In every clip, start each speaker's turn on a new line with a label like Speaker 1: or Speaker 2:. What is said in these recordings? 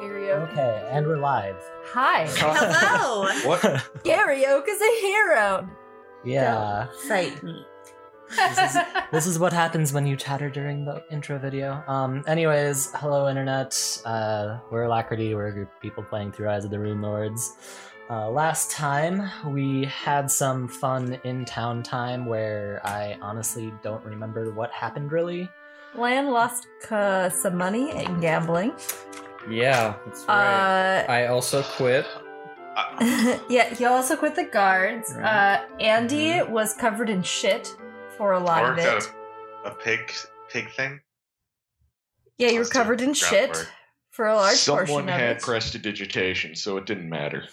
Speaker 1: Karaoke.
Speaker 2: Okay, and we're live.
Speaker 1: Hi.
Speaker 3: Hello.
Speaker 4: What?
Speaker 1: Gary Oak is a hero.
Speaker 2: Yeah.
Speaker 3: Fight me.
Speaker 2: This is what happens when you chatter during the intro video. Um, anyways, hello internet. Uh, we're Alacrity. We're a group of people playing through Rise of the Rune Lords. Uh, last time we had some fun in town time where I honestly don't remember what happened really.
Speaker 1: Lan lost uh, some money in gambling.
Speaker 4: Yeah, that's right. I also quit.
Speaker 1: Uh, yeah, he also quit the guards. Uh, Andy
Speaker 2: Mm-hmm.
Speaker 1: was covered in shit for a lot
Speaker 5: Or
Speaker 1: of
Speaker 5: is that
Speaker 1: it.
Speaker 5: a, a pig pig thing?
Speaker 1: Yeah, you were
Speaker 5: Let's do
Speaker 1: covered in
Speaker 5: ground
Speaker 1: shit
Speaker 5: work.
Speaker 1: for a large
Speaker 6: Someone
Speaker 1: portion of
Speaker 6: had
Speaker 1: it. Uh,
Speaker 6: prestidigitation, so it didn't matter.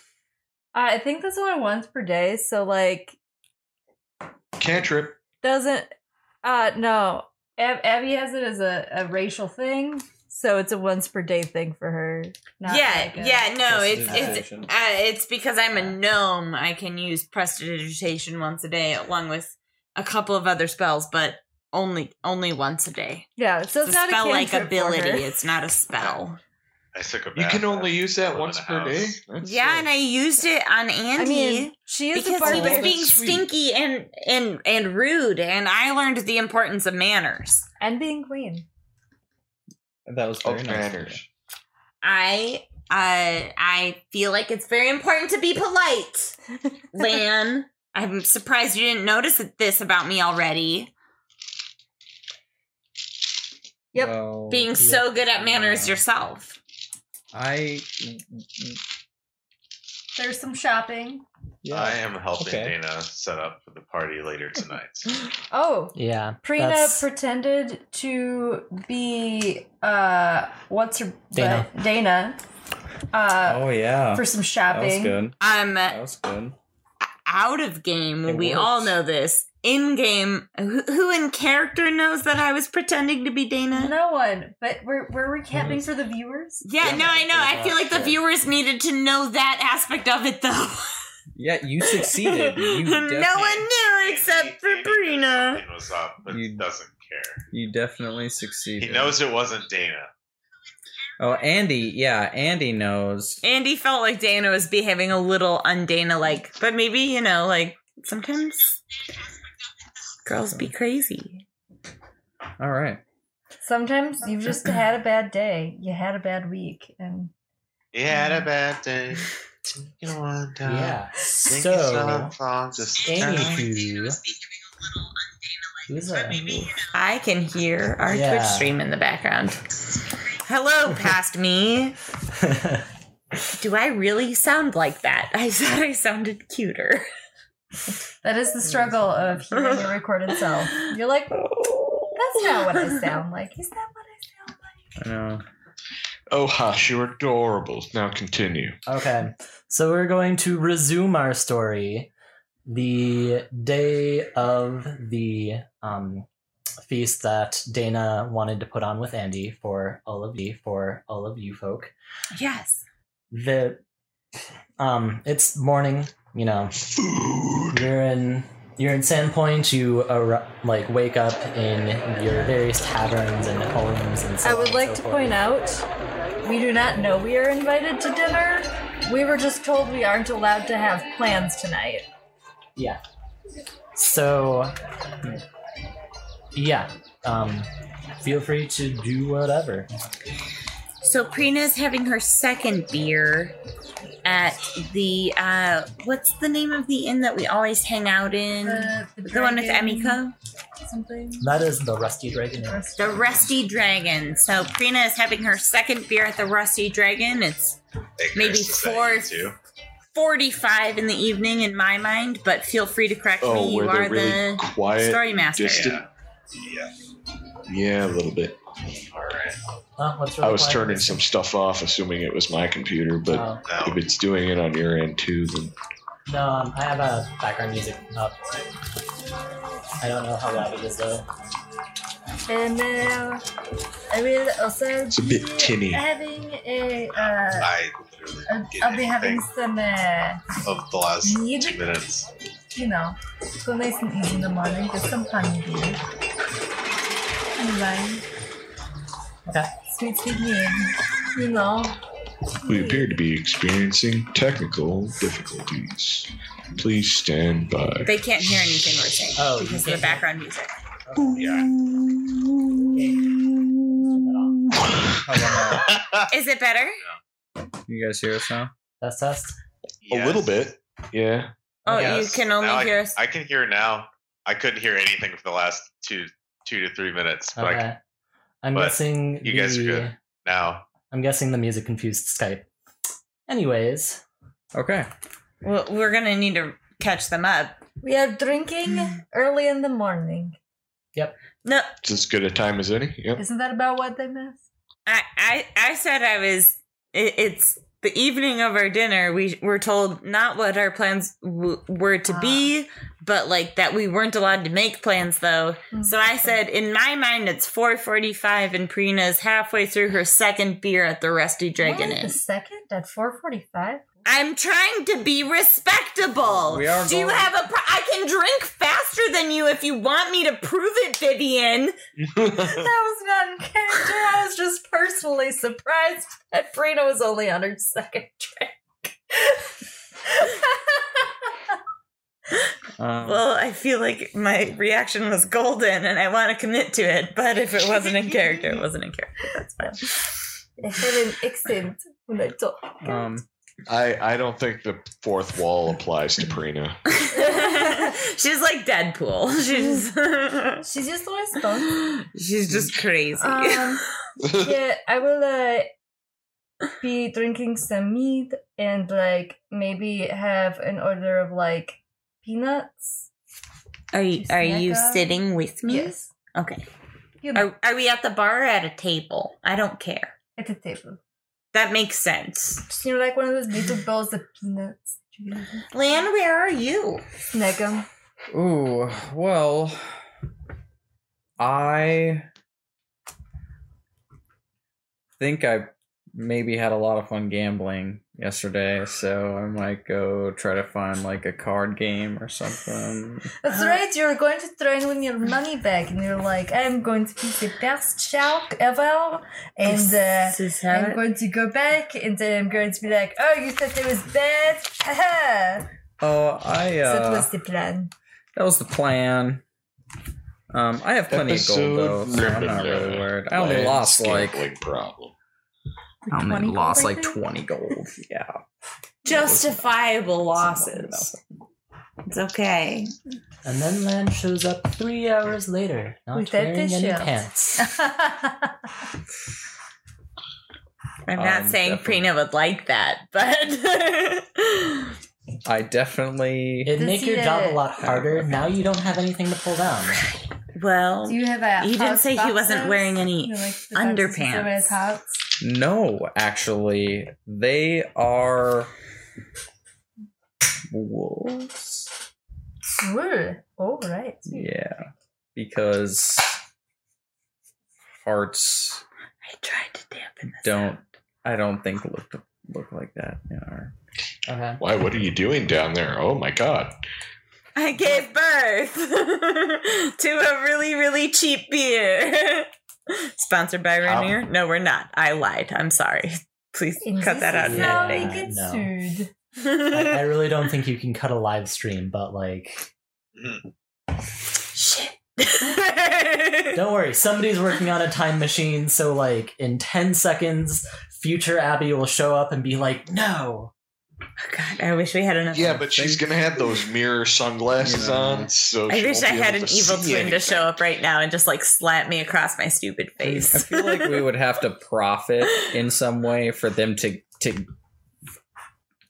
Speaker 1: I think that's only once per day, so like
Speaker 6: Cantrip.
Speaker 1: doesn't uh no Ab- abby has it as a, a racial thing so it's a once per day thing for her not
Speaker 3: yeah,
Speaker 1: like a-
Speaker 3: yeah, no, it's it's
Speaker 4: Prestidigitation.
Speaker 3: uh, it's because I'm a gnome. I can use prestidigitation once a day, along with a couple of other spells, but only only once a day.
Speaker 1: yeah so it's,
Speaker 3: It's a
Speaker 1: not
Speaker 3: spell
Speaker 1: a
Speaker 3: like
Speaker 1: cantrip for her.
Speaker 3: ability. It's not a spell.
Speaker 5: I took a bath.
Speaker 6: You can only use that
Speaker 5: Live
Speaker 6: once
Speaker 5: in a
Speaker 6: per
Speaker 5: house.
Speaker 6: day. That's,
Speaker 3: yeah,
Speaker 6: uh,
Speaker 3: and I used it on Andy.
Speaker 1: i mean she is a
Speaker 3: because he was
Speaker 1: barbarian
Speaker 6: barber.
Speaker 3: being
Speaker 6: Sweet.
Speaker 3: stinky and, and and rude, and I learned the importance of manners.
Speaker 1: and being queen
Speaker 4: That was very
Speaker 6: of
Speaker 4: nice.
Speaker 6: manners.
Speaker 3: I uh I feel like it's very important to be polite. Lan, I'm surprised you didn't notice this about me already.
Speaker 1: Yep.
Speaker 4: Well,
Speaker 3: Being so good at manners yourself.
Speaker 4: I.
Speaker 1: there's some shopping
Speaker 4: Yeah.
Speaker 5: I am helping
Speaker 4: Okay.
Speaker 5: Dana set up for the party later tonight.
Speaker 1: oh
Speaker 2: Yeah.
Speaker 1: Prina
Speaker 2: that's-
Speaker 1: pretended to be uh what's her
Speaker 2: Dana.
Speaker 1: butt? Dana uh
Speaker 4: oh yeah.
Speaker 1: for some
Speaker 4: that was
Speaker 1: shopping
Speaker 4: good.
Speaker 3: I'm
Speaker 4: That was good.
Speaker 3: out of game.
Speaker 4: It
Speaker 3: we
Speaker 4: works.
Speaker 3: all know this. In game, who, who in character knows that I was pretending to be Dana?
Speaker 1: no one but we're we're
Speaker 4: Mm.
Speaker 1: recapping for the viewers
Speaker 3: Yeah,
Speaker 4: Yeah,
Speaker 3: no, I know. I feel like the
Speaker 4: yeah.
Speaker 3: viewers needed to know that aspect of it, though.
Speaker 4: Yeah, you succeeded. You
Speaker 3: no one
Speaker 4: definitely,
Speaker 3: knew except for
Speaker 5: Andy- Andy knew
Speaker 3: Brina.
Speaker 5: Something was up, but
Speaker 4: You-
Speaker 5: doesn't care.
Speaker 4: You definitely succeeded.
Speaker 5: He knows it wasn't Dana.
Speaker 4: Oh, Andy. Yeah, Andy knows.
Speaker 3: Andy felt like Dana was behaving a little undana like, but maybe, you know, like sometimes girls be crazy.
Speaker 4: All right.
Speaker 1: Sometimes you've just had a bad day. You had a bad week, and
Speaker 5: He had
Speaker 1: Mm.
Speaker 5: a bad day. You know what, uh,
Speaker 2: Yeah.
Speaker 5: think
Speaker 2: So,
Speaker 5: it's not wrong, just-
Speaker 2: anywho, who's a-
Speaker 3: I can hear our
Speaker 2: Yeah.
Speaker 3: Twitch stream in the background. Hello, past me. Do I really sound like that? I thought I sounded cuter.
Speaker 1: that is the struggle of hearing your recorded self. You're like, that's not what I sound like. Is that what I sound like?
Speaker 4: I know.
Speaker 6: Oh, hush, you're adorable. Now continue.
Speaker 2: Okay, so we're going to resume our story. The day of the um, feast that Dana wanted to put on with Andy for all of you, for all of you folk.
Speaker 3: Yes.
Speaker 2: The um, it's morning. You know, you're in you're in Sandpoint. You ar- like wake up in your various taverns and homes and. So
Speaker 1: I
Speaker 2: on
Speaker 1: would
Speaker 2: and
Speaker 1: like
Speaker 2: so
Speaker 1: to
Speaker 2: forth.
Speaker 1: point out, we do not know we are invited to dinner. We were just told we aren't allowed to have plans tonight.
Speaker 2: Yeah. So, yeah. Um, feel free to do whatever.
Speaker 3: So Prina's having her second beer at the uh what's the name of the inn that we always hang out in? the one with Emiko?
Speaker 1: Something.
Speaker 2: That is the Rusty Dragon. Inn.
Speaker 3: The Rusty Dragon. So Prina is having her second beer at the Rusty Dragon. It's
Speaker 5: Hey, Chris,
Speaker 3: Maybe
Speaker 5: is that you
Speaker 3: four-
Speaker 5: too?
Speaker 3: 45 in the evening in my mind, but feel free to correct
Speaker 6: Oh,
Speaker 3: me. You
Speaker 6: were they
Speaker 3: are
Speaker 6: really
Speaker 3: the
Speaker 6: quiet?
Speaker 3: story master.
Speaker 6: distant?
Speaker 5: Yeah.
Speaker 6: Yeah, a little bit.
Speaker 5: All right.
Speaker 2: Oh, what's really
Speaker 6: I was
Speaker 2: quiet?
Speaker 6: turning some stuff off, assuming it was my computer, but
Speaker 2: Oh,
Speaker 5: No.
Speaker 6: if it's doing it on your end too, then
Speaker 2: no, um, I have a background music up. I don't know how loud it is though.
Speaker 1: And now, I will also
Speaker 6: it's a bit tinny.
Speaker 1: having a. Uh,
Speaker 5: I literally
Speaker 1: I'll,
Speaker 5: didn't get
Speaker 1: I'll be having
Speaker 5: anything
Speaker 1: some, uh,
Speaker 5: of the last
Speaker 1: need,
Speaker 5: two minutes.
Speaker 1: you know, so nice and easy in the morning, just some honey beer. And wine.
Speaker 2: Okay.
Speaker 1: Sweet, sweet meal. You know,
Speaker 6: We appear to be experiencing technical difficulties. Please stand by.
Speaker 3: They can't hear anything we're saying
Speaker 2: Oh, you
Speaker 3: because of the
Speaker 2: can't
Speaker 3: background music.
Speaker 4: Oh,
Speaker 3: Is it better?
Speaker 4: wow. You guys hear us now?
Speaker 2: Test test.
Speaker 6: A little bit. Yeah.
Speaker 3: Oh,
Speaker 5: Yes.
Speaker 3: you can only
Speaker 5: Now
Speaker 3: hear us.
Speaker 5: I can hear now. I couldn't hear anything for the last two two to three minutes, but I
Speaker 2: Okay.
Speaker 5: can
Speaker 2: I'm
Speaker 5: but
Speaker 2: guessing
Speaker 5: you guys are
Speaker 2: the-
Speaker 5: good. now.
Speaker 2: I'm guessing the music confused Skype. Anyways,
Speaker 4: Okay.
Speaker 3: well, we're gonna need to catch them up.
Speaker 1: We are drinking early in the morning.
Speaker 3: No,
Speaker 6: It's as good a time as any. Yep.
Speaker 1: Isn't that about what they miss?
Speaker 3: I, I, I said I was. It, it's the evening of our dinner. We were told not what our plans w- were to be,
Speaker 4: Ah.
Speaker 3: but like that we weren't allowed to make plans though. So I said, in my mind, it's 4:45, and Prina's halfway through her second beer at the Rusty Dragon
Speaker 1: Only
Speaker 3: Inn.
Speaker 1: the second at four forty-five.
Speaker 3: I'm trying to be respectable.
Speaker 4: We are
Speaker 3: Do you
Speaker 4: going-
Speaker 3: have a? Pro- I can drink faster than you if you want me to prove it, Vivian.
Speaker 1: That was not in character. I was just personally surprised that Brina was only on her second drink.
Speaker 4: Um,
Speaker 3: Well, I feel like my reaction was golden and I want to commit to it, but if it wasn't in character, it wasn't in character. That's fine.
Speaker 1: I had an accent when I talk.
Speaker 4: um,
Speaker 6: I, I don't think the fourth wall applies to Prina.
Speaker 3: She's like Deadpool. She's
Speaker 1: She's just always stoned.
Speaker 3: She's just crazy.
Speaker 1: Um, yeah, I will uh, be drinking some meat and like maybe have an order of like peanuts.
Speaker 3: are you, are you
Speaker 1: Snack up?
Speaker 3: sitting with me?
Speaker 1: Yes,
Speaker 3: Okay.
Speaker 1: you know,
Speaker 3: Are, are we at the bar or at a table? I don't care.
Speaker 1: at the table.
Speaker 3: That makes sense.
Speaker 1: Just, you know, like one of those little bowls of peanuts. You know,
Speaker 3: Lan, where are you?
Speaker 1: Snack 'em.
Speaker 4: Ooh, well, I think I maybe had a lot of fun gambling yesterday, so I might go try to find like a card game or something.
Speaker 1: That's right. You're going to try and win your money back, and you're like, I'm going to be the best shark ever, and. Uh,
Speaker 3: This is how
Speaker 1: I'm
Speaker 3: it-
Speaker 1: going to go back and then I'm going to be like, oh, you thought it was bad? Haha.
Speaker 4: Oh, I uh,
Speaker 1: That was the plan.
Speaker 4: that was the plan. Um, I have plenty of gold though, so I'm not really
Speaker 6: limited.
Speaker 4: worried. I only
Speaker 6: Land
Speaker 4: lost like
Speaker 6: gambling problem.
Speaker 4: I only
Speaker 1: 20
Speaker 4: lost
Speaker 1: gold, I
Speaker 4: like
Speaker 1: think?
Speaker 4: twenty gold. Yeah,
Speaker 3: Justifiable
Speaker 4: losses.
Speaker 3: It's okay.
Speaker 2: and then Lan shows up three hours later, not
Speaker 1: With
Speaker 2: wearing
Speaker 1: empty
Speaker 2: any
Speaker 1: shells.
Speaker 2: pants.
Speaker 3: I'm not
Speaker 4: Um,
Speaker 3: saying
Speaker 4: definitely.
Speaker 3: Prina would like that, but
Speaker 4: I definitely
Speaker 2: It'd make your
Speaker 1: see
Speaker 2: job
Speaker 1: it.
Speaker 2: a lot harder. Now you don't have anything to pull down.
Speaker 3: well,
Speaker 1: Do you have a.
Speaker 3: he didn't
Speaker 1: house
Speaker 3: say he wasn't
Speaker 1: boxes?
Speaker 3: wearing any.
Speaker 1: You know, like the boxes you throw at his
Speaker 3: underpants.
Speaker 1: house?
Speaker 4: No, actually, they are wolves.
Speaker 1: Ooh. Oh, right.
Speaker 4: Yeah, because hearts
Speaker 3: I tried to dampen this.
Speaker 4: don't. I don't think look look like that. in our-
Speaker 2: Okay.
Speaker 6: Why? What are you doing down there? Oh my god.
Speaker 3: I gave birth to a really, really cheap beer. Sponsored by
Speaker 6: How-
Speaker 3: Rainier? No, we're not. I lied. I'm sorry. Please
Speaker 1: And
Speaker 3: cut
Speaker 1: this
Speaker 3: that out.
Speaker 1: is
Speaker 3: in
Speaker 2: Yeah.
Speaker 1: how
Speaker 3: editing.
Speaker 1: we
Speaker 2: editing.
Speaker 1: get
Speaker 2: No.
Speaker 1: sued.
Speaker 2: I, I really don't think you can cut a live stream, but like,
Speaker 3: Shit.
Speaker 2: don't worry, somebody's working on a time machine. So like, in ten seconds, future Abby will show up and be like, "No,
Speaker 3: Oh, God, I wish we had another.
Speaker 6: Yeah, but she's gonna have those mirror sunglasses
Speaker 4: Yeah.
Speaker 6: on, so
Speaker 3: I
Speaker 6: she
Speaker 3: wish
Speaker 6: won't
Speaker 3: I
Speaker 6: be
Speaker 3: had an
Speaker 6: able to
Speaker 3: evil
Speaker 6: see
Speaker 3: twin to
Speaker 6: anything.
Speaker 3: show up right now and just like slap me across my stupid
Speaker 4: I mean,
Speaker 3: face.
Speaker 4: I feel like we would have to profit in some way for them to to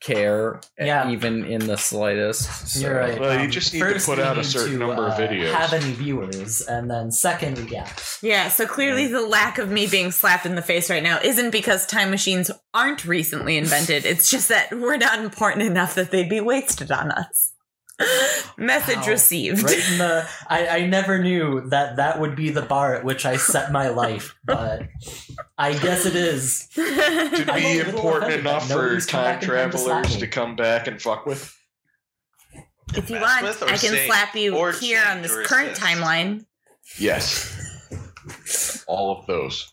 Speaker 4: care, eh,
Speaker 2: Yeah.
Speaker 4: even in the slightest. So.
Speaker 2: You're right. Um,
Speaker 6: Well, you just need to
Speaker 2: first
Speaker 6: put
Speaker 2: we
Speaker 6: out a
Speaker 2: need uh,
Speaker 6: certain number of videos.
Speaker 2: Have any viewers, and then second, yeah,
Speaker 3: Yeah, so clearly the lack of me being slapped in the face right now isn't because time machines aren't recently invented. It's just that we're not important enough that they'd be wasted on us. Message
Speaker 2: Wow.
Speaker 3: received.
Speaker 2: right in the. I, I never knew that that would be the bar at which I set my life, but I guess it is.
Speaker 6: To
Speaker 2: I'm a
Speaker 6: be
Speaker 2: little
Speaker 6: important
Speaker 2: offended
Speaker 6: enough
Speaker 2: that
Speaker 6: for
Speaker 2: nobody's come back
Speaker 6: time
Speaker 2: in time to slap
Speaker 6: travelers
Speaker 2: me.
Speaker 6: to come back and fuck with.
Speaker 3: if you
Speaker 5: Mess
Speaker 3: want,
Speaker 5: with or
Speaker 3: I can
Speaker 5: save
Speaker 3: slap you
Speaker 5: or
Speaker 3: here on this
Speaker 5: change or
Speaker 3: current
Speaker 5: assist?
Speaker 3: timeline.
Speaker 6: Yes, all of those.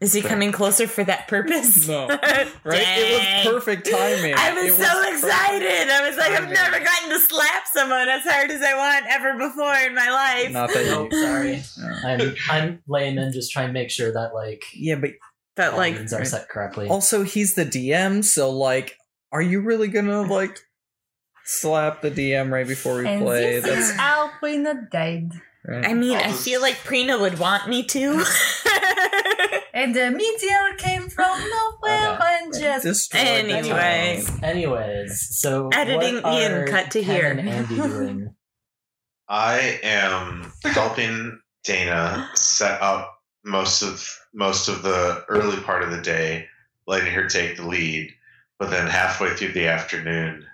Speaker 3: Is he coming closer for that purpose?
Speaker 7: No. Right? It
Speaker 3: Dang.
Speaker 7: was perfect timing.
Speaker 3: I was
Speaker 7: It
Speaker 3: so
Speaker 7: perfect
Speaker 3: excited. I was like, I've
Speaker 7: timing.
Speaker 3: never gotten to slap someone as hard as I want ever before in my life.
Speaker 7: Not that
Speaker 2: Nope,
Speaker 7: you.
Speaker 2: sorry.
Speaker 7: Yeah.
Speaker 2: I'm I'm layman, just trying to make sure that like
Speaker 7: Yeah, but
Speaker 3: But like,
Speaker 2: elements are set correctly.
Speaker 7: also he's the DM, so like, are you really gonna like slap the DM right before we
Speaker 1: And
Speaker 7: play?
Speaker 1: this
Speaker 7: That's
Speaker 1: is Alpina died.
Speaker 7: right.
Speaker 3: I mean, I
Speaker 5: I'll just-
Speaker 3: feel like Prina would want me to.
Speaker 1: And the meteor came from nowhere
Speaker 7: Okay.
Speaker 1: and just
Speaker 7: Destroyed the
Speaker 3: Anyway.
Speaker 7: town.
Speaker 2: Anyways, so
Speaker 3: Editing
Speaker 2: what
Speaker 3: Ian,
Speaker 2: are
Speaker 3: cut to
Speaker 2: Ken
Speaker 3: here.
Speaker 2: and Andy doing?
Speaker 5: I am helping Dana set up most of most of the early part of the day, letting her take the lead. But then halfway through the afternoon,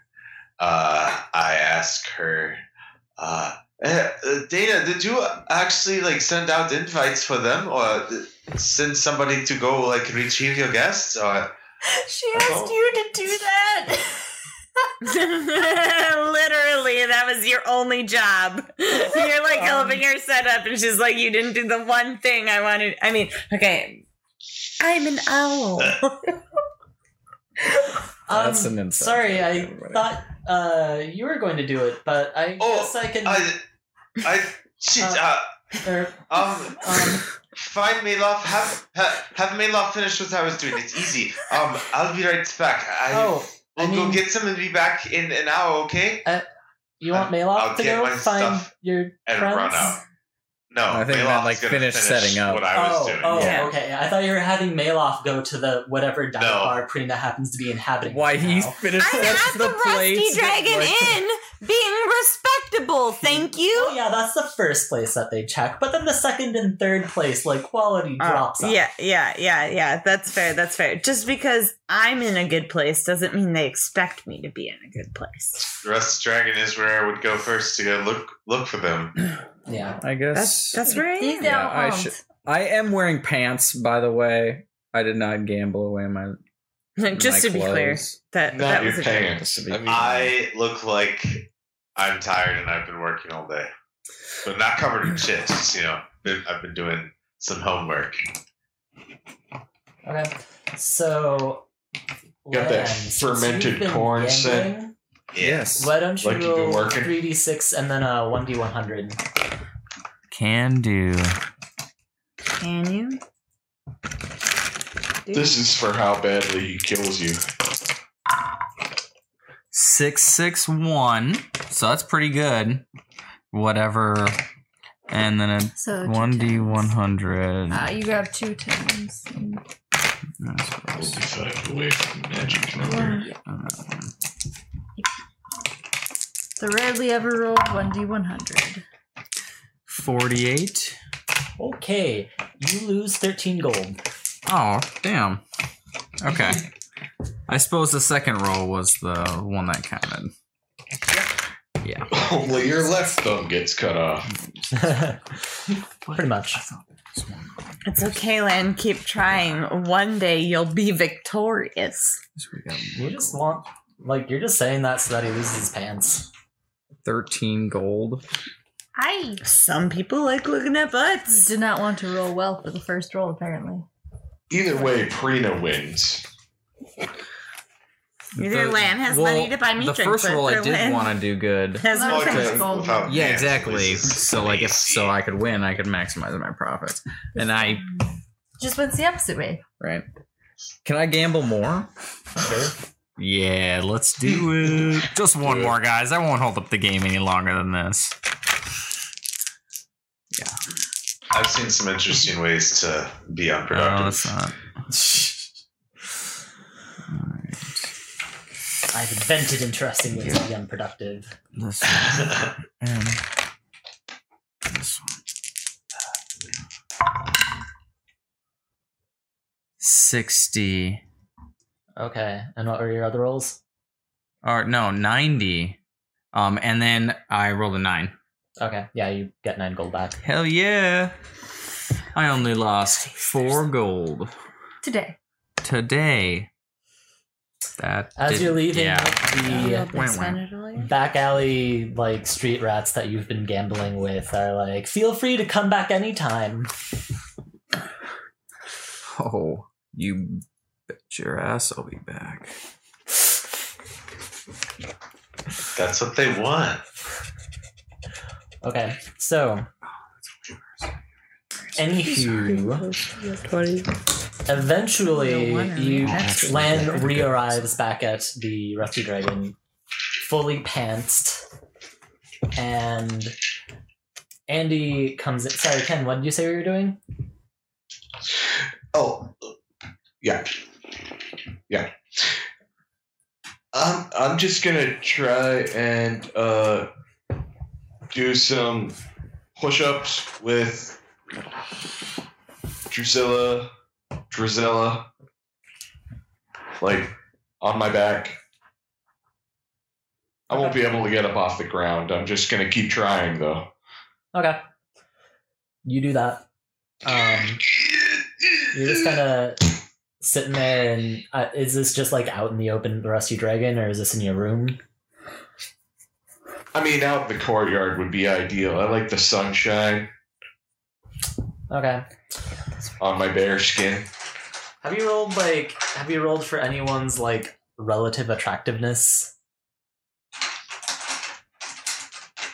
Speaker 5: uh, I ask her, uh, "Eh, uh, "Dana, did you actually like send out invites for them, or th- send somebody to go like retrieve your guests?" Or
Speaker 1: She
Speaker 5: I
Speaker 1: asked
Speaker 5: don't-
Speaker 1: you to do that.
Speaker 3: Literally, that was your only job. You're like helping her set up, and she's like, "You didn't do the one thing I wanted." I mean, okay, I'm an owl.
Speaker 7: That's
Speaker 2: Um,
Speaker 7: an insult.
Speaker 2: Sorry, I
Speaker 7: Everybody.
Speaker 2: thought uh, you were going to do it, but I
Speaker 5: Oh,
Speaker 2: guess I can.
Speaker 5: I, I, she, uh,
Speaker 2: or,
Speaker 5: um,
Speaker 2: um,
Speaker 5: Find Mayloff. Have ha, have Mayloff finish what I was doing. It's easy. Um, I'll be right back. I
Speaker 2: oh,
Speaker 5: will
Speaker 2: I mean-
Speaker 5: go get some and be back in an hour. Okay?
Speaker 2: you want Maloff
Speaker 5: I'll
Speaker 2: to
Speaker 5: get
Speaker 2: go
Speaker 5: my
Speaker 2: find
Speaker 5: stuff
Speaker 2: your
Speaker 5: and
Speaker 2: friends?
Speaker 5: run out. No,
Speaker 7: I think it meant,
Speaker 5: Mayloff's
Speaker 7: like,
Speaker 5: gonna
Speaker 7: finish setting up.
Speaker 5: what I was
Speaker 2: oh,
Speaker 5: doing.
Speaker 2: oh,
Speaker 3: yeah.
Speaker 2: okay. I thought you were having Maloff go to the whatever dive
Speaker 5: No.
Speaker 2: bar Prina happens to be inhabiting.
Speaker 7: Why
Speaker 2: right
Speaker 7: he
Speaker 2: now.
Speaker 7: finished
Speaker 3: I'm
Speaker 7: that's
Speaker 3: at the, Rusty
Speaker 7: place that,
Speaker 3: Dragon
Speaker 7: like,
Speaker 3: Inn, being respectable. Thank
Speaker 2: Oh
Speaker 3: you.
Speaker 2: yeah, that's the first place that they check, but then the second and third place, like quality drops. Off.
Speaker 3: Ah, Uh, yeah, yeah, yeah, yeah. That's fair. That's fair. Just because I'm in a good place doesn't mean they expect me to be in a good place.
Speaker 5: The Rust Dragon is where I would go first to go look look for them.
Speaker 7: Mm-hmm.
Speaker 2: yeah.
Speaker 7: I guess
Speaker 3: That's that's right.
Speaker 1: These
Speaker 7: Yeah,
Speaker 1: are
Speaker 7: I
Speaker 1: armed.
Speaker 7: should- I am wearing pants, by the way. I did not gamble away my.
Speaker 3: Just
Speaker 7: my
Speaker 3: to be clear,
Speaker 7: clothes.
Speaker 3: that
Speaker 5: Not
Speaker 3: that
Speaker 5: your
Speaker 3: was a
Speaker 5: pants.
Speaker 7: I
Speaker 5: I look like I'm tired and I've been working all day, but not covered in shit. Just, you know, been, I've been doing some homework.
Speaker 2: Okay. So.
Speaker 6: Got
Speaker 2: Lan,
Speaker 6: that
Speaker 2: since you've
Speaker 6: fermented
Speaker 2: been
Speaker 6: corn scent.
Speaker 2: gambling,
Speaker 7: yes.
Speaker 2: Why don't you
Speaker 6: Like you've been
Speaker 2: roll
Speaker 6: working.
Speaker 2: three d six and then a one d one hundred?
Speaker 4: Can do.
Speaker 3: Can you?
Speaker 6: This is for how badly he kills you.
Speaker 4: Six six one. So that's pretty good. Whatever. And then a
Speaker 1: So two
Speaker 4: one d
Speaker 1: tens.
Speaker 4: one hundred.
Speaker 3: Ah.
Speaker 1: Uh, you grab two tens. and
Speaker 6: We'll be five away from magic number.
Speaker 1: one- yeah. The rarely ever rolled one d one hundred.
Speaker 4: Forty eight.
Speaker 2: Okay, you lose thirteen gold.
Speaker 4: Oh damn. Okay. I suppose the second roll was the one that counted.
Speaker 6: Only your left thumb gets cut off.
Speaker 2: Pretty much.
Speaker 3: It's okay, Lan. Keep trying. One day you'll be victorious.
Speaker 2: You just want, like, you're just saying that so that he loses his pants.
Speaker 4: Thirteen gold.
Speaker 3: I. Some people like looking at
Speaker 1: You
Speaker 3: butts.
Speaker 1: did not want to roll well for the first roll, apparently.
Speaker 6: Either way, Prina wins.
Speaker 3: Either
Speaker 4: The-
Speaker 3: Lan has
Speaker 4: well,
Speaker 3: money to buy me
Speaker 4: The
Speaker 3: drinks.
Speaker 4: first roll I
Speaker 3: or Lan
Speaker 4: did want to do good.
Speaker 3: Has
Speaker 1: Oh,
Speaker 3: no
Speaker 1: okay.
Speaker 3: friends.
Speaker 1: gold.
Speaker 5: without
Speaker 4: Yeah,
Speaker 5: pants,
Speaker 4: exactly.
Speaker 5: this is
Speaker 4: So like if
Speaker 5: lazy.
Speaker 4: so I could win, I could maximize my profits. And I
Speaker 1: Just went the opposite way.
Speaker 7: Right. Can I gamble more?
Speaker 4: Yeah, let's do it. Just one more, guys. I won't hold up the game any longer than this.
Speaker 5: I've seen some interesting ways to be
Speaker 4: No,
Speaker 5: unproductive.
Speaker 4: that's not.
Speaker 2: I've invented interesting ways to be unproductive.
Speaker 4: This one. and this one. Sixty
Speaker 2: Okay, and what were your other rolls?
Speaker 4: or no ninety, um, and then I rolled a nine.
Speaker 2: Okay, yeah, you get nine gold back.
Speaker 4: Hell yeah! I only lost four gold
Speaker 1: Today.
Speaker 4: today. That
Speaker 2: As
Speaker 4: did-
Speaker 2: you're leaving
Speaker 4: yeah.
Speaker 2: the
Speaker 4: Wah, wah.
Speaker 2: back alley like street rats that you've been gambling with are like feel free to come back anytime
Speaker 5: Oh, you bet your ass I'll be back.
Speaker 6: That's what they want.
Speaker 2: Okay, so.
Speaker 4: Oh,
Speaker 2: Anywho,
Speaker 8: Twenty.
Speaker 2: eventually
Speaker 3: No wonder
Speaker 2: you
Speaker 3: we have
Speaker 2: Lan
Speaker 3: to-
Speaker 2: re-arrives back at the Rusty Dragon, fully pantsed, and Andy comes in. Sorry, Ken, what did you say we were doing?
Speaker 6: Oh, yeah, yeah.
Speaker 9: I'm I'm just gonna try and uh, do some push-ups with Drusilla, Drusilla, like on my back. I won't be able to get up off the ground. I'm just gonna keep trying though.
Speaker 2: Okay, you do that. Um, you're just kind of sitting there, and uh, is this just like out in the open, the Rusty Dragon, or is this in your room?
Speaker 9: I mean, out in the courtyard would be ideal. I like the sunshine
Speaker 2: Okay.
Speaker 9: on my bare skin.
Speaker 2: Have you rolled like have you rolled for anyone's like relative attractiveness?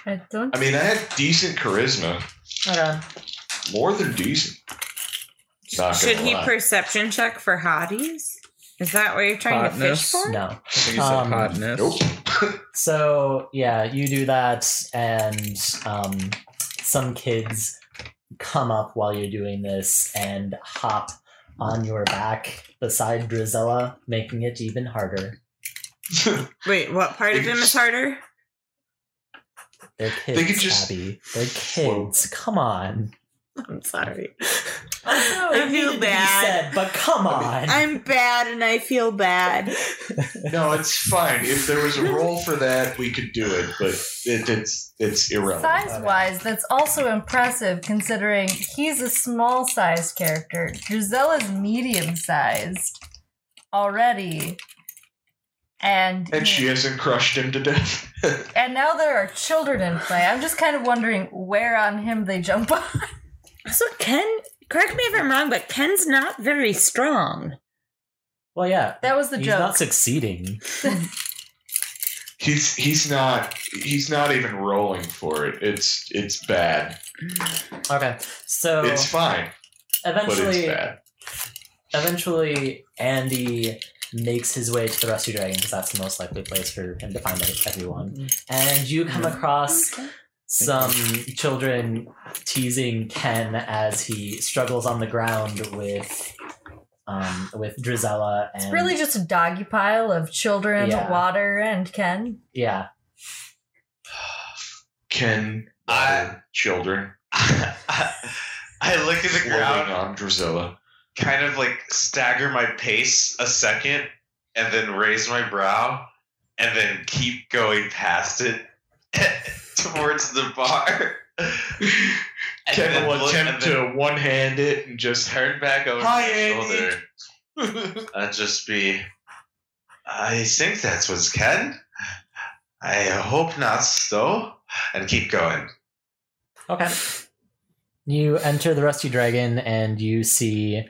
Speaker 10: I don't.
Speaker 9: I mean, I had decent charisma,
Speaker 2: Okay.
Speaker 9: more than decent. Not
Speaker 3: Should
Speaker 9: gonna
Speaker 3: he
Speaker 9: lie.
Speaker 3: perception check for hotties? Is that what you're trying to fish
Speaker 5: Hotness?
Speaker 3: for?
Speaker 2: No.
Speaker 5: I think you
Speaker 2: Um,
Speaker 5: said hotness.
Speaker 9: Nope.
Speaker 2: So yeah, you do that and um some kids come up while you're doing this and hop on your back beside Drizella, making it even harder.
Speaker 3: Wait, what part of him is harder?
Speaker 2: They're
Speaker 9: They
Speaker 2: kids,
Speaker 9: could just-
Speaker 2: Abby. They're kids. Come on.
Speaker 3: I'm sorry.
Speaker 2: It needed
Speaker 3: I
Speaker 2: to
Speaker 3: feel
Speaker 2: be
Speaker 3: bad.
Speaker 2: said, but come on.
Speaker 3: I'm bad and I feel bad.
Speaker 9: No, it's fine. If there was a role for that, we could do it, but it, it's it's irrelevant.
Speaker 10: Size wise, that's also impressive considering he's a small sized character. Drusella's medium sized already. And,
Speaker 9: And she hasn't crushed him to death.
Speaker 10: and now there are children in play. I'm just kind of wondering where on him they jump on.
Speaker 3: So Ken, correct me if I'm wrong, but Ken's not very strong.
Speaker 2: Well yeah.
Speaker 10: That was the
Speaker 2: He's
Speaker 10: joke.
Speaker 2: not succeeding.
Speaker 9: He's he's not he's not even rolling for it. It's it's bad.
Speaker 2: Okay. So
Speaker 9: It's fine, but it's
Speaker 2: eventually
Speaker 9: bad.
Speaker 2: eventually Andy makes his way to the Rusty Dragon because that's the most likely place for him to find like, everyone. And you come across some children teasing Ken as he struggles on the ground with um, with Drizella and
Speaker 10: It's
Speaker 9: Mm.
Speaker 10: really just a doggy pile of children,
Speaker 2: Yeah.
Speaker 10: water, and Ken.
Speaker 2: yeah.
Speaker 9: Ken,
Speaker 6: I-
Speaker 9: children,
Speaker 6: I, I look at the
Speaker 9: loving
Speaker 6: ground,
Speaker 9: on Drusilla.
Speaker 6: kind of like stagger my pace a second, and then raise my brow, and then keep going past it towards the bar. And
Speaker 9: Ken
Speaker 6: then
Speaker 9: will
Speaker 6: look-
Speaker 9: attempt
Speaker 6: and then
Speaker 9: to one hand it and just
Speaker 6: turn back over
Speaker 9: Hi,
Speaker 6: my
Speaker 9: Andy.
Speaker 6: shoulder and just be. I think that was Ken. I hope not, though. And keep going.
Speaker 2: Okay. You enter the Rusty Dragon and you see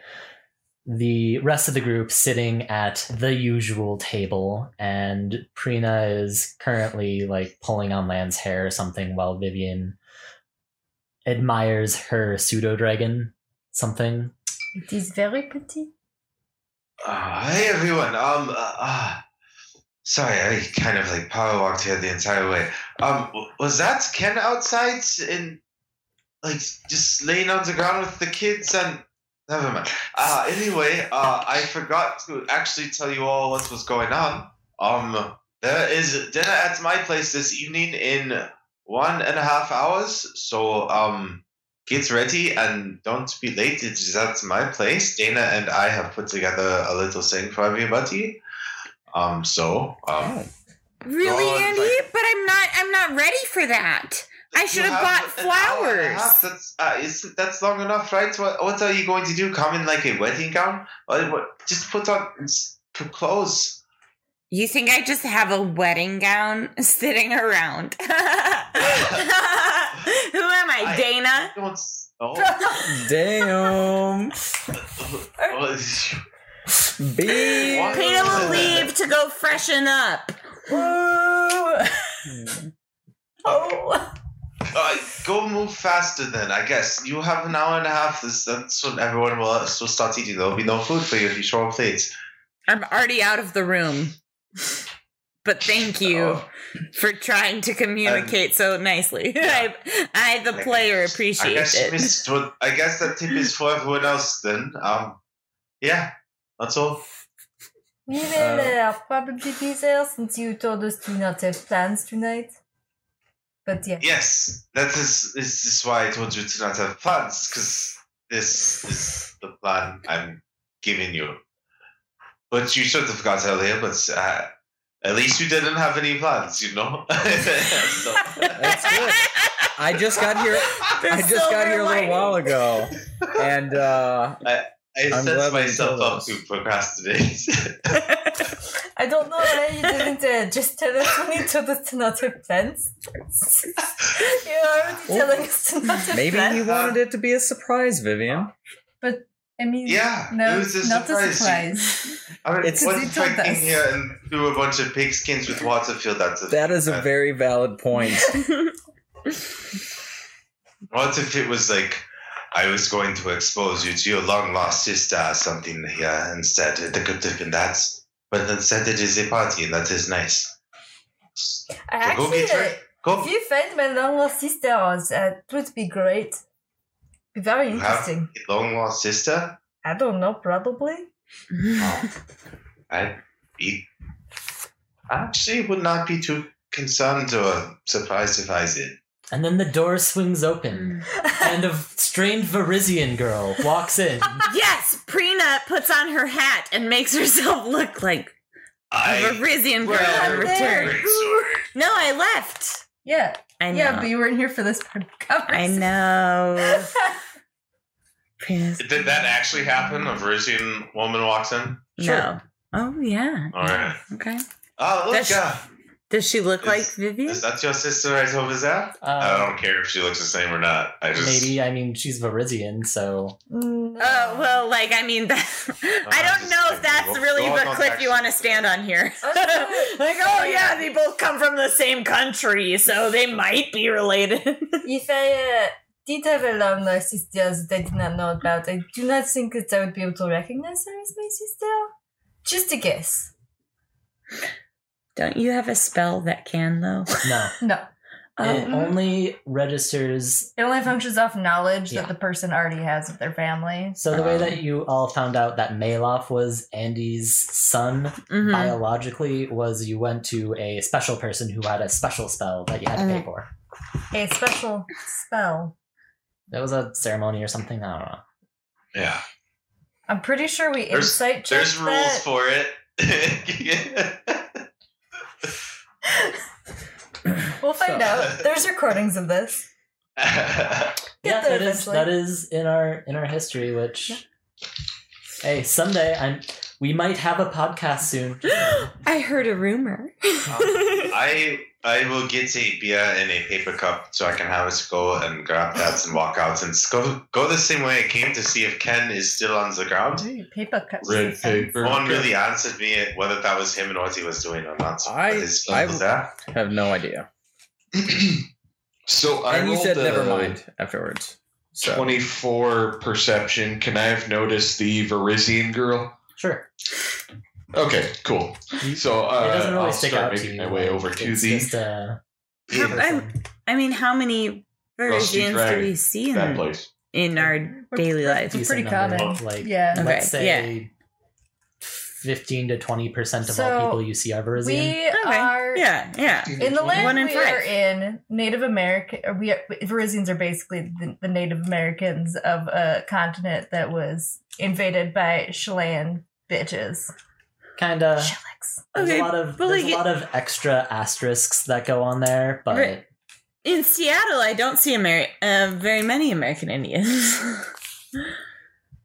Speaker 2: the rest of the group sitting at the usual table, and Prina is currently like pulling on Lan's hair or something while Vivian admires her pseudo dragon something.
Speaker 10: It is very petite.
Speaker 6: Uh, hey everyone. Um. Uh, uh, sorry, I kind of like power walked here the entire way. Um. w- Was that Ken outside and like just laying on the ground with the kids and? Never mind. Uh, anyway, uh, I forgot to actually tell you all what was going on. Um, there is dinner at my place this evening in one and a half hours. So, um, get ready and don't be late. It's at my place. Dana and I have put together a little thing for everybody. Um, so um,
Speaker 3: Really,
Speaker 6: God,
Speaker 3: Andy?
Speaker 6: Oh, like-
Speaker 3: but I'm not I'm not ready for that. I should have bought
Speaker 6: an hour and a
Speaker 3: flowers.
Speaker 6: half. That's uh, is that's long enough, right? What what are you going to do? Come in like a wedding gown? Or what, just put on s- p- clothes.
Speaker 3: You think I just have a wedding gown sitting around? Who am I,
Speaker 6: I-
Speaker 3: Dana?
Speaker 6: Don't. s- Oh,
Speaker 10: Dana
Speaker 5: Damn.
Speaker 6: oh, was
Speaker 4: B.
Speaker 6: Why
Speaker 3: Peta
Speaker 6: was it-
Speaker 3: will leave to go freshen up.
Speaker 1: Woo!
Speaker 9: Hmm.
Speaker 1: Oh.
Speaker 6: Uh, go move faster then, I guess. You have an hour and a half. This, that's when everyone will, will start eating. There will be no food for you if you show up late.
Speaker 3: I'm already out of the room. But thank you
Speaker 6: Oh. Um,
Speaker 3: for trying to communicate so nicely. I, I, the
Speaker 6: I
Speaker 3: player,
Speaker 6: guess- I
Speaker 3: appreciate
Speaker 6: guess you
Speaker 3: it.
Speaker 6: missed what, I guess that tip is for everyone else then. Um, yeah, that's all.
Speaker 1: We will uh, probably be there since you told us to not have plans tonight. But yeah.
Speaker 6: Yes, that is this is why I told you to not have plans because this is the plan I'm giving you. But you should have got earlier. But uh, at least you didn't have any plans, you know. So-
Speaker 4: That's good. I just got here. I just got here a little while ago, and uh,
Speaker 6: I
Speaker 4: I'm
Speaker 6: set
Speaker 4: glad we
Speaker 6: myself
Speaker 4: told
Speaker 6: up
Speaker 4: us.
Speaker 6: to procrastinate.
Speaker 1: I don't know why you didn't uh, just tell us when you told us to not have plans. You're already
Speaker 4: Oh.
Speaker 1: telling us to not have
Speaker 4: maybe
Speaker 1: plans.
Speaker 4: he wanted it to be a surprise, Vivian.
Speaker 1: I mean,
Speaker 6: Yeah,
Speaker 1: no,
Speaker 6: it was a
Speaker 1: not a
Speaker 6: surprise.
Speaker 1: surprise.
Speaker 6: I mean,
Speaker 4: It's-
Speaker 6: what
Speaker 1: He
Speaker 6: if I
Speaker 1: told us.
Speaker 6: came here and threw a bunch of pigskins with water filled out of
Speaker 4: That is a
Speaker 5: Uh,
Speaker 4: very valid point.
Speaker 6: What if it was like I was going to expose you to your long lost sister or something here instead? It could have been that. But instead, it is a party, and that is nice. So
Speaker 1: I
Speaker 6: go
Speaker 1: actually,
Speaker 6: get
Speaker 1: uh,
Speaker 6: her. Go.
Speaker 1: if you find my long lost sister, uh, it would be great. Be very
Speaker 6: You have-
Speaker 1: interesting.
Speaker 6: Long lost sister?
Speaker 1: I don't know, probably.
Speaker 6: Oh. I'd be. I actually would not be too concerned or surprised if I did.
Speaker 2: And then the door swings open, and a strained Verizian girl walks in.
Speaker 3: yes, Prina puts on her hat and makes herself look like a
Speaker 6: I.
Speaker 3: Verizian girl
Speaker 6: Well,
Speaker 3: in
Speaker 1: there.
Speaker 3: return.
Speaker 6: Great sword.
Speaker 3: No, I left.
Speaker 1: Yeah,
Speaker 3: I know.
Speaker 1: yeah, but you weren't here for this part of the
Speaker 3: I
Speaker 1: conversation.
Speaker 3: know. Prina's-
Speaker 6: Did that actually happen? A Verisian woman walks in?
Speaker 3: No. Oh, yeah.
Speaker 6: All right.
Speaker 3: Okay.
Speaker 6: Oh, look.
Speaker 3: That's-
Speaker 6: uh,
Speaker 3: Does she look
Speaker 6: Is-
Speaker 3: like Vivian?
Speaker 6: is that your sister right over there? I
Speaker 2: Uh,
Speaker 6: don't care if she looks the same or not. I just
Speaker 2: maybe I mean she's Verizian, so
Speaker 1: Mm, No.
Speaker 3: Oh well, like I mean, that, I
Speaker 6: I'm
Speaker 3: don't
Speaker 6: just
Speaker 3: know if
Speaker 6: saying,
Speaker 3: that's
Speaker 6: we'll-
Speaker 3: really
Speaker 6: we'll
Speaker 3: what
Speaker 6: not
Speaker 3: cliff you
Speaker 6: actually-
Speaker 3: want to stand on here. like, oh yeah, they both come from the same country, so they might be related.
Speaker 1: if I uh, did have a long lost sister that I did not know about, I do not think that I would be able to recognize her as my sister. Just a guess.
Speaker 3: don't you have a spell that can though?
Speaker 2: no.
Speaker 1: No.
Speaker 2: it
Speaker 3: Um. Oh,
Speaker 2: only registers
Speaker 1: It only functions off knowledge
Speaker 2: Yeah.
Speaker 1: that the person already has of their family.
Speaker 2: So the way
Speaker 4: Um,
Speaker 2: that you all found out that Maloff was Andy's son
Speaker 3: Mhm.
Speaker 2: biologically was you went to a special person who had a special spell that you had to pay for.
Speaker 1: A special spell.
Speaker 2: That was a ceremony or something. I don't know.
Speaker 6: yeah.
Speaker 1: I'm pretty sure we
Speaker 6: There's-
Speaker 1: insight checked
Speaker 6: There's rules
Speaker 1: that.
Speaker 6: for it.
Speaker 1: We'll find
Speaker 2: So-
Speaker 1: out. There's recordings of this. Get
Speaker 2: yeah,
Speaker 1: there
Speaker 2: that is
Speaker 1: eventually.
Speaker 2: that is in our in our history. Which hey, someday I'm we might have a podcast soon.
Speaker 3: I heard a rumor. Oh.
Speaker 6: I I will get a beer in a paper cup so I can have us go and grab that and walk out and s- go go the same way I came to see if Ken is still on the ground.
Speaker 1: Ooh, paper cups.
Speaker 5: Red paper.
Speaker 6: No one really answered me whether that was him and what he was doing or not.
Speaker 4: I-
Speaker 6: His phone
Speaker 4: I-
Speaker 6: was there.
Speaker 4: Have no idea.
Speaker 5: So I
Speaker 4: And you
Speaker 5: rolled
Speaker 4: said
Speaker 5: a
Speaker 4: never mind afterwards. So
Speaker 5: 24 perception. Can I have noticed the Verizian girl?
Speaker 2: Sure,
Speaker 5: Okay, cool. So
Speaker 2: it
Speaker 5: uh,
Speaker 2: doesn't really
Speaker 5: I'll
Speaker 2: stick
Speaker 5: start
Speaker 2: out to you.
Speaker 5: making my way over to
Speaker 2: it's
Speaker 5: the
Speaker 2: just a
Speaker 3: How- I'm- I mean, how many
Speaker 5: Rusty
Speaker 3: versions do
Speaker 5: Dragon.
Speaker 3: we see
Speaker 2: Hmm.
Speaker 5: that
Speaker 3: in,
Speaker 5: place.
Speaker 3: in our daily life?
Speaker 1: It's pretty
Speaker 2: decent number,
Speaker 1: common.
Speaker 2: Like
Speaker 1: Yeah.
Speaker 3: Okay,
Speaker 2: let's say fifteen to twenty percent of
Speaker 1: So,
Speaker 2: all people you see are Verizian.
Speaker 1: We
Speaker 3: Okay.
Speaker 1: are
Speaker 3: Yeah, yeah.
Speaker 1: in the land
Speaker 3: One in
Speaker 1: we
Speaker 3: five.
Speaker 1: are in. Native American, or we are, Verizians are basically the, the Native Americans of a continent that was invaded by Chilean bitches.
Speaker 2: Kinda.
Speaker 1: Chilex.
Speaker 2: There's
Speaker 3: Okay,
Speaker 2: a lot of
Speaker 3: but,
Speaker 2: there's
Speaker 3: like,
Speaker 2: a lot of extra asterisks that go on there, but
Speaker 3: Right. In Seattle, I don't see Ameri- uh, very many American Indians.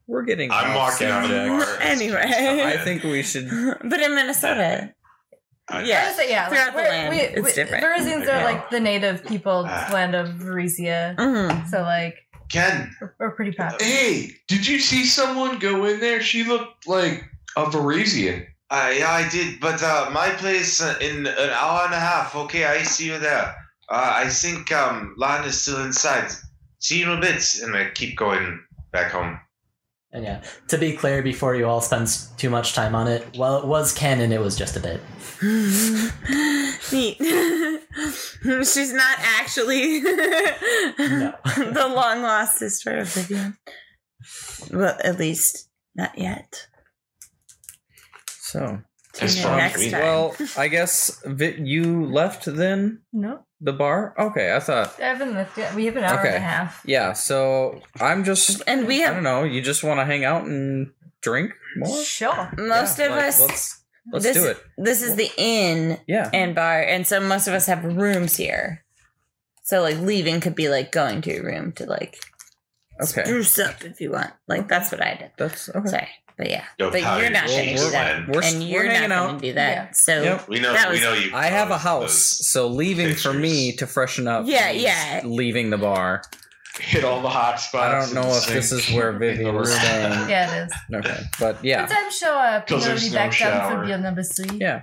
Speaker 4: we're getting.
Speaker 6: I'm
Speaker 4: off
Speaker 6: walking out of the
Speaker 4: subject.
Speaker 6: bar.
Speaker 3: Anyway.
Speaker 4: I think we should.
Speaker 3: but in Minnesota,
Speaker 6: I-
Speaker 1: I
Speaker 3: yeah.
Speaker 1: would say, yeah,
Speaker 3: Throughout the
Speaker 1: we're-
Speaker 3: land, it's different.
Speaker 1: Verizians
Speaker 6: Okay.
Speaker 1: are like the native people,
Speaker 6: Ah.
Speaker 1: land of Verizia.
Speaker 3: Mhm.
Speaker 1: So like
Speaker 6: Ken,
Speaker 1: We're pretty proud.
Speaker 11: Uh, Hey, did you see someone go in there? She looked like a Varisian.
Speaker 6: uh, yeah, I did, but uh, my place uh, in an hour and a half. Okay, I see you there. Uh, I think um, Lon is still inside. See you in a bit, and I keep going back home.
Speaker 2: And yeah, to be clear, before you all spend s- too much time on it, well, it was canon. It was just a bit.
Speaker 3: Neat. She's not actually the long lost sister of Vivian. Well, at least not yet.
Speaker 4: So,
Speaker 3: Tune
Speaker 11: As
Speaker 3: in
Speaker 11: far as
Speaker 3: next
Speaker 11: we-
Speaker 3: time.
Speaker 4: well, I guess Vi- you left then
Speaker 1: No,
Speaker 4: the bar. Okay, I thought.
Speaker 1: I haven't left yet. We have an hour and
Speaker 4: Okay.
Speaker 1: a half.
Speaker 4: Yeah, so I'm just.
Speaker 3: and we
Speaker 4: I
Speaker 3: have
Speaker 4: don't know. You just want to hang out and drink more.
Speaker 1: Sure.
Speaker 3: most
Speaker 4: Yeah,
Speaker 3: of
Speaker 4: like,
Speaker 3: us.
Speaker 4: Let's let's
Speaker 3: this,
Speaker 4: do it.
Speaker 3: This is the inn
Speaker 4: Yeah.
Speaker 3: and bar, and so most of us have rooms here. So like leaving could be like going to your room to like
Speaker 4: Okay.
Speaker 3: spruce up if you want. Like that's what I did.
Speaker 4: That's okay.
Speaker 3: Sorry, but yeah,
Speaker 6: Yo,
Speaker 3: but
Speaker 6: Patty,
Speaker 3: you're not
Speaker 6: we'll
Speaker 3: gonna do
Speaker 6: work
Speaker 3: that,
Speaker 4: We're,
Speaker 3: and
Speaker 4: we're
Speaker 3: you're not
Speaker 4: hanging
Speaker 3: gonna
Speaker 4: out.
Speaker 3: do that.
Speaker 1: Yeah.
Speaker 3: So
Speaker 4: Yep.
Speaker 6: We know.
Speaker 3: That
Speaker 6: we
Speaker 3: was-
Speaker 6: know you.
Speaker 4: I have a
Speaker 6: those-
Speaker 4: house,
Speaker 6: those-
Speaker 4: so leaving for me
Speaker 6: pictures.
Speaker 4: to freshen up.
Speaker 3: Yeah,
Speaker 4: means
Speaker 3: yeah.
Speaker 4: Leaving the bar.
Speaker 11: Hit all the hot
Speaker 4: I
Speaker 11: spots.
Speaker 4: don't know if this is where Vivian was staying.
Speaker 1: Yeah, it is.
Speaker 4: Okay, but yeah,
Speaker 1: Sometimes show up.
Speaker 11: Because
Speaker 1: Nobody
Speaker 11: there's no
Speaker 1: back down
Speaker 11: shower.
Speaker 1: for beer number three.
Speaker 4: yeah.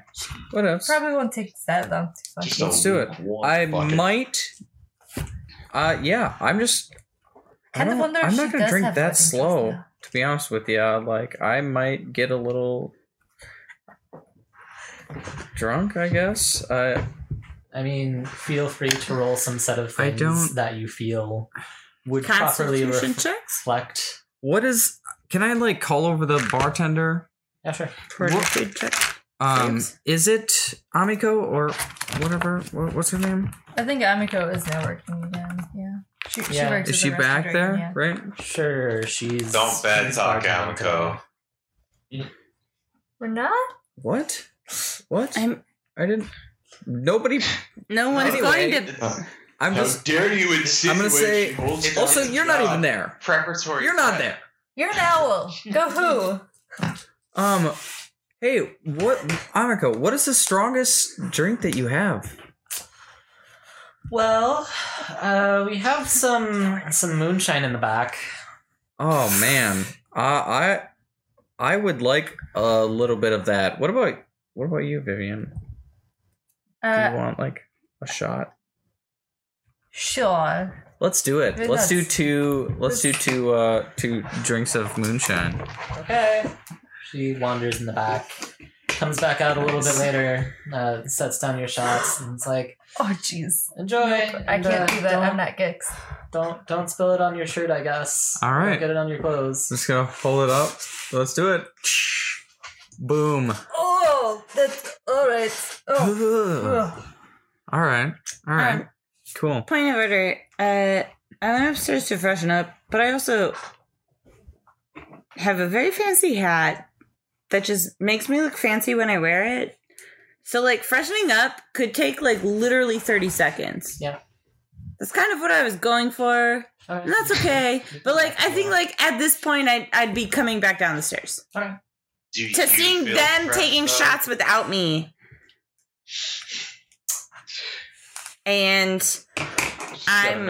Speaker 4: What else?
Speaker 1: Probably won't take that long. Too much.
Speaker 4: Uh, Let's do it. I might. Uh, yeah. I'm just. I
Speaker 1: Kinda
Speaker 4: don't,
Speaker 1: wonder if
Speaker 4: I'm
Speaker 1: she
Speaker 4: not gonna
Speaker 1: does
Speaker 4: drink
Speaker 1: have
Speaker 4: that
Speaker 1: weapons just
Speaker 4: slow.
Speaker 1: now.
Speaker 4: To be honest with you, like I might get a little drunk. I guess. Uh,
Speaker 2: I mean, feel free to roll some set of
Speaker 4: I
Speaker 2: things
Speaker 4: don't-
Speaker 2: that you feel would properly
Speaker 3: constitution
Speaker 2: ref-
Speaker 3: checks,
Speaker 2: reflect.
Speaker 4: what is? Can I like call over the bartender?
Speaker 2: Yeah, sure.
Speaker 3: fortitude checks.
Speaker 4: Um,
Speaker 3: Thanks.
Speaker 4: is it Amiko or whatever? What, what's her name?
Speaker 1: I think Amiko is now working again. Yeah. She, she
Speaker 2: Yeah.
Speaker 1: works
Speaker 4: Is
Speaker 1: at
Speaker 4: she
Speaker 1: the
Speaker 4: back
Speaker 1: restaurant,
Speaker 4: there?
Speaker 1: yeah.
Speaker 4: Right?
Speaker 2: Sure, she's.
Speaker 6: Don't bad
Speaker 2: she's
Speaker 6: talk
Speaker 2: bartending
Speaker 6: Amico.
Speaker 1: We're not?
Speaker 4: What? What? I'm,
Speaker 3: I'm.
Speaker 4: I didn't. Nobody.
Speaker 3: No one's
Speaker 4: Anyway,
Speaker 3: going to.
Speaker 4: I'm
Speaker 11: How
Speaker 4: just.
Speaker 11: dare you insinuate
Speaker 4: I'm gonna say-
Speaker 11: she holds
Speaker 6: It's-
Speaker 4: Also,
Speaker 6: it's
Speaker 4: you're not
Speaker 6: not.
Speaker 4: even there.
Speaker 6: Preparatory.
Speaker 4: You're not there.
Speaker 1: You're an owl. Go who?
Speaker 4: Um. Hey, what, Amiko? What is the strongest drink that you have?
Speaker 2: Well, uh, we have some some moonshine in the back.
Speaker 4: Oh man, uh, I, I would like a little bit of that. What about what about you, Vivian? Do you
Speaker 1: Uh,
Speaker 4: want like a shot?
Speaker 1: sure.
Speaker 4: Let's do it.
Speaker 1: Very
Speaker 4: Let's do
Speaker 1: nice.
Speaker 4: two. Let's do two. Uh, two drinks of moonshine.
Speaker 2: Okay. She wanders in the back, comes back out a little bit later, uh, sets down your shots, and it's like,
Speaker 1: Oh, jeez.
Speaker 2: enjoy.
Speaker 1: I
Speaker 2: and,
Speaker 1: can't
Speaker 2: uh,
Speaker 1: do that.
Speaker 2: Don't,
Speaker 1: I'm not good.
Speaker 2: Don't don't spill it on your shirt. I guess.
Speaker 4: All right.
Speaker 2: Don't get it on your clothes.
Speaker 4: Just gonna pull it up. Let's do it. Boom.
Speaker 1: Oh, that's all right. Oh.
Speaker 4: Ugh.
Speaker 1: Ugh.
Speaker 4: All right. All right.
Speaker 3: Um,
Speaker 4: cool.
Speaker 3: Point of order. Uh, I went upstairs to freshen up, but I also have a very fancy hat that just makes me look fancy when I wear it. So, like, freshening up could take like literally 30 seconds.
Speaker 2: Yeah.
Speaker 3: That's kind of what I was going for.
Speaker 2: All
Speaker 3: And that's okay. But, like, I think, like, at this point, I'd, I'd be coming back down the stairs
Speaker 6: Do
Speaker 3: to
Speaker 6: you
Speaker 3: seeing
Speaker 6: feel
Speaker 3: them
Speaker 6: fresh,
Speaker 3: taking
Speaker 6: though?
Speaker 3: shots without me. And I'm-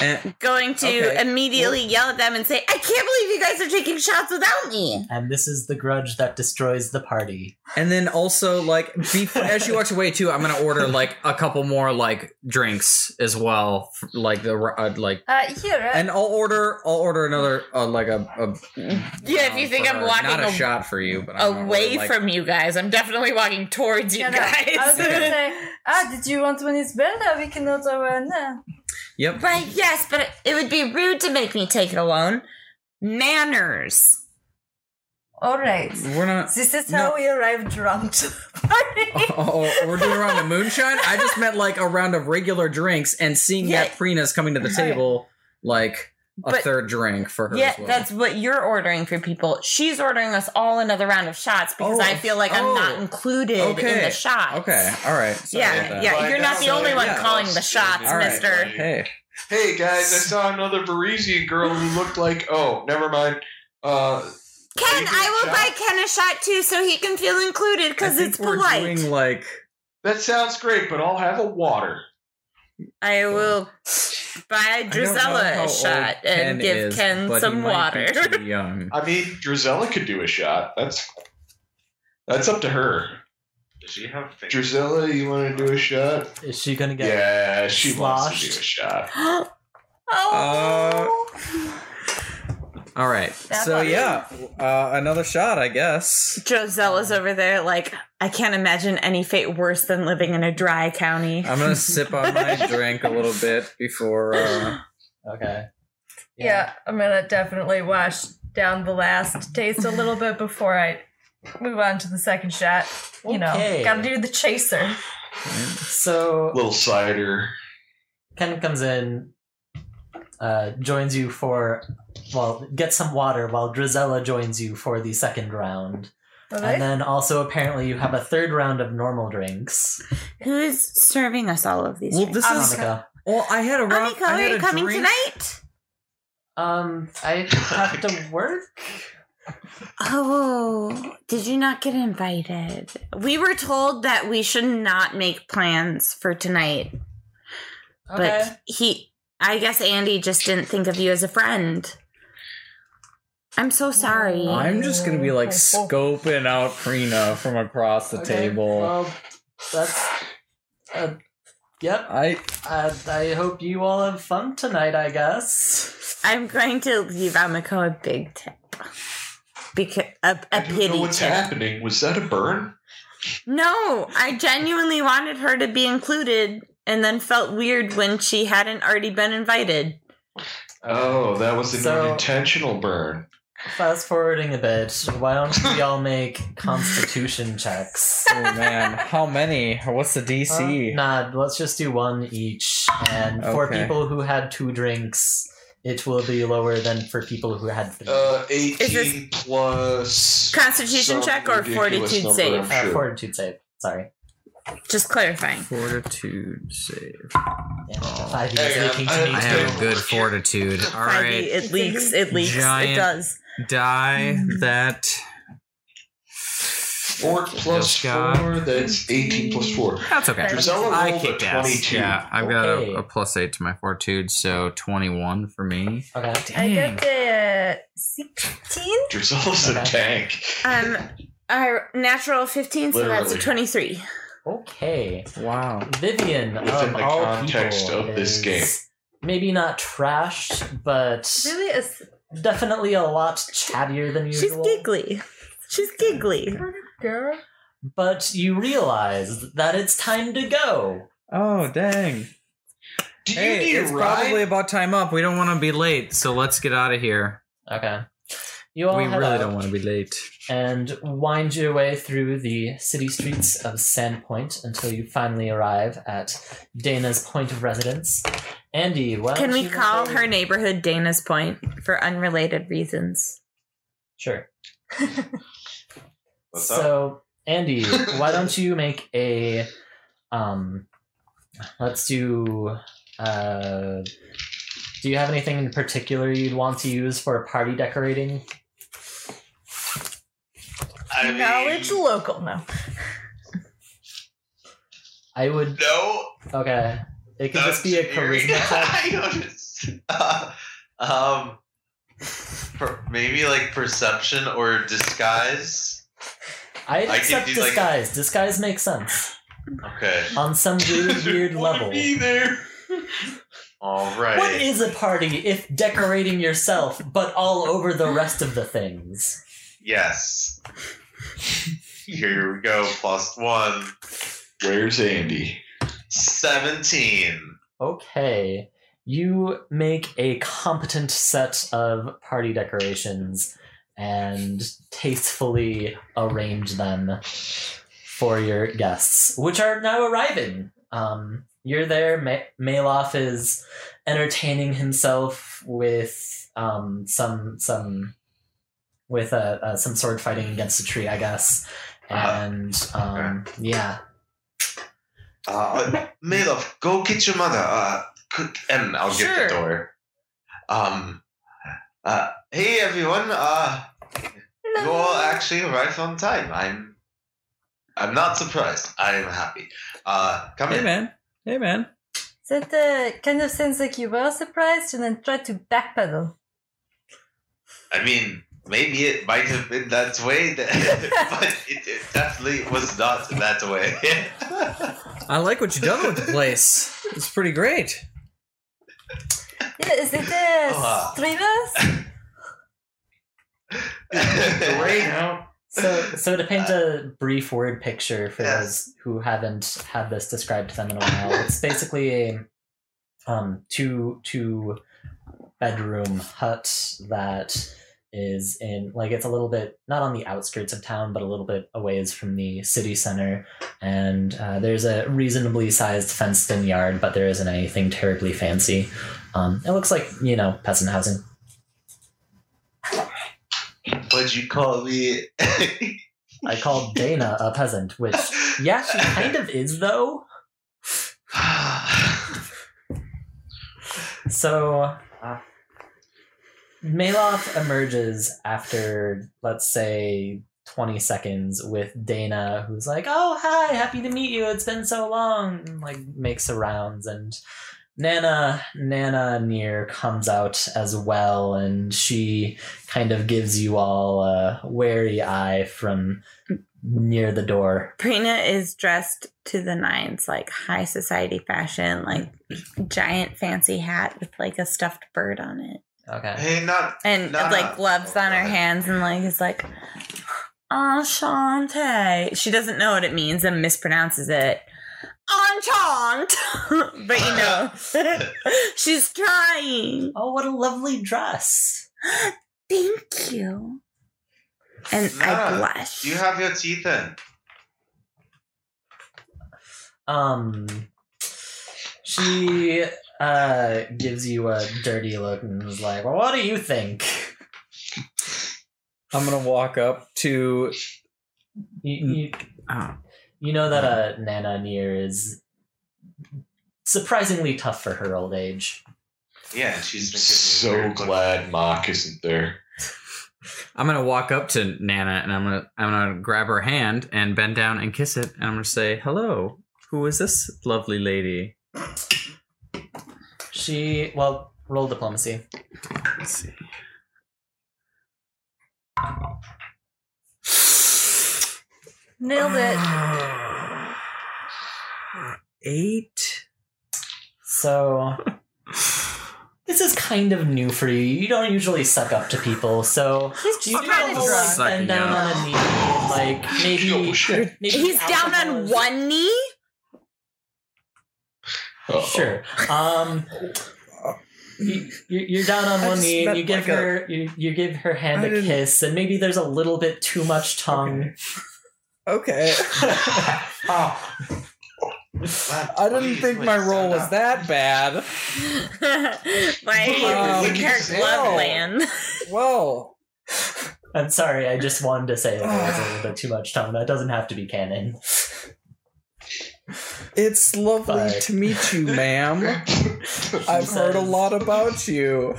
Speaker 4: And,
Speaker 3: going to
Speaker 4: Okay,
Speaker 3: immediately yell at them and say, I can't believe you guys are taking shots without me.
Speaker 2: And this is the grudge that destroys the party.
Speaker 4: and then also like before, as she walks away too, I'm gonna order like a couple more like drinks as well, f- like the r- uh, like.
Speaker 1: Uh, here, uh,
Speaker 4: And I'll order. I'll order another uh, like a, a
Speaker 3: Yeah, if you think I'm
Speaker 4: for-
Speaker 3: walking
Speaker 4: not a
Speaker 3: a-
Speaker 4: shot for you, but I'm gonna order,
Speaker 3: away
Speaker 4: like-
Speaker 3: from you guys, I'm definitely walking towards you
Speaker 1: no, no.
Speaker 3: guys.
Speaker 1: I was gonna say, ah, did you want one? It's better. We cannot over now.
Speaker 4: Yep.
Speaker 3: right, yes, but it would be rude to make me take it alone. Manners.
Speaker 1: All right.
Speaker 4: We're not.
Speaker 1: This is how
Speaker 4: No.
Speaker 1: we arrive drunk to the party.
Speaker 4: Oh, oh, oh, we're doing a round of moonshine. I just meant like a round of regular drinks, and seeing
Speaker 3: Yeah.
Speaker 4: that Prina's coming to the
Speaker 3: Okay.
Speaker 4: table, like a
Speaker 3: But-
Speaker 4: third drink for her.
Speaker 3: yeah,
Speaker 4: as well.
Speaker 3: that's what you're ordering for people. She's ordering us all another round of shots because
Speaker 4: Oh,
Speaker 3: I feel like I'm
Speaker 4: oh,
Speaker 3: not included in
Speaker 4: okay,
Speaker 3: the shots.
Speaker 4: okay. All right. Sorry about
Speaker 3: Yeah,
Speaker 4: that.
Speaker 3: yeah,
Speaker 11: Find
Speaker 3: you're not
Speaker 11: out
Speaker 3: the only
Speaker 11: later.
Speaker 3: one
Speaker 4: Yeah.
Speaker 3: calling the shots,
Speaker 4: All right.
Speaker 3: mister.
Speaker 4: Hey,
Speaker 11: Hey guys, I saw another Varisian girl who looked like oh, never mind. Uh,
Speaker 3: Ken,
Speaker 11: Taking
Speaker 3: I will
Speaker 11: shots?
Speaker 3: buy Ken a shot too so he can feel included
Speaker 4: I
Speaker 3: because
Speaker 4: think
Speaker 3: it's
Speaker 4: we're
Speaker 3: polite.
Speaker 4: doing like
Speaker 11: that sounds great, but I'll have a water.
Speaker 3: I will buy
Speaker 5: I don't know how
Speaker 3: Drizella a
Speaker 5: old
Speaker 3: shot and give
Speaker 5: is,
Speaker 3: Ken
Speaker 5: but he
Speaker 3: some
Speaker 5: might be
Speaker 3: water.
Speaker 5: too young.
Speaker 9: I mean, Drizella could do a shot. That's that's up to her.
Speaker 6: Does she have fingers?
Speaker 9: Drizella, you want to do a shot?
Speaker 2: Is she gonna get?
Speaker 9: Yeah, she wants to do a
Speaker 2: Sloshed.
Speaker 9: shot.
Speaker 3: oh,
Speaker 4: Uh,
Speaker 5: All right.
Speaker 10: That's
Speaker 5: so
Speaker 10: all.
Speaker 5: yeah, uh, another shot, I guess.
Speaker 3: Josella's
Speaker 5: Um,
Speaker 3: over there. Like I can't imagine any fate worse than living in a dry county.
Speaker 5: I'm gonna sip on my drink a little bit before. Uh,
Speaker 2: Okay.
Speaker 10: Yeah. I'm gonna definitely wash down the last taste a little bit before I move on to the second shot. You
Speaker 2: Okay.
Speaker 10: know, gotta do the chaser.
Speaker 2: So
Speaker 9: Little cider.
Speaker 2: Ken comes in, uh, joins you for, well, get some water while Drizella joins you for the second round.
Speaker 10: All
Speaker 2: And
Speaker 10: right?
Speaker 2: then also apparently you have a third round of normal drinks.
Speaker 3: Who is serving us all of these?
Speaker 5: well,
Speaker 3: drinks?
Speaker 5: this is.
Speaker 2: Annika.
Speaker 5: Well, I had a round.
Speaker 3: Amiko,
Speaker 5: I
Speaker 3: are
Speaker 5: had
Speaker 3: you
Speaker 5: a
Speaker 3: coming
Speaker 5: drink.
Speaker 3: tonight?
Speaker 2: Um, I have to work.
Speaker 3: Oh, did you not get invited? We were told that we should not make plans for tonight,
Speaker 2: Okay.
Speaker 3: but he, I guess Andy just didn't think of you as a friend. I'm so sorry.
Speaker 5: I'm just gonna be like scoping out Prina from across the
Speaker 2: Okay,
Speaker 5: table.
Speaker 2: Well, that's. Uh, yep.
Speaker 5: I
Speaker 2: Uh, I hope you all have fun tonight. I guess.
Speaker 3: I'm going to leave Amiko a big tip. Because a,
Speaker 9: I
Speaker 3: a
Speaker 9: don't know
Speaker 3: pity
Speaker 9: what's
Speaker 3: tip.
Speaker 9: happening. Was that a burn?
Speaker 3: No, I genuinely wanted her to be included and then felt weird when she hadn't already been invited.
Speaker 9: Oh, that was an
Speaker 2: So-
Speaker 9: unintentional burn.
Speaker 2: Fast forwarding a bit, why don't we all make Constitution checks?
Speaker 5: oh man, how many? What's the DC?
Speaker 2: Uh, nah, let's just do one each. And for
Speaker 5: Okay.
Speaker 2: people who had two drinks, it will be lower than for people who had three.
Speaker 9: Uh,
Speaker 3: this-
Speaker 9: 18 plus.
Speaker 3: Constitution
Speaker 9: some
Speaker 3: check or
Speaker 9: ridiculous
Speaker 3: fortitude
Speaker 9: number,
Speaker 3: save?
Speaker 9: I'm
Speaker 2: Uh,
Speaker 9: sure.
Speaker 2: fortitude save. Sorry.
Speaker 3: Just clarifying.
Speaker 5: Fortitude save.
Speaker 2: Yeah.
Speaker 5: Oh.
Speaker 2: Five years
Speaker 9: Hey, um,
Speaker 2: leaking
Speaker 9: I-
Speaker 2: to me
Speaker 4: I
Speaker 2: too.
Speaker 4: have a good fortitude. All
Speaker 3: Ivy,
Speaker 4: right,
Speaker 3: E, It leaks. It leaks. It
Speaker 4: Giant-
Speaker 3: does.
Speaker 4: die
Speaker 2: Mm-hmm.
Speaker 4: that.
Speaker 9: 4 plus
Speaker 4: Just got-
Speaker 9: 4, that's 18 plus 4.
Speaker 4: That's okay.
Speaker 9: Drizella
Speaker 4: I
Speaker 9: rolled a
Speaker 4: kicked ass.
Speaker 9: 22.
Speaker 4: Yeah, I've got
Speaker 2: Okay.
Speaker 4: a, a plus eight to my fortitude, so twenty-one for me.
Speaker 2: Okay.
Speaker 10: I
Speaker 4: Dang.
Speaker 10: got the 16?
Speaker 9: Drizella's a
Speaker 2: Okay.
Speaker 9: tank.
Speaker 3: Um, our natural fifteen, so that's a
Speaker 9: Literally.
Speaker 3: twenty-three.
Speaker 2: Okay.
Speaker 5: Wow.
Speaker 2: Vivian
Speaker 9: Within
Speaker 2: of
Speaker 9: the
Speaker 2: all
Speaker 9: context
Speaker 2: people
Speaker 9: of this
Speaker 2: is
Speaker 9: game.
Speaker 2: Maybe not trashed, but
Speaker 10: Really? Is
Speaker 2: definitely a lot chattier than
Speaker 3: She's
Speaker 2: usual.
Speaker 3: giggly. She's giggly.
Speaker 10: girl?
Speaker 2: But you realize that it's time to go.
Speaker 5: Oh dang.
Speaker 9: Do you
Speaker 5: Hey,
Speaker 9: need a
Speaker 5: it's
Speaker 9: ride?
Speaker 5: probably about time up.
Speaker 4: We don't want to be late, so let's get out of here.
Speaker 2: Okay. You all
Speaker 4: we
Speaker 2: head
Speaker 4: really
Speaker 2: out.
Speaker 4: don't want to be late.
Speaker 2: and wind your way through the city streets of Sandpoint until you finally arrive at Dana's point of residence. Andy, why
Speaker 3: Can
Speaker 2: don't
Speaker 3: we
Speaker 2: you
Speaker 3: call
Speaker 2: go-
Speaker 3: her neighborhood Dana's Point for unrelated reasons?
Speaker 2: Sure.
Speaker 6: What's up?
Speaker 2: so, Andy, why don't you make a um? Let's do. Uh, do you have anything in particular you'd want to use for party decorating?
Speaker 6: I mean,
Speaker 10: Knowledge local. No.
Speaker 2: I would.
Speaker 6: no,
Speaker 2: Okay. It could just be a
Speaker 6: Dungeoneering.
Speaker 2: charisma check.
Speaker 6: I noticed. Uh, um, per- maybe like perception or disguise.
Speaker 2: I'd
Speaker 6: I could
Speaker 2: accept
Speaker 6: do, like-
Speaker 2: disguise. Disguise makes sense.
Speaker 6: Okay.
Speaker 2: on some really weird level.
Speaker 9: Be there.
Speaker 6: All right.
Speaker 2: What is a party if decorating yourself, but all over the rest of the things?
Speaker 6: yes. Here we go. Plus one.
Speaker 9: Where's Andy?
Speaker 6: 17.
Speaker 2: Okay. You make a competent set of party decorations and tastefully arrange them for your guests, which are now arriving. Um, you're there. Ma- Maloff is entertaining himself with um, some some with uh, uh, some sword fighting against a tree, I guess. And um, yeah,
Speaker 6: Uh, Madoff, go get your mother. Uh, cook, and I'll get
Speaker 3: Sure.
Speaker 6: the door. Um. Uh, hey everyone. Uh, you all actually arrived on time. I'm. I'm not surprised. I'm happy. Uh, come
Speaker 5: Hey
Speaker 6: in.
Speaker 5: man. Hey man.
Speaker 10: That uh, kind of sounds like you were surprised and then tried to backpedal.
Speaker 6: I mean, maybe it might have been that way, that, but it, it definitely was not that way.
Speaker 2: I like what you've done with the place. It's pretty great.
Speaker 10: Yeah, is it uh,
Speaker 6: Ah.
Speaker 10: streamers?
Speaker 2: So, so to paint a brief word picture for
Speaker 6: Yes.
Speaker 2: those who haven't had this described to them in a while, it's basically a um, two two bedroom hut that is in like it's a little bit not on the outskirts of town, but a little bit a ways from the city center. And uh, there's a reasonably sized fenced in yard, but there isn't anything terribly fancy. Um, it looks like you know peasant housing.
Speaker 6: Would you call me?
Speaker 2: I called Dana a peasant, which yeah, she kind of is though. So, uh, Maloff emerges after, let's say, 20 seconds with Dana, who's like, Oh, hi, happy to meet you. It's been so long. And, like, makes the rounds. And Nana, Nana Near comes out as well, and she kind of gives you all a wary eye from near the door.
Speaker 3: Prina is dressed to the nines, like high society fashion, like giant fancy hat with like a stuffed bird on it,
Speaker 2: Okay.
Speaker 6: hey, not
Speaker 3: and
Speaker 6: No,
Speaker 3: like
Speaker 6: no.
Speaker 3: gloves on her hands, and like is like, enchante. She doesn't know what it means and mispronounces it. Enchant, but you know, she's trying.
Speaker 2: Oh, what a lovely dress.
Speaker 3: Thank you. And I
Speaker 6: No,
Speaker 3: blush.
Speaker 6: you have your teeth in.
Speaker 2: Um, she uh gives you a dirty look and is like, "Well, what do you think?"
Speaker 5: I'm gonna walk up to
Speaker 2: You you,
Speaker 4: Oh.
Speaker 2: you know that uh Nana Near is surprisingly tough for her old age.
Speaker 6: Yeah, and she's been
Speaker 9: So
Speaker 6: giving me weird looks.
Speaker 9: glad Mock isn't there.
Speaker 4: I'm gonna walk up to Nana and I'm gonna I'm gonna grab her hand and bend down and kiss it and I'm gonna say hello. Who is this lovely lady?
Speaker 2: She well roll diplomacy.
Speaker 4: Let's see.
Speaker 10: Nailed it.
Speaker 4: Eight.
Speaker 2: So this is kind of new for you. You don't usually suck up to people, so
Speaker 10: He's
Speaker 2: you do
Speaker 10: kinda
Speaker 2: a whole like,
Speaker 10: drunk.
Speaker 4: Suck. Sucking
Speaker 2: bend down
Speaker 4: up.
Speaker 2: on a knee, like
Speaker 9: Oh,
Speaker 2: maybe.
Speaker 9: shit.
Speaker 2: maybe
Speaker 3: He's down
Speaker 2: alcohol
Speaker 3: on
Speaker 2: is-
Speaker 3: one knee.
Speaker 9: Uh-oh.
Speaker 2: Sure. Um, you, you- you're down on
Speaker 5: I
Speaker 2: one
Speaker 5: just
Speaker 2: knee. and
Speaker 5: meant
Speaker 2: You give
Speaker 5: like a-
Speaker 2: her you, you give her hand
Speaker 5: I
Speaker 2: a
Speaker 5: didn't-
Speaker 2: kiss, and maybe there's a little bit too much tongue.
Speaker 5: Okay.
Speaker 6: Ah.
Speaker 5: I didn't think my role was that bad.
Speaker 3: Why
Speaker 5: Um,
Speaker 3: are you in her
Speaker 9: no.
Speaker 3: glove land?
Speaker 5: Whoa.
Speaker 2: I'm sorry, I just wanted to say that there was a little bit too much tongue. That doesn't have to be canon.
Speaker 5: It's lovely
Speaker 2: Bye.
Speaker 5: to meet you, ma'am. I've heard a lot about you.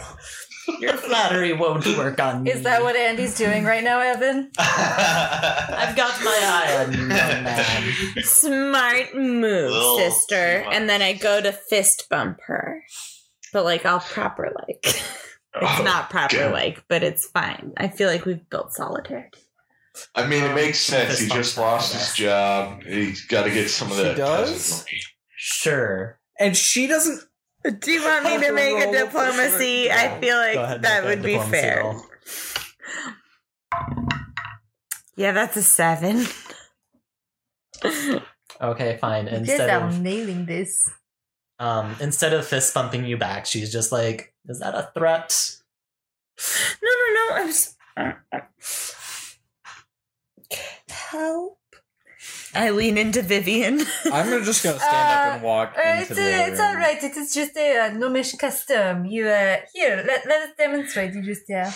Speaker 2: Your flattery won't work on me.
Speaker 10: Is that what Andy's doing right now, Evan?
Speaker 2: I've got my eye on you, young man.
Speaker 3: Smart move,
Speaker 6: Little
Speaker 3: sister.
Speaker 6: too much.
Speaker 3: And then I go to fist bump her. But like all proper like. It's
Speaker 9: Oh,
Speaker 3: not proper
Speaker 9: God.
Speaker 3: like, but it's fine. I feel like we've built solidarity.
Speaker 9: I mean, it makes sense. He
Speaker 2: Fist bump.
Speaker 9: just lost his job. He's got to get some of
Speaker 5: She
Speaker 9: that.
Speaker 5: does?
Speaker 9: peasant money.
Speaker 2: Sure.
Speaker 5: And she doesn't.
Speaker 3: Do you want me to make a diplomacy? I feel like
Speaker 2: Go ahead,
Speaker 3: that
Speaker 2: make a
Speaker 3: would be
Speaker 2: diplomacy
Speaker 3: fair.
Speaker 2: roll.
Speaker 3: Yeah, that's a seven.
Speaker 2: Okay, fine.
Speaker 10: You
Speaker 2: Instead
Speaker 10: guys are
Speaker 2: of
Speaker 10: nailing this.
Speaker 2: um, instead of fist bumping you back, she's just like, "Is that a threat?"
Speaker 3: No, no, no. I'm. s- Help. I lean into Vivian.
Speaker 5: I'm gonna- just gonna stand up and walk
Speaker 10: Uh,
Speaker 5: into
Speaker 10: it's,
Speaker 5: the
Speaker 10: uh, it's
Speaker 5: room.
Speaker 10: all right. It is just a uh, gnomish custom. You uh, here. Let, let us demonstrate. You just yeah.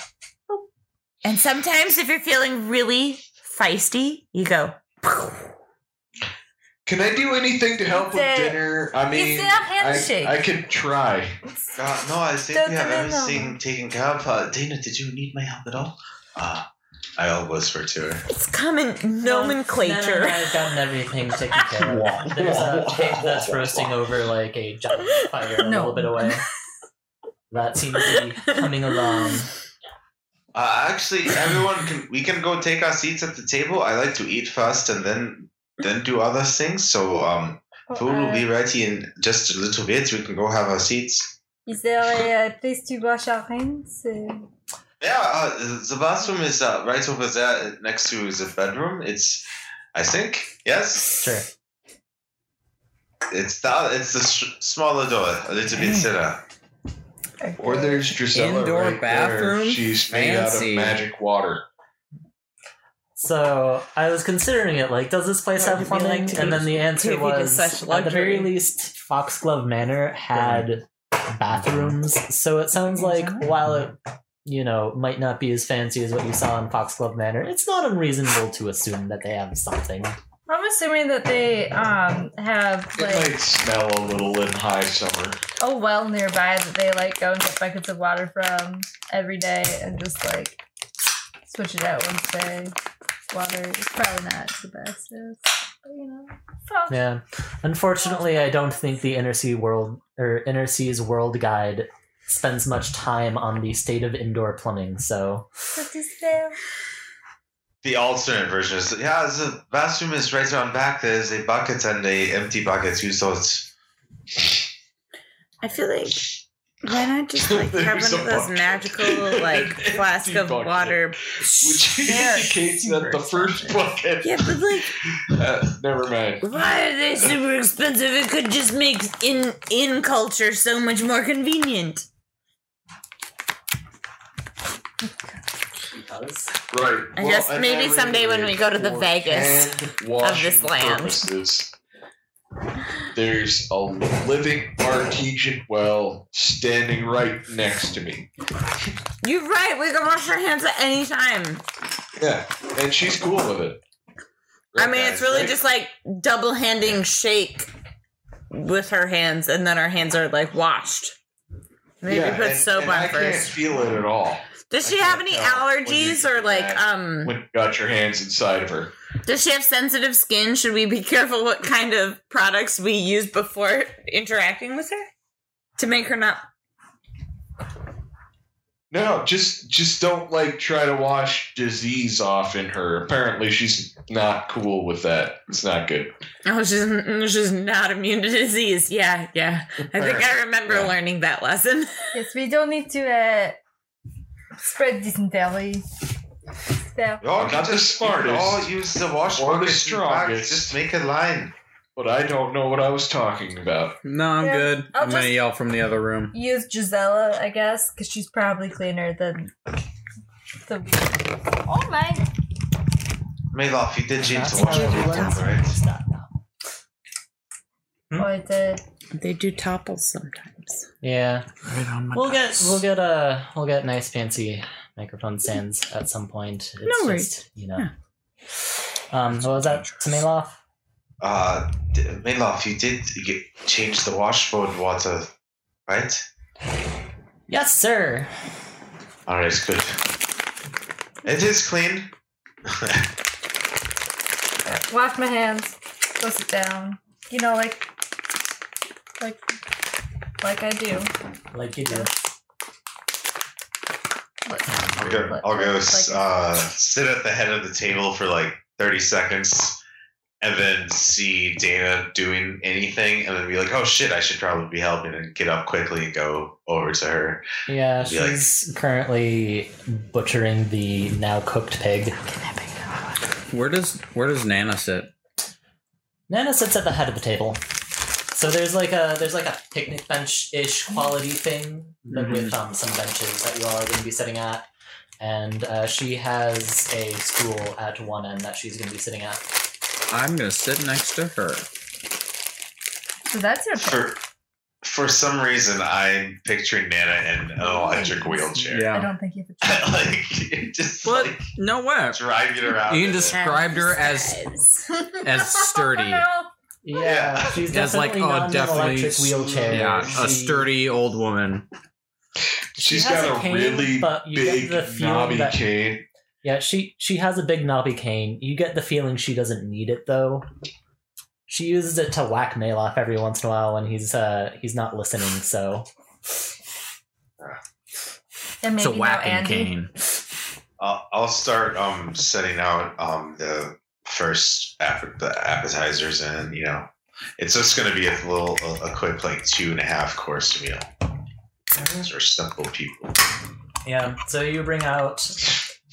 Speaker 3: and sometimes, if you're feeling really feisty, you go.
Speaker 9: Can I do anything to help with
Speaker 10: It's a-
Speaker 9: dinner? I mean,
Speaker 10: it's a
Speaker 9: I,
Speaker 10: handshake.
Speaker 9: I could try.
Speaker 10: It's-
Speaker 6: God, no, I think
Speaker 10: Don't
Speaker 6: we have
Speaker 10: do it, no.
Speaker 6: everything taken care of. Uh, Dana, did you need my help at all? Uh, I'll whisper to her.
Speaker 3: It's common
Speaker 2: No, no,
Speaker 3: nomenclature.
Speaker 2: no, I've gotten everything taken care of. There's a cake that's roasting over like a giant fire a
Speaker 10: No.
Speaker 2: little bit away. That seems to be coming along.
Speaker 6: Uh, actually, everyone can. We can go take our seats at the table. I like to eat first and then then do other things. So um,
Speaker 10: Oh,
Speaker 6: food will
Speaker 10: uh,
Speaker 6: be ready in just a little bit. We can go have our seats.
Speaker 10: Is there a place to wash our hands?
Speaker 6: Yeah, uh, the bathroom is uh, right over there next to the bedroom. It's, I think, yes.
Speaker 2: Sure.
Speaker 6: It's the it's the s- smaller door, a little bit thinner.
Speaker 9: Or there's Drusilla
Speaker 4: Indoor
Speaker 9: right
Speaker 4: bathroom?
Speaker 9: There. She's made
Speaker 4: Fancy.
Speaker 9: out of magic water.
Speaker 2: So I was considering it, like, does this place
Speaker 3: That
Speaker 2: have
Speaker 3: would be like
Speaker 2: plumbing?
Speaker 3: to
Speaker 2: and
Speaker 3: be-
Speaker 2: then the answer
Speaker 3: to be
Speaker 2: was,
Speaker 3: such
Speaker 2: at the very
Speaker 3: luxury.
Speaker 2: least, Foxglove Manor had bathrooms. So it sounds like while it, you know, might not be as fancy as what you saw in Foxglove Manor, it's not unreasonable to assume that they have something.
Speaker 10: I'm assuming that they um have
Speaker 9: It
Speaker 10: like
Speaker 9: might smell a little in high summer.
Speaker 10: a well nearby that they like go and get buckets of water from every day and just like switch it out once they water is probably not the best. is, But, you know, so-
Speaker 2: Yeah. Unfortunately, I don't think the Inner Sea World or Inner Seas World Guide spends much time on the state of indoor plumbing. So
Speaker 10: What is there?
Speaker 6: The alternate version is yeah. The bathroom is right around back. There's a bucket and a empty bucket. Use those.
Speaker 3: I feel like why not just like have one
Speaker 9: There's
Speaker 3: of
Speaker 9: a
Speaker 3: those
Speaker 9: bucket.
Speaker 3: magical like
Speaker 9: An empty
Speaker 3: flask of
Speaker 9: bucket.
Speaker 3: water.
Speaker 9: Which
Speaker 3: There.
Speaker 9: indicates that the first bucket.
Speaker 3: Yeah, but like,
Speaker 9: Uh, never mind.
Speaker 3: why are they super expensive? It could just make in in culture so much more convenient.
Speaker 9: Right.
Speaker 3: I guess maybe someday when we go to the Vegas
Speaker 9: of
Speaker 3: this land.
Speaker 9: there's a living artesian well standing right next to me.
Speaker 3: You're right. We can wash our hands at any time.
Speaker 9: Yeah, and she's cool with it.
Speaker 3: I mean, it's really just like double handing shake with her hands, and then our hands are like washed. Maybe
Speaker 9: Yeah,
Speaker 3: put
Speaker 9: and-
Speaker 3: soap
Speaker 9: and
Speaker 3: on
Speaker 9: I
Speaker 3: first.
Speaker 9: can't feel it at all
Speaker 3: Does
Speaker 9: I
Speaker 3: she
Speaker 9: can't
Speaker 3: have any
Speaker 9: tell when you
Speaker 3: allergies
Speaker 9: do
Speaker 3: or like
Speaker 9: that.
Speaker 3: um?
Speaker 9: when you got your hands inside of her.
Speaker 3: Does she have sensitive skin? Should we be careful what kind of products we use before interacting with her to make her not?
Speaker 9: No, just just don't like try to wash disease off in her. Apparently, she's not cool with that. It's not good.
Speaker 3: Oh, she's she's not immune to disease. Yeah, yeah. I think I remember
Speaker 9: Yeah.
Speaker 3: learning that lesson.
Speaker 10: Yes, we don't need to uh, spread dysentery. So,
Speaker 6: You all
Speaker 9: I'm
Speaker 6: can
Speaker 9: not the
Speaker 6: Oh, just- Oh, you can All
Speaker 9: smartest
Speaker 6: use the wash
Speaker 9: or the
Speaker 6: bucket in back.
Speaker 9: strongest.
Speaker 6: Just make a line.
Speaker 9: But I don't know what I was talking about.
Speaker 4: No, I'm
Speaker 10: Yeah,
Speaker 4: good.
Speaker 10: I'll
Speaker 4: I'm gonna
Speaker 10: just-
Speaker 4: yell from the other room.
Speaker 10: use Gisela, I guess, because she's probably cleaner than the. Oh my!
Speaker 6: Madoff, you did change
Speaker 2: that's
Speaker 6: the wash
Speaker 2: how
Speaker 6: bucket,
Speaker 2: everyone's
Speaker 6: right?
Speaker 2: stop now.
Speaker 4: Hmm?
Speaker 10: Oh, I did.
Speaker 3: They do topples sometimes.
Speaker 2: Yeah,
Speaker 4: Right on my
Speaker 2: we'll get we'll get uh, we'll get nice fancy microphone stands at some point. It's
Speaker 3: No worries.
Speaker 2: just, You know. Um. What was that? Smiloff.
Speaker 6: Uh, d- Madoff, you did get, change the washboard water, right?
Speaker 2: Yes, sir.
Speaker 6: All right, good. It is clean.
Speaker 10: Wash my hands. Go sit down. You know, like, like, like I do.
Speaker 2: Like you do.
Speaker 6: I'll go, I'll go s- uh, sit at the head of the table for like 30 seconds and then see Dana doing anything and then be like, oh shit, I should probably be helping and get up quickly and go over to her.
Speaker 2: Yeah,
Speaker 6: Be like-
Speaker 2: she's currently butchering the now cooked pig.
Speaker 4: Where does where does Nana sit?
Speaker 2: Nana sits at the head of the table. So there's like a there's like a picnic bench ish quality thing, but
Speaker 9: Mm-hmm.
Speaker 2: with um, some benches that you all are going to be sitting at, and uh, she has a stool at one end that she's going to be sitting at.
Speaker 4: I'm gonna sit next to her.
Speaker 10: So that's your.
Speaker 6: For, for some reason, I'm picturing Nana in an electric wheelchair.
Speaker 10: I don't think you have a
Speaker 6: like, just
Speaker 4: But
Speaker 6: like
Speaker 4: no way.
Speaker 6: driving around.
Speaker 4: You can
Speaker 6: in
Speaker 4: just-
Speaker 6: it.
Speaker 4: Described her as- As
Speaker 10: Oh,
Speaker 4: sturdy.
Speaker 2: Yeah,
Speaker 6: Yeah.
Speaker 2: she's
Speaker 4: As like
Speaker 2: definitely not
Speaker 4: oh
Speaker 2: in an
Speaker 4: definitely
Speaker 2: electric wheelchair.
Speaker 4: Yeah, a
Speaker 2: She-
Speaker 4: sturdy old woman.
Speaker 2: She
Speaker 9: She's
Speaker 2: has
Speaker 9: got
Speaker 2: a
Speaker 9: a,
Speaker 2: cane,
Speaker 9: really
Speaker 2: but you get
Speaker 9: big
Speaker 2: the feeling
Speaker 9: knobby
Speaker 2: that-
Speaker 9: cane.
Speaker 2: Yeah, she she has a big knobby cane. You get the feeling she doesn't need it though. She uses it to whack Maloff every once in a while when he's uh he's not listening. So
Speaker 10: And
Speaker 4: It's a
Speaker 10: maybe now
Speaker 4: whacking
Speaker 10: Andy.
Speaker 4: cane.
Speaker 6: I'll, I'll start um setting out um the first app- the appetizers and you know it's just going to be a little a, a quick like two and a half course meal. These are simple people.
Speaker 2: yeah, so you bring out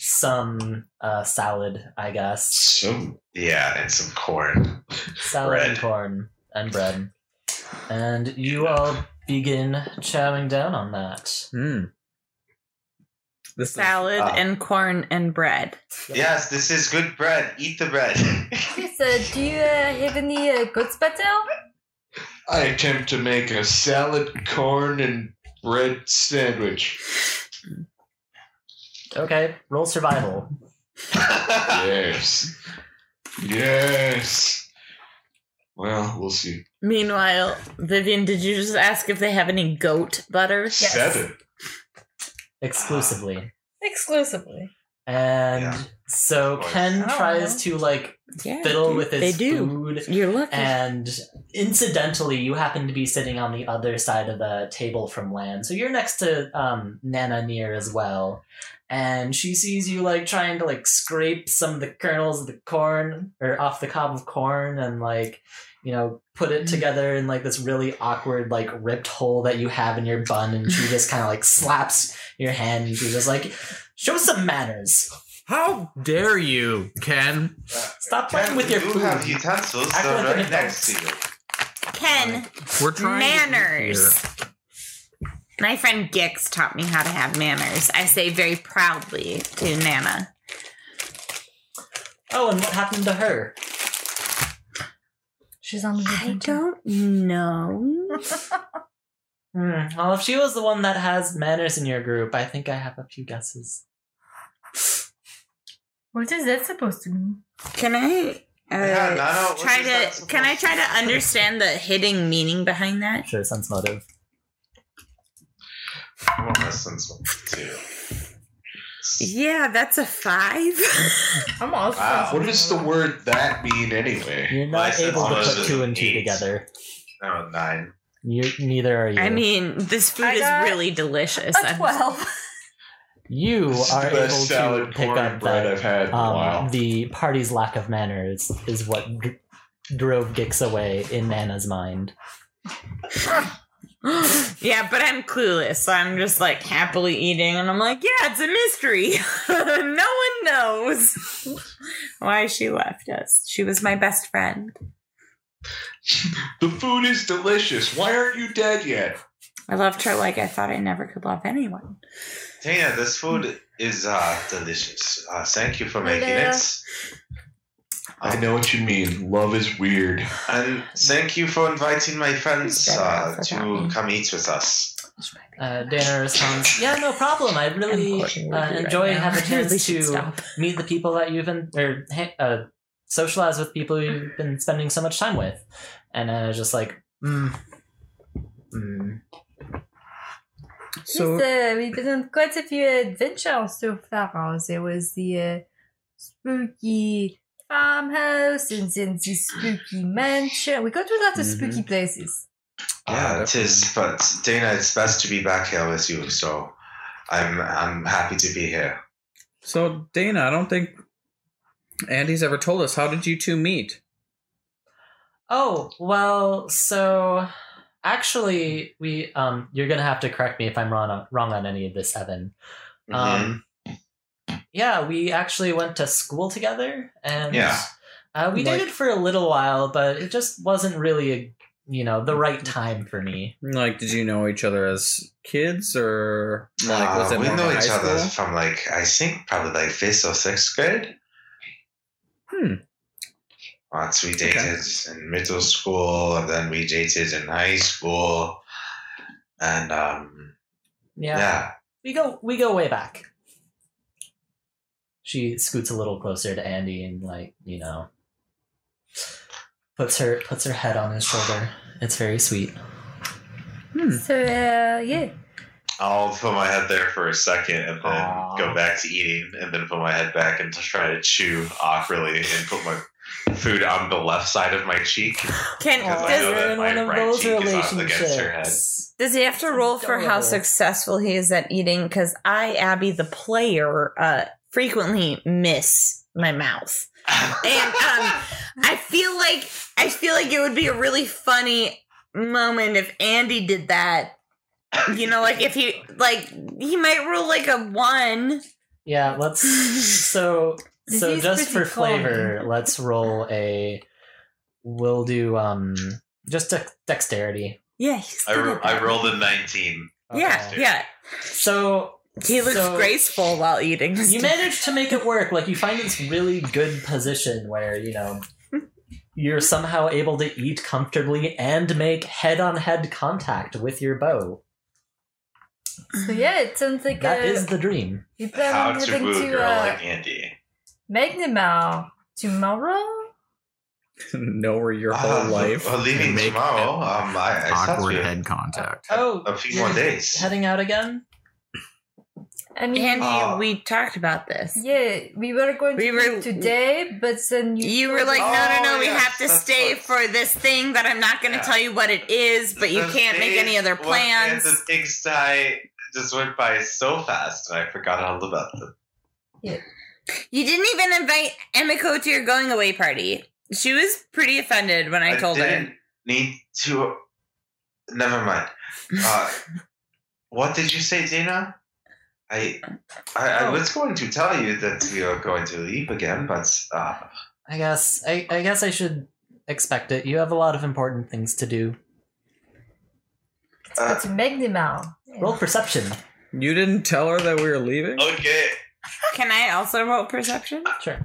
Speaker 2: some uh, salad, I guess,
Speaker 9: Some
Speaker 6: Yeah, and some corn.
Speaker 2: salad and
Speaker 6: Bread.
Speaker 2: corn and bread, and you all begin chowing down on that.
Speaker 4: Hmm. This is-
Speaker 3: Salad
Speaker 6: Ah.
Speaker 3: and corn and bread.
Speaker 6: Yes, this is good bread. Eat the bread.
Speaker 10: Yes, uh, do you uh, have any uh, goods batel?
Speaker 9: I attempt to make a salad, corn, and bread sandwich.
Speaker 2: Okay, roll survival.
Speaker 9: Yes. yes. Well, we'll see.
Speaker 3: Meanwhile, Vivian, did you just ask if they have any goat butter?
Speaker 10: Yes.
Speaker 9: Seven.
Speaker 2: exclusively.
Speaker 10: Exclusively.
Speaker 2: And
Speaker 6: Yeah.
Speaker 2: so
Speaker 6: Of course.
Speaker 2: Ken
Speaker 3: I don't
Speaker 2: tries to like
Speaker 3: Yeah,
Speaker 2: fiddle
Speaker 3: dude,
Speaker 2: with his
Speaker 3: they do.
Speaker 2: food,
Speaker 3: You're lucky.
Speaker 2: and incidentally, you happen to be sitting on the other side of the table from Land, so you're next to um, Nana Near as well. And she sees you like trying to like scrape some of the kernels of the corn or off the cob of corn and like you know put it together in like this really awkward like ripped hole that you have in your bun and she just kind of like slaps your hand and she's just like show some manners
Speaker 4: How dare you, Ken?
Speaker 2: Stop playing with your
Speaker 6: you
Speaker 2: food.
Speaker 6: have utensils.
Speaker 2: Act
Speaker 6: They're
Speaker 2: like an
Speaker 6: right
Speaker 2: adult.
Speaker 6: next to you.
Speaker 3: Ken,
Speaker 4: We're trying to eat
Speaker 3: manners.
Speaker 4: here.
Speaker 3: My friend Gix taught me how to have manners. I say very proudly to Nana.
Speaker 2: Oh, and what happened to her?
Speaker 10: She's on the
Speaker 3: I don't know.
Speaker 2: Hmm. Well, if she was the one that has manners in your group, I think I have a few guesses.
Speaker 10: What is that supposed to mean?
Speaker 3: Can I uh,
Speaker 6: Yeah, Nana, what
Speaker 3: try
Speaker 6: is that
Speaker 3: to?
Speaker 6: supposed
Speaker 3: Can I try
Speaker 6: to-
Speaker 3: to understand the hidden meaning behind that?
Speaker 2: Sure, sense motive.
Speaker 6: I want my son's one too.
Speaker 3: Yeah, that's a five.
Speaker 10: I'm also.
Speaker 6: Wow.
Speaker 9: What does the word that mean anyway?
Speaker 2: You're
Speaker 6: My
Speaker 2: not
Speaker 6: sense
Speaker 2: able to
Speaker 6: motive
Speaker 2: put
Speaker 6: is
Speaker 2: two and two
Speaker 6: eight.
Speaker 2: together.
Speaker 6: No, nine.
Speaker 2: You neither are you.
Speaker 3: I mean, this food
Speaker 10: I
Speaker 3: is
Speaker 10: got
Speaker 3: really delicious.
Speaker 10: A
Speaker 3: I'm-
Speaker 10: 12.
Speaker 2: you
Speaker 9: This is
Speaker 2: are
Speaker 9: the best
Speaker 2: able to
Speaker 9: salad,
Speaker 2: pick
Speaker 9: corn,
Speaker 2: up
Speaker 9: and bread
Speaker 2: that
Speaker 9: I've had in a
Speaker 2: um,
Speaker 9: while.
Speaker 2: the party's lack of manners is what dr- drove Gix away in Nana's mind.
Speaker 3: yeah, but I'm clueless, so I'm just like happily eating, and I'm like, yeah, it's a mystery. no one knows why she left us. She was my best friend.
Speaker 9: The food is delicious. Why aren't you dead yet?
Speaker 3: I loved her like I thought I never could love anyone.
Speaker 6: Dana, this food is uh, delicious. Uh, thank you for making
Speaker 10: Hello.
Speaker 6: it.
Speaker 9: I know what you mean. Love is weird.
Speaker 6: And thank you for inviting my friends
Speaker 3: He's better
Speaker 6: uh,
Speaker 3: off without
Speaker 6: to
Speaker 3: me.
Speaker 6: come eat with us.
Speaker 2: Uh, Dana responds, "Yeah, no problem. I really uh, enjoy having a chance to meet the people that you've been or hey, uh, socialize with people you've been spending so much time with and i was just like mm, mm.
Speaker 10: yes, uh, we've been on quite a few adventures so far. There was the uh, spooky farmhouse and then the spooky mansion. We go to a lot of
Speaker 4: Mhm.
Speaker 10: spooky places.
Speaker 6: Yeah, Uh, it is. But Dana, it's best to be back here with you. So I'm I'm happy to be here.
Speaker 4: So, Dana, I don't think Andy's ever told us. How did you two meet?
Speaker 2: oh well so actually we um you're gonna have to correct me if i'm wrong on, wrong on any of this evan um yeah we actually went to school together and
Speaker 6: Yeah.
Speaker 2: uh, we
Speaker 4: Like-
Speaker 2: dated for a little while but it just wasn't really a you know the right time for me
Speaker 4: Like, did you know each other as kids, or like was
Speaker 6: Uh,
Speaker 4: it
Speaker 6: we
Speaker 4: more
Speaker 6: know
Speaker 4: high
Speaker 6: each
Speaker 4: school?
Speaker 6: other from like I think probably like fifth or sixth grade.
Speaker 4: Hmm.
Speaker 6: Once we
Speaker 4: Okay.
Speaker 6: dated in middle school, and then we dated in high school, and um, yeah.
Speaker 2: we go we go way back she scoots a little closer to andy and like you know puts her puts her head on his shoulder it's very sweet
Speaker 10: So, uh, yeah.
Speaker 6: I'll put my head there for a second and then
Speaker 4: Aw.
Speaker 6: go back to eating and then put my head back and to try to chew awkwardly and put my food on the left side of my cheek.
Speaker 3: Can
Speaker 6: Because I know that
Speaker 3: does,
Speaker 6: my right cheek is up against her head.
Speaker 3: does he have to roll for how
Speaker 2: Adorable.
Speaker 3: successful he is at eating? Because I, Abby, the player, uh, frequently miss my mouth. and um, I feel like I feel like it would be a really funny moment if Andy did that. You know, like if he like he might roll like a one.
Speaker 2: Yeah, let's. So,
Speaker 10: This
Speaker 2: so
Speaker 10: is
Speaker 2: just for
Speaker 10: pretty common.
Speaker 2: flavor, let's roll a. We'll do um just de- dexterity.
Speaker 3: Yeah, he's
Speaker 6: I,
Speaker 3: good
Speaker 6: ro-
Speaker 3: at
Speaker 6: I
Speaker 3: that.
Speaker 6: rolled a 19.
Speaker 3: Yeah,
Speaker 2: Okay.
Speaker 3: yeah.
Speaker 2: So
Speaker 3: He looks
Speaker 2: So-
Speaker 3: graceful while eating. this
Speaker 2: you
Speaker 3: stuff.
Speaker 2: manage to make it work. Like you find this really good position where you know you're somehow able to eat comfortably and make head-on-head contact with your bow.
Speaker 10: So yeah, it sounds like
Speaker 2: That
Speaker 10: a,
Speaker 2: is the dream.
Speaker 10: you plan
Speaker 6: How
Speaker 10: on
Speaker 6: to
Speaker 10: heading
Speaker 6: woo
Speaker 10: to
Speaker 6: girl
Speaker 10: uh,
Speaker 6: like Andy.
Speaker 10: Magnemau tomorrow.
Speaker 4: know where your
Speaker 6: Uh, well, leaving
Speaker 4: and make
Speaker 6: tomorrow. Um, I, I said
Speaker 4: awkward
Speaker 6: we-
Speaker 4: head contact.
Speaker 2: Oh,
Speaker 6: a few more days.
Speaker 2: heading out again.
Speaker 10: I mean,
Speaker 3: Andy,
Speaker 6: Ah.
Speaker 3: we talked about this.
Speaker 10: yeah, we were going to
Speaker 3: We
Speaker 10: we
Speaker 3: were-
Speaker 10: today, but then you,
Speaker 3: You were like, no, no, no,
Speaker 6: Oh,
Speaker 3: we
Speaker 6: yes,
Speaker 3: have to
Speaker 6: that's
Speaker 3: stay
Speaker 6: what-
Speaker 3: for this thing that I'm not going to
Speaker 6: Yeah.
Speaker 3: tell you what it is, but you
Speaker 6: The
Speaker 3: can't make
Speaker 6: days
Speaker 3: any other
Speaker 6: when we had
Speaker 3: plans.
Speaker 6: The pigsty just went by so fast, and I forgot all about them.
Speaker 3: You didn't even invite Emiko to your going away party. She was pretty offended when I, told
Speaker 6: didn't
Speaker 3: her.
Speaker 6: Need to. Never mind. Uh, what did you say, Dana? I, I, I
Speaker 3: Oh.
Speaker 6: was going to tell you that we are going to leave again, but uh,
Speaker 2: I guess I, I guess I should expect it. You have a lot of important things to do.
Speaker 10: to go to Magnemau.
Speaker 2: Roll perception.
Speaker 4: You didn't tell her that we were leaving?
Speaker 6: okay.
Speaker 3: Can I also roll perception?
Speaker 2: Sure.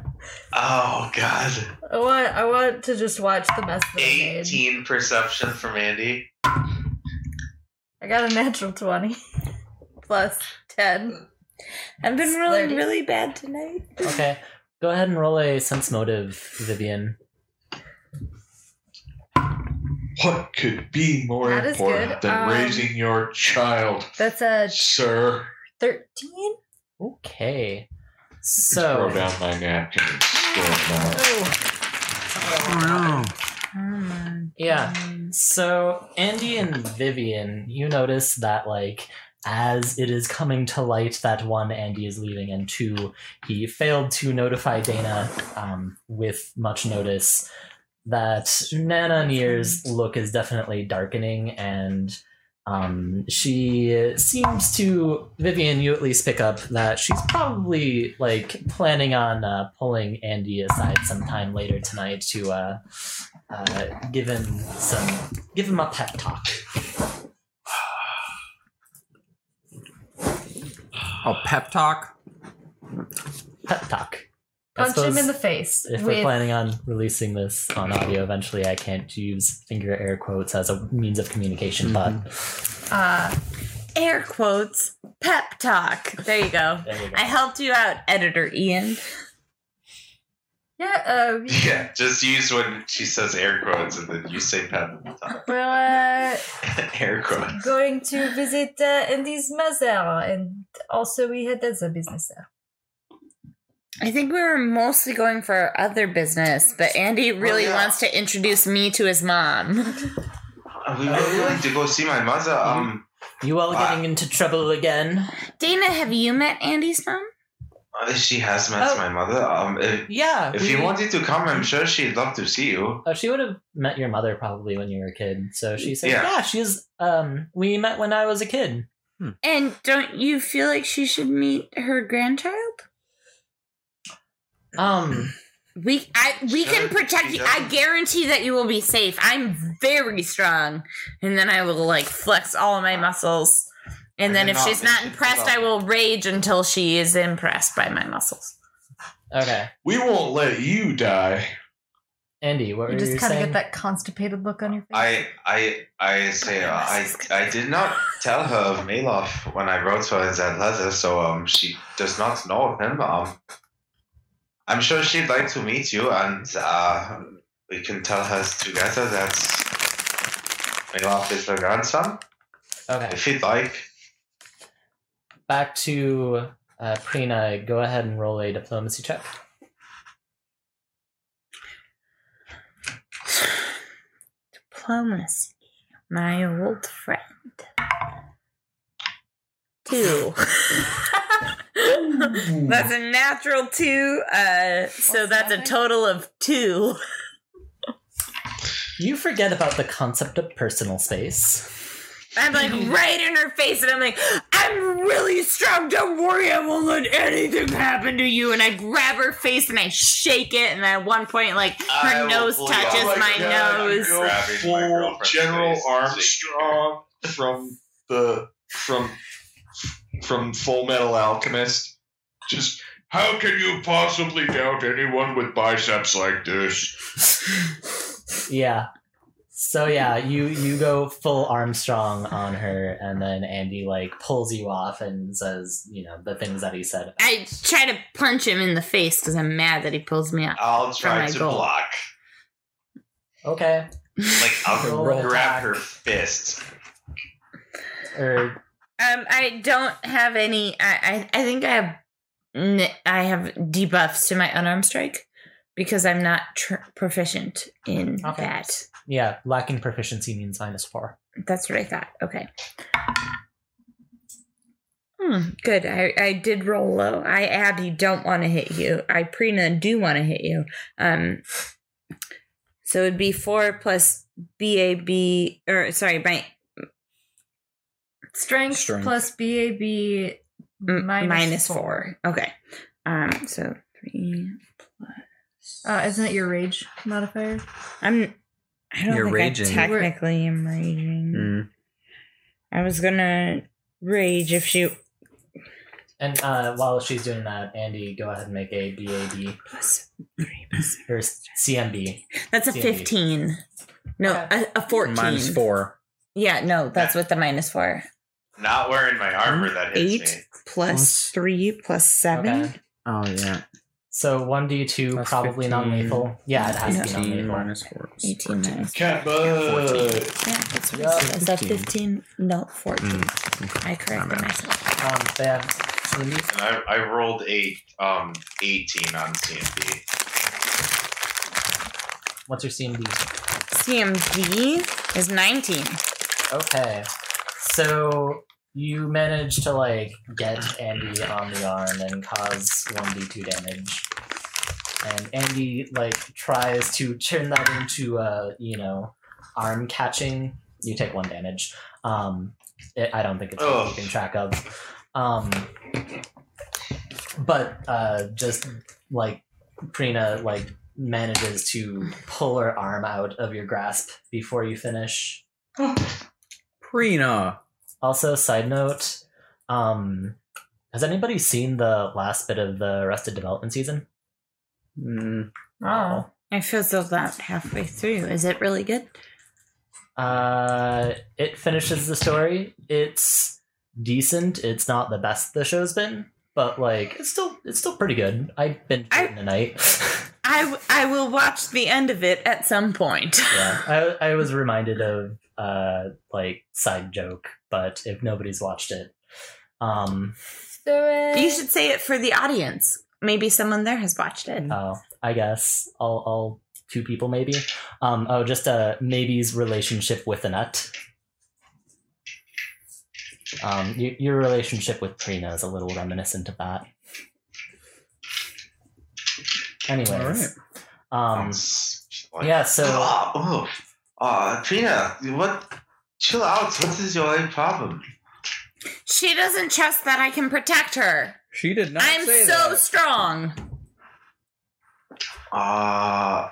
Speaker 6: Oh God,
Speaker 10: I want, I want to just watch the mess that I made.
Speaker 6: eighteen perception from Andy.
Speaker 10: I got a natural twenty plus ten.
Speaker 3: I've been rolling
Speaker 10: Thirty.
Speaker 3: really bad tonight.
Speaker 2: Okay. Go ahead and roll a sense motive, Vivian.
Speaker 9: What could be more
Speaker 10: That is
Speaker 9: important
Speaker 10: good.
Speaker 9: than
Speaker 10: Um,
Speaker 9: raising your child,
Speaker 10: That's a
Speaker 9: sir?
Speaker 10: thirteen.
Speaker 2: Okay.
Speaker 10: Oh.
Speaker 9: Throw
Speaker 2: So
Speaker 9: down my napkin. and spill it out.
Speaker 4: Oh, no.
Speaker 2: yeah. So Andy and Vivian, you notice that like as it is coming to light that one Andy is leaving and two he failed to notify Dana um, with much notice that Nana Near's look is definitely darkening and um, she seems to Vivian you at least pick up that she's probably like planning on uh, pulling Andy aside sometime later tonight to uh, uh, give him some give him a pep talk.
Speaker 4: Oh, pep talk?
Speaker 2: Pep talk. I
Speaker 10: Punch him in
Speaker 2: suppose
Speaker 10: the face
Speaker 2: If we're
Speaker 10: with
Speaker 2: planning on releasing this on audio eventually, I can't use finger air quotes as a means of communication,
Speaker 10: uh,
Speaker 3: Air quotes, pep talk. There you go.
Speaker 6: Mm-hmm.
Speaker 2: but there we go.
Speaker 3: I helped you out, editor Ian.
Speaker 10: yeah, uh,
Speaker 6: Yeah, just use when she says air quotes, and then you say pep talk.
Speaker 10: we're uh,
Speaker 6: air quotes.
Speaker 10: going to visit uh, Andy's mother, and also we had as a business there.
Speaker 3: I think we were mostly going for our other business, but Andy really
Speaker 6: Oh, yeah.
Speaker 3: wants to introduce me to his mom.
Speaker 6: Uh, We were going to go see my mother. Um,
Speaker 2: you all getting into trouble again?
Speaker 3: Dana, have you met Andy's mom?
Speaker 6: uh, she has met
Speaker 2: Oh.
Speaker 6: my mother. Um, if,
Speaker 2: Yeah.
Speaker 6: if
Speaker 2: we-
Speaker 6: you wanted to come, I'm sure she'd love to see you.
Speaker 2: Oh, she would have met your mother probably when you were a kid. So she said,
Speaker 6: Yeah.
Speaker 2: "Yeah, she's um, we met when I was a kid."
Speaker 3: And don't you feel like she should meet her grandchild?
Speaker 2: Um,
Speaker 3: We I we
Speaker 6: Sure,
Speaker 3: can protect
Speaker 6: she
Speaker 3: you. I
Speaker 6: does.
Speaker 3: guarantee that you will be safe. I'm very strong, and then I will like flex all of my muscles. And
Speaker 6: And
Speaker 3: then
Speaker 6: then
Speaker 3: if
Speaker 6: not
Speaker 3: she's not
Speaker 6: mention
Speaker 3: impressed, I
Speaker 6: yourself.
Speaker 3: will rage until she is impressed by my muscles.
Speaker 2: okay,
Speaker 9: We won't let you die.
Speaker 2: Andy, what
Speaker 10: You
Speaker 2: were
Speaker 10: just
Speaker 2: you
Speaker 10: kind of
Speaker 2: saying?
Speaker 10: get that constipated look on your face.
Speaker 6: I I I say uh, I I did not tell her of Maloff when I wrote her in that letter, so um she does not know of him. Um, I'm sure she'd like to meet you, and uh, we can tell her together that Maloff is her grandson
Speaker 2: Okay,
Speaker 6: if you'd like.
Speaker 2: back to uh, Prina. Go ahead and roll a diplomacy check.
Speaker 3: Diplomacy. My old friend. Two. that's a natural two. Uh, so
Speaker 10: What's
Speaker 3: that's a
Speaker 10: that?
Speaker 3: total of two.
Speaker 2: You forget about the concept of personal space.
Speaker 3: I'm like right in her face, and I'm like, I'm really strong. Don't worry, I won't let anything happen to you. And I grab her face and I shake it, and at one point, like
Speaker 6: I
Speaker 3: her
Speaker 6: will
Speaker 3: nose
Speaker 6: pull you
Speaker 3: touches
Speaker 6: out. Oh my
Speaker 3: my
Speaker 6: God,
Speaker 3: nose.
Speaker 6: you're- Grabbing my
Speaker 9: full
Speaker 6: girlfriend's
Speaker 9: General
Speaker 6: face.
Speaker 9: Armstrong from the from from Full Metal Alchemist. Just how can you possibly doubt anyone with biceps like this?
Speaker 2: Yeah. So yeah, you you go full Armstrong on her, and then Andy like pulls you off and says, you know, the things that he said. About
Speaker 3: I try to punch him in the face because I'm mad that he pulls me out.
Speaker 6: I'll
Speaker 3: my
Speaker 6: try to
Speaker 3: goal.
Speaker 6: block.
Speaker 2: okay,
Speaker 6: Like I'll
Speaker 2: Roll
Speaker 6: grab
Speaker 2: attack.
Speaker 6: her fist.
Speaker 2: or
Speaker 3: Um, I don't have any. I I, I think I have. n- I have debuffs to my unarmed strike because I'm not tr- proficient in
Speaker 2: Okay.
Speaker 3: that.
Speaker 2: yeah, lacking proficiency means minus four.
Speaker 3: That's what I thought. Okay. Hmm, good. I, I did roll low. I Abby don't want to hit you. I Prina do want to hit you. Um so it'd be four plus BAB or sorry, my
Speaker 10: Strength,
Speaker 5: Strength.
Speaker 10: plus BAB
Speaker 3: m- minus, minus
Speaker 10: four.
Speaker 3: four. Okay. Um so three plus
Speaker 10: Uh, isn't it your rage modifier?
Speaker 3: I'm I don't
Speaker 4: You're
Speaker 3: think
Speaker 4: raging.
Speaker 3: I technically am raging.
Speaker 4: Mm.
Speaker 3: I was gonna rage if she
Speaker 2: And uh, while she's doing that, Andy, go ahead and make a BAB
Speaker 3: plus three plus
Speaker 2: or CMB.
Speaker 3: That's a
Speaker 2: Yeah.
Speaker 3: 15. No,
Speaker 2: Okay.
Speaker 3: a, a 14.
Speaker 4: Minus four.
Speaker 3: Yeah, no, that's with the minus four.
Speaker 6: Not wearing my armor that hits me.
Speaker 3: Eight plus three plus seven.
Speaker 2: Okay.
Speaker 4: Oh yeah.
Speaker 2: So one D two,
Speaker 4: That's
Speaker 2: probably
Speaker 4: 15.
Speaker 2: non-lethal. Yeah, it has to be
Speaker 4: 15
Speaker 2: non-lethal.
Speaker 4: minus four.
Speaker 3: 18 minus.
Speaker 9: Cat
Speaker 4: Fourteen.
Speaker 9: butt.
Speaker 3: Yeah, that's what
Speaker 2: Yeah,
Speaker 3: it says. Is that
Speaker 4: 15.
Speaker 3: 15? No, 14.
Speaker 4: Mm, okay.
Speaker 3: I
Speaker 4: My
Speaker 3: corrected
Speaker 4: bad.
Speaker 3: myself.
Speaker 2: Um, they have so the music-
Speaker 6: And I, I rolled a um eighteen on CMB.
Speaker 2: What's your CMB?
Speaker 3: CMD is 19.
Speaker 2: Okay, so you manage to like get Andy on the arm and cause one D two damage, and Andy like tries to turn that into a you know arm catching. You take one damage. Um, it, I don't think it's worth
Speaker 6: Ugh.
Speaker 2: keeping track of. Um, but uh, just like Prina like manages to pull her arm out of your grasp before you finish.
Speaker 4: Prina.
Speaker 2: Also, side note, um, has anybody seen the last bit of the Arrested Development season?
Speaker 4: Mm.
Speaker 10: Oh.
Speaker 3: I feel so about halfway through. Is it really good?
Speaker 2: Uh, it finishes the story. It's decent. It's not the best the show's been, but like it's still it's still pretty good. I've been
Speaker 3: I-
Speaker 2: in a night.
Speaker 3: I, w- I will watch the end of it at some point.
Speaker 2: yeah, I I was reminded of uh like side joke, but if nobody's watched it, um,
Speaker 10: uh,
Speaker 3: You should say it for the audience. Maybe someone there has watched it.
Speaker 2: Oh, I guess all, all two people maybe. Um, oh, just uh, maybe's relationship with Annette. Um, your, your relationship with Prina is a little reminiscent of that. Anyways, um,
Speaker 6: Like,
Speaker 2: yeah. So
Speaker 6: Oh, oh, oh, Pina, what? Chill out. What is your problem?
Speaker 3: She doesn't trust that I can protect her.
Speaker 4: She did not.
Speaker 3: I'm
Speaker 4: say
Speaker 3: so
Speaker 4: that.
Speaker 3: strong.
Speaker 6: Uh,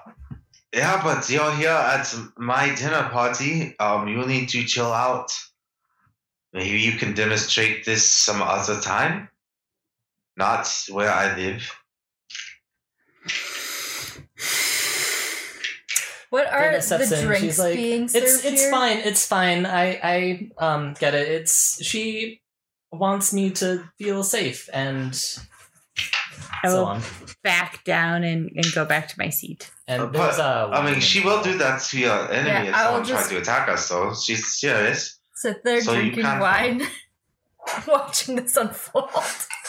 Speaker 6: yeah, but you're here at my dinner party. Um, you need to chill out. Maybe you can demonstrate this some other time. Not where I live.
Speaker 10: What are
Speaker 2: Dana steps
Speaker 10: the
Speaker 2: in,
Speaker 10: drinks
Speaker 2: she's like,
Speaker 10: being served
Speaker 2: it's it's
Speaker 10: here?
Speaker 2: fine. It's fine. I I um get it. It's she wants me to feel safe and
Speaker 3: I
Speaker 2: so
Speaker 10: Oh.
Speaker 3: will
Speaker 2: on.
Speaker 3: back down and, and go back to my seat.
Speaker 2: And
Speaker 6: Uh, but,
Speaker 2: there's uh,
Speaker 6: I mean, she will do that to your enemy
Speaker 10: Yeah,
Speaker 6: if
Speaker 10: I will
Speaker 6: someone tries
Speaker 10: just-
Speaker 6: to attack us, so she's serious.
Speaker 10: So they're
Speaker 6: So you
Speaker 10: drinking
Speaker 6: can't-
Speaker 10: wine.
Speaker 1: watching this unfold.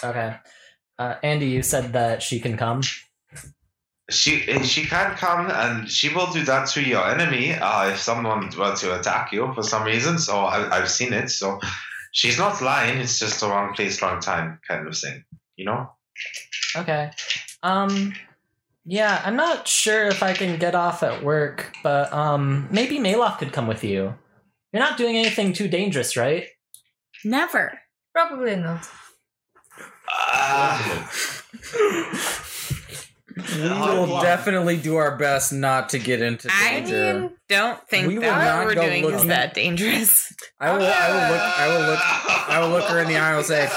Speaker 2: Okay. Uh, Andy, you said that she can come.
Speaker 6: She and she can come and she will do that to your enemy uh, if someone were to attack you for some reason. So I, I've seen it. So she's not lying. It's just a wrong place, wrong time kind of thing. You know.
Speaker 2: Okay. Um yeah, I'm not sure if I can get off at work, but um maybe Maloff could come with you. You're not doing anything too dangerous, right?
Speaker 3: Never.
Speaker 1: Probably not.
Speaker 6: Uh,
Speaker 4: We will definitely do our best not to get into
Speaker 3: I
Speaker 4: danger. I,
Speaker 3: mean, don't think
Speaker 4: We will
Speaker 3: that
Speaker 4: not
Speaker 3: what we're
Speaker 4: go
Speaker 3: doing is
Speaker 4: looking.
Speaker 3: that dangerous.
Speaker 4: will. I will look. I will look. I will look her in the eye and say,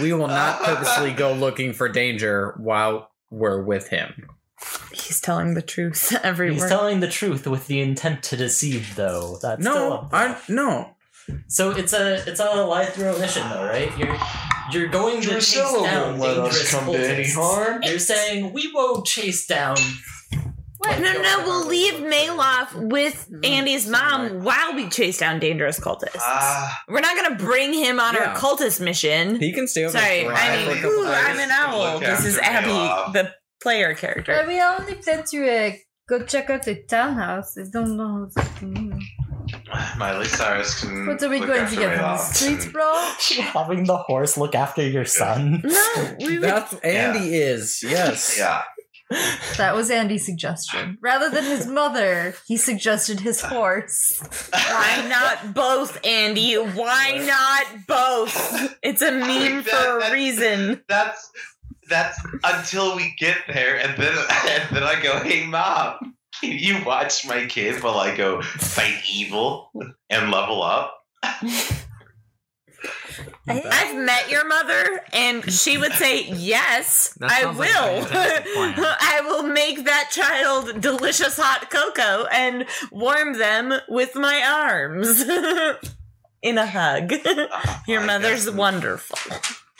Speaker 4: "We will not purposely go looking for danger while we're with him."
Speaker 3: He's telling the truth every
Speaker 2: He's
Speaker 3: word.
Speaker 2: telling the truth with the intent to deceive though. That's still
Speaker 4: No,
Speaker 2: up there.
Speaker 4: I no.
Speaker 2: So it's a it's a lie through omission though, right? You're you're going to
Speaker 9: Drusilla
Speaker 2: chase down
Speaker 9: won't let us
Speaker 2: dangerous
Speaker 9: come to any
Speaker 2: cultists.
Speaker 9: harm.
Speaker 2: You're saying we won't chase down.
Speaker 3: What? No, no, no, we'll leave Maloff with
Speaker 4: Mm.
Speaker 3: Andy's mom while we chase down dangerous cultists.
Speaker 4: Ah.
Speaker 6: uh,
Speaker 3: We're not gonna bring him on our
Speaker 4: Yeah.
Speaker 3: cultist mission.
Speaker 4: He can stay over.
Speaker 3: Sorry,
Speaker 4: for
Speaker 3: I
Speaker 4: for a
Speaker 3: mean,
Speaker 4: couple
Speaker 3: ooh, I'm
Speaker 4: days.
Speaker 3: an owl.
Speaker 6: Look
Speaker 3: This is
Speaker 6: after
Speaker 3: Abby,
Speaker 6: Maloff.
Speaker 3: the player
Speaker 1: But
Speaker 3: character.
Speaker 1: we only plan to uh, go check out the townhouse. I don't know. how to- mm.
Speaker 6: Miley Cyrus can.
Speaker 1: What are we
Speaker 6: Mm, look
Speaker 1: going
Speaker 6: after
Speaker 1: to get on the
Speaker 6: Rayloff
Speaker 1: streets,
Speaker 6: and-
Speaker 1: bro?
Speaker 2: Having the horse look after your son.
Speaker 3: No, we would.
Speaker 4: That's Andy is yes.
Speaker 6: Yeah.
Speaker 1: That was Andy's suggestion. Rather than his mother, he suggested his horse.
Speaker 3: Why not both, Andy? Why not both? It's a meme for a reason.
Speaker 6: That's that's until we get there, and then and then I go, "Hey, mom, can you watch my kid while I go fight evil and level up?"
Speaker 3: I've met your mother, and she would say, Yes,
Speaker 4: That
Speaker 3: I
Speaker 4: sounds like
Speaker 3: will.
Speaker 4: a fantastic plan.
Speaker 3: I will make that child delicious hot cocoa and warm them with my arms in a hug.
Speaker 6: Oh,
Speaker 3: Your
Speaker 6: my
Speaker 3: mother's
Speaker 6: God.
Speaker 3: wonderful.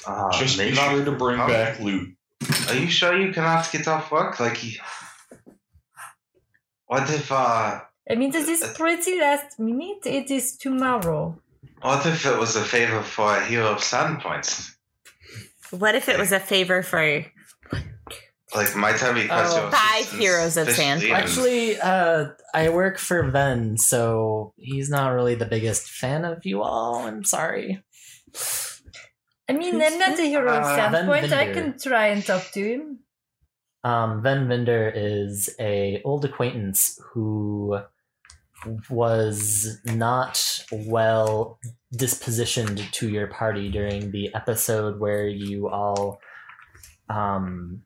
Speaker 6: Uh,
Speaker 9: Just be
Speaker 6: maybe-
Speaker 9: sure to bring
Speaker 6: Oh.
Speaker 9: back loot.
Speaker 6: Are you sure you cannot get off work? Like, you- what if uh,
Speaker 1: I mean, this is pretty last minute. It is tomorrow.
Speaker 6: what if it was a favor for a hero of sand points?
Speaker 3: What if it was a favor for
Speaker 6: Like, might I request
Speaker 2: Oh.
Speaker 6: your
Speaker 3: Five
Speaker 6: assistance
Speaker 3: heroes of sand
Speaker 6: officially?
Speaker 2: Actually, uh, I work for Ven, so he's not really the biggest fan of you all. I'm sorry.
Speaker 1: I mean,
Speaker 2: Who's
Speaker 1: I'm not a hero of
Speaker 6: Uh,
Speaker 1: standpoint. I
Speaker 2: Vandinder.
Speaker 1: can try and talk to him.
Speaker 2: Um, Ven Vinder is a old acquaintance who was not well dispositioned to your party during the episode where you all um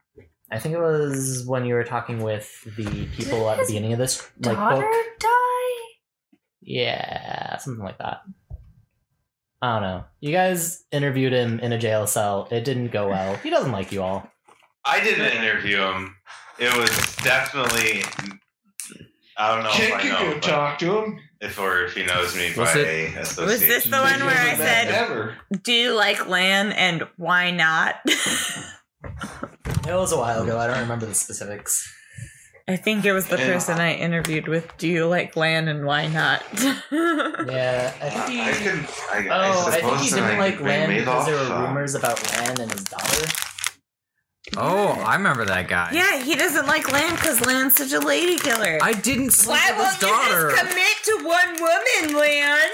Speaker 2: I think it was when you were talking with the people at the beginning of this like
Speaker 1: Daughter
Speaker 2: book.
Speaker 1: die?
Speaker 2: Yeah, something like that. I don't know. You guys interviewed him in a jail cell. It didn't go well. He doesn't like you all.
Speaker 6: I didn't interview him. It was definitely. I don't know if
Speaker 9: Can't
Speaker 6: I
Speaker 9: you
Speaker 6: know
Speaker 9: go
Speaker 6: but-
Speaker 9: talk to him?
Speaker 6: if or if he knows me
Speaker 4: Was
Speaker 6: by
Speaker 4: it-
Speaker 6: association.
Speaker 3: Was this the one where I
Speaker 9: Never
Speaker 3: said-
Speaker 9: ever?
Speaker 3: do you like land and why not?
Speaker 2: It was a while ago. I don't remember the specifics.
Speaker 3: I think it was the
Speaker 6: Yeah.
Speaker 3: person I interviewed with. Do you like land and why not?
Speaker 2: Yeah, I think
Speaker 6: I
Speaker 2: he.
Speaker 6: can. I,
Speaker 2: Oh, I think
Speaker 6: suppose
Speaker 2: he
Speaker 6: that
Speaker 2: didn't
Speaker 6: could
Speaker 2: like
Speaker 6: bring
Speaker 2: Lan
Speaker 6: Maeve
Speaker 2: because there
Speaker 6: off,
Speaker 2: were
Speaker 6: um,
Speaker 2: rumors about Lan and his daughter.
Speaker 4: Oh, I remember that guy.
Speaker 3: yeah, he doesn't like land because land's such a lady killer.
Speaker 4: I didn't sleep
Speaker 3: why
Speaker 4: with
Speaker 3: won't
Speaker 4: his daughter.
Speaker 3: you just commit to one woman, Lan?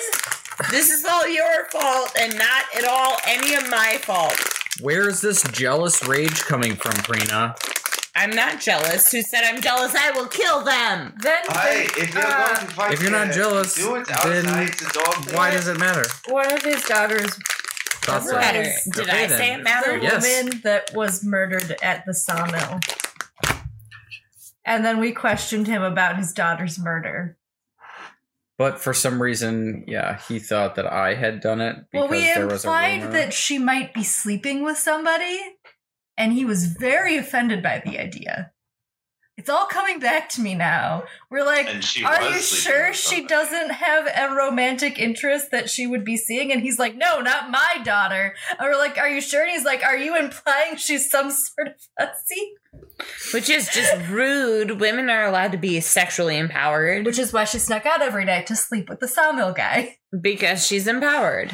Speaker 3: This is all your fault and not at all any of my fault.
Speaker 4: Where is this jealous rage coming from, Prina?
Speaker 3: I'm not jealous. Who said I'm jealous? I will kill them.
Speaker 1: Then
Speaker 6: Hey, if you're
Speaker 1: uh,
Speaker 6: going to fight
Speaker 4: if you're not
Speaker 6: it,
Speaker 4: jealous,
Speaker 6: do it
Speaker 4: then
Speaker 6: outside the dog.
Speaker 4: Why
Speaker 6: pit.
Speaker 4: does it matter?
Speaker 1: one of his daughters
Speaker 4: Thought so.
Speaker 1: Right.
Speaker 3: Matter. Did
Speaker 4: Okay,
Speaker 3: I
Speaker 4: then.
Speaker 3: say it
Speaker 1: the
Speaker 3: mattered?
Speaker 4: Yeah. Yes.
Speaker 1: woman that was murdered at the sawmill. And then we questioned him about his daughter's murder.
Speaker 4: But for some reason, yeah, he thought that I had done it
Speaker 1: Well,
Speaker 4: because
Speaker 1: we
Speaker 4: there was a
Speaker 1: implied
Speaker 4: rumor.
Speaker 1: that she might be sleeping with somebody, and he was very offended by the idea. It's all coming back to me now. We're like,
Speaker 6: And she
Speaker 1: are
Speaker 6: was
Speaker 1: you
Speaker 6: sleeping
Speaker 1: sure
Speaker 6: with
Speaker 1: she
Speaker 6: somebody.
Speaker 1: doesn't have a romantic interest that she would be seeing? And he's like, no, not my daughter. And we're like, are you sure? And he's like, are you implying she's some sort of hussy?
Speaker 3: Which is just rude. Women are allowed to be sexually empowered
Speaker 1: Which is why she snuck out every night to sleep with the sawmill guy.
Speaker 3: because she's empowered.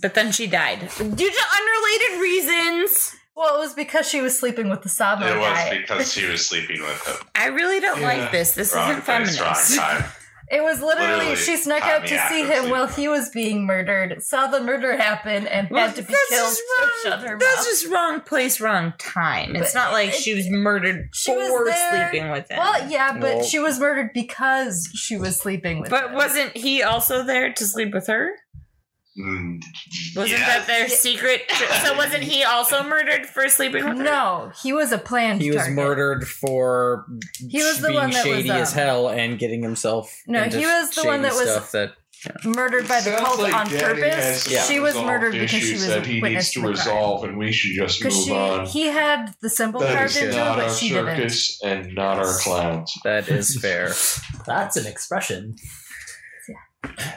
Speaker 3: but then she died due to unrelated reasons.
Speaker 1: Well, it was because she was sleeping with the Sabo
Speaker 6: it was
Speaker 1: guy.
Speaker 6: because he was sleeping with him.
Speaker 3: I really don't
Speaker 9: Yeah.
Speaker 3: like this. This
Speaker 6: Wrong
Speaker 3: isn't
Speaker 6: place, wrong
Speaker 3: feminist.
Speaker 6: time.
Speaker 1: It was literally,
Speaker 6: Literally
Speaker 1: she snuck
Speaker 6: caught
Speaker 1: out
Speaker 6: me
Speaker 1: to
Speaker 6: after
Speaker 1: see
Speaker 6: the
Speaker 1: him while
Speaker 6: sleep.
Speaker 1: he was being murdered, saw the murder happen, and
Speaker 3: Well,
Speaker 1: had to be
Speaker 3: that's
Speaker 1: killed.
Speaker 3: just
Speaker 1: So shut her
Speaker 3: wrong. That's
Speaker 1: mouth.
Speaker 3: just wrong place, wrong time. It's
Speaker 1: But
Speaker 3: not like
Speaker 1: it-
Speaker 3: she was murdered
Speaker 1: she
Speaker 3: for
Speaker 1: was there-
Speaker 3: sleeping with him.
Speaker 1: Well, yeah, but
Speaker 12: Well-
Speaker 1: she was murdered because she was sleeping with.
Speaker 3: but
Speaker 1: him.
Speaker 3: wasn't he also there to sleep with her?
Speaker 6: Mm,
Speaker 3: Wasn't
Speaker 6: yeah.
Speaker 3: that their
Speaker 1: Yeah.
Speaker 3: secret? So wasn't he also murdered for sleeping with her?
Speaker 1: no? He was a planned.
Speaker 4: He was
Speaker 1: target.
Speaker 4: murdered for
Speaker 1: He was the
Speaker 4: being
Speaker 1: one that was,
Speaker 4: shady as
Speaker 1: um,
Speaker 4: hell and getting himself.
Speaker 1: No,
Speaker 4: into
Speaker 1: he was the
Speaker 4: shady
Speaker 1: one that was-
Speaker 4: stuff that
Speaker 1: murdered by the
Speaker 9: Sounds
Speaker 1: cult
Speaker 9: like
Speaker 1: on
Speaker 9: Daddy has
Speaker 1: purpose.
Speaker 9: some
Speaker 1: She was
Speaker 9: unresolved
Speaker 1: murdered because she
Speaker 9: issues
Speaker 1: was a
Speaker 9: that he
Speaker 1: witness
Speaker 9: needs
Speaker 1: to
Speaker 9: to
Speaker 1: the crime.
Speaker 9: resolve, and we should just move
Speaker 1: Because she
Speaker 9: on.
Speaker 1: he had the symbol
Speaker 9: That
Speaker 1: carved
Speaker 9: is
Speaker 1: into him,
Speaker 9: not
Speaker 1: but
Speaker 9: our
Speaker 1: she didn't.
Speaker 9: circus and not our clowns.
Speaker 4: that is fair.
Speaker 2: That's an expression.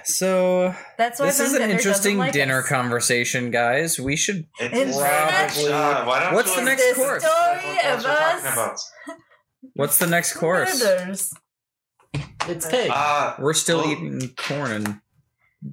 Speaker 4: so
Speaker 1: That's why
Speaker 4: this is
Speaker 1: Van
Speaker 4: an
Speaker 1: Bender doesn't
Speaker 4: interesting
Speaker 1: like
Speaker 4: dinner
Speaker 1: us.
Speaker 4: conversation, guys. We should.
Speaker 6: It
Speaker 1: It's
Speaker 6: did not
Speaker 1: probably-
Speaker 6: job. Why don't
Speaker 4: What's
Speaker 6: you
Speaker 4: the
Speaker 6: let
Speaker 4: next
Speaker 6: people
Speaker 1: the
Speaker 4: course?
Speaker 6: talk
Speaker 1: story of
Speaker 6: about what they're
Speaker 1: us
Speaker 4: What's the next course?
Speaker 1: murders.
Speaker 2: It's pig.
Speaker 6: talking about? Uh,
Speaker 4: We're still
Speaker 6: Well-
Speaker 4: eating corn and.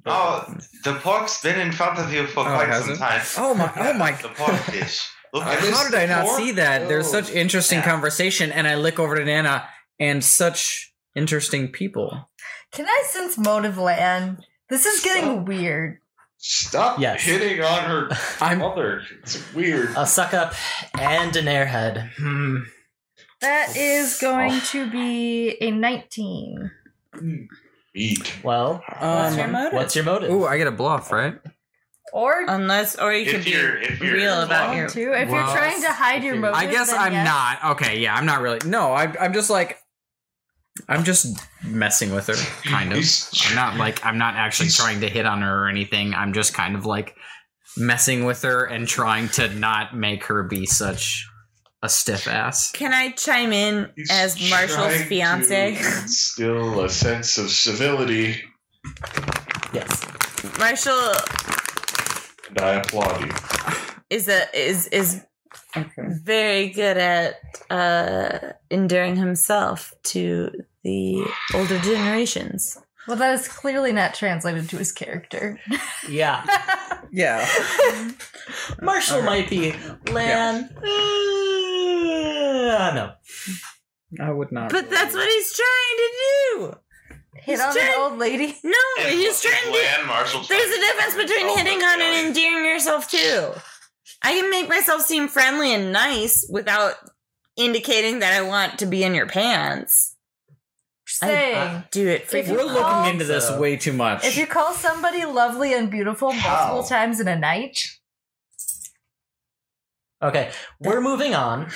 Speaker 6: Oh, the pork's been in front of you for
Speaker 4: Oh,
Speaker 6: quite
Speaker 4: has
Speaker 6: some
Speaker 4: it?
Speaker 6: time.
Speaker 4: Oh my! Oh my!
Speaker 6: The pork dish. Look
Speaker 9: I
Speaker 6: at
Speaker 9: missed
Speaker 6: this. Oh.
Speaker 4: How did I not
Speaker 9: pork?
Speaker 4: see that? There's such interesting
Speaker 6: Yeah.
Speaker 4: conversation, and I look over to Nana and such interesting people.
Speaker 1: Can I sense motive land? This is getting weird.
Speaker 9: Stop
Speaker 2: Yes.
Speaker 9: hitting on her
Speaker 4: I'm
Speaker 6: Oh,
Speaker 9: mother. It's weird.
Speaker 2: A suck up and an airhead. Hmm.
Speaker 1: That is going to be a 19.
Speaker 9: Eat.
Speaker 2: Well,
Speaker 3: What's your
Speaker 4: um.
Speaker 3: motive?
Speaker 2: what's your motive?
Speaker 4: Ooh, I get a bluff, right?
Speaker 1: Or
Speaker 3: Unless, or you could
Speaker 6: If
Speaker 3: be
Speaker 6: you're, if you're
Speaker 3: real about
Speaker 6: wrong,
Speaker 3: your.
Speaker 1: two, if
Speaker 4: Well,
Speaker 1: you're trying to hide your
Speaker 6: I
Speaker 1: motive.
Speaker 4: I guess
Speaker 1: then
Speaker 4: I'm
Speaker 1: yes.
Speaker 4: not. Okay, yeah, I'm not really. No, I, I'm just like, I'm just messing with her, kind of.
Speaker 9: He's-
Speaker 4: I'm not like, I'm not actually trying to hit on her or anything. I'm just kind of like messing with her and trying to not make her be such a stiff ass.
Speaker 3: Can I chime in
Speaker 9: he's
Speaker 3: as Marshall's
Speaker 9: trying
Speaker 3: fiance?
Speaker 9: to instill a sense of civility,
Speaker 2: Yes.
Speaker 3: Marshall
Speaker 9: and I applaud you.
Speaker 3: is a is is very good at uh endearing himself to the older generations.
Speaker 1: Well, that is clearly not translated to his character.
Speaker 2: Yeah.
Speaker 4: Yeah.
Speaker 2: Marshall might be Lan. Uh, no.
Speaker 4: I would not.
Speaker 3: But that's what he's trying to do.
Speaker 1: Hit
Speaker 3: He's
Speaker 1: on
Speaker 3: trying-
Speaker 1: an old lady.
Speaker 3: No,
Speaker 6: And
Speaker 3: he's trying to
Speaker 6: Land Marshal
Speaker 3: There's a
Speaker 6: tried-
Speaker 3: difference between
Speaker 6: Oh,
Speaker 3: hitting
Speaker 6: that's
Speaker 3: on and
Speaker 6: really-
Speaker 3: endearing yourself too. I can make myself seem friendly and nice without indicating that I want to be in your pants. I-
Speaker 1: Saying,
Speaker 2: um,
Speaker 3: I do it for
Speaker 1: If
Speaker 3: you.
Speaker 1: you
Speaker 4: We're looking into this
Speaker 2: So-
Speaker 4: way too much.
Speaker 1: if you call somebody lovely and beautiful multiple
Speaker 6: How?
Speaker 1: times in a night,
Speaker 2: Okay, we're moving on.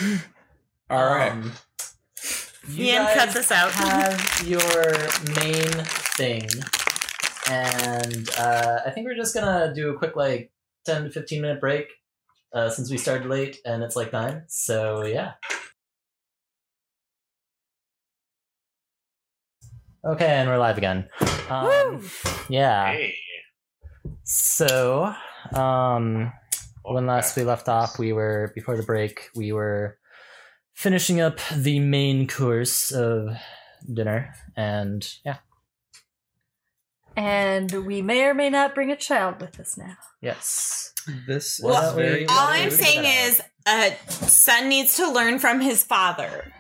Speaker 4: All right.
Speaker 2: Um, you
Speaker 3: Ian,
Speaker 2: guys
Speaker 3: cut this out.
Speaker 2: have your main thing, and uh, I think we're just gonna do a quick like ten to fifteen minute break uh, since we started late and it's like nine. So yeah. Okay, and we're live again. Um,
Speaker 3: Woo!
Speaker 2: yeah.
Speaker 6: Hey.
Speaker 2: So, um, when last we left off, we were before the break. We were finishing up the main course of dinner, and yeah,
Speaker 1: And we may or may not bring a child with us now.
Speaker 2: yes,
Speaker 4: This
Speaker 2: Well,
Speaker 4: is very.
Speaker 2: all
Speaker 3: All
Speaker 2: I'm
Speaker 3: I'm
Speaker 2: Whatever. saying
Speaker 3: saying
Speaker 2: is,
Speaker 3: is a son needs to learn from his father.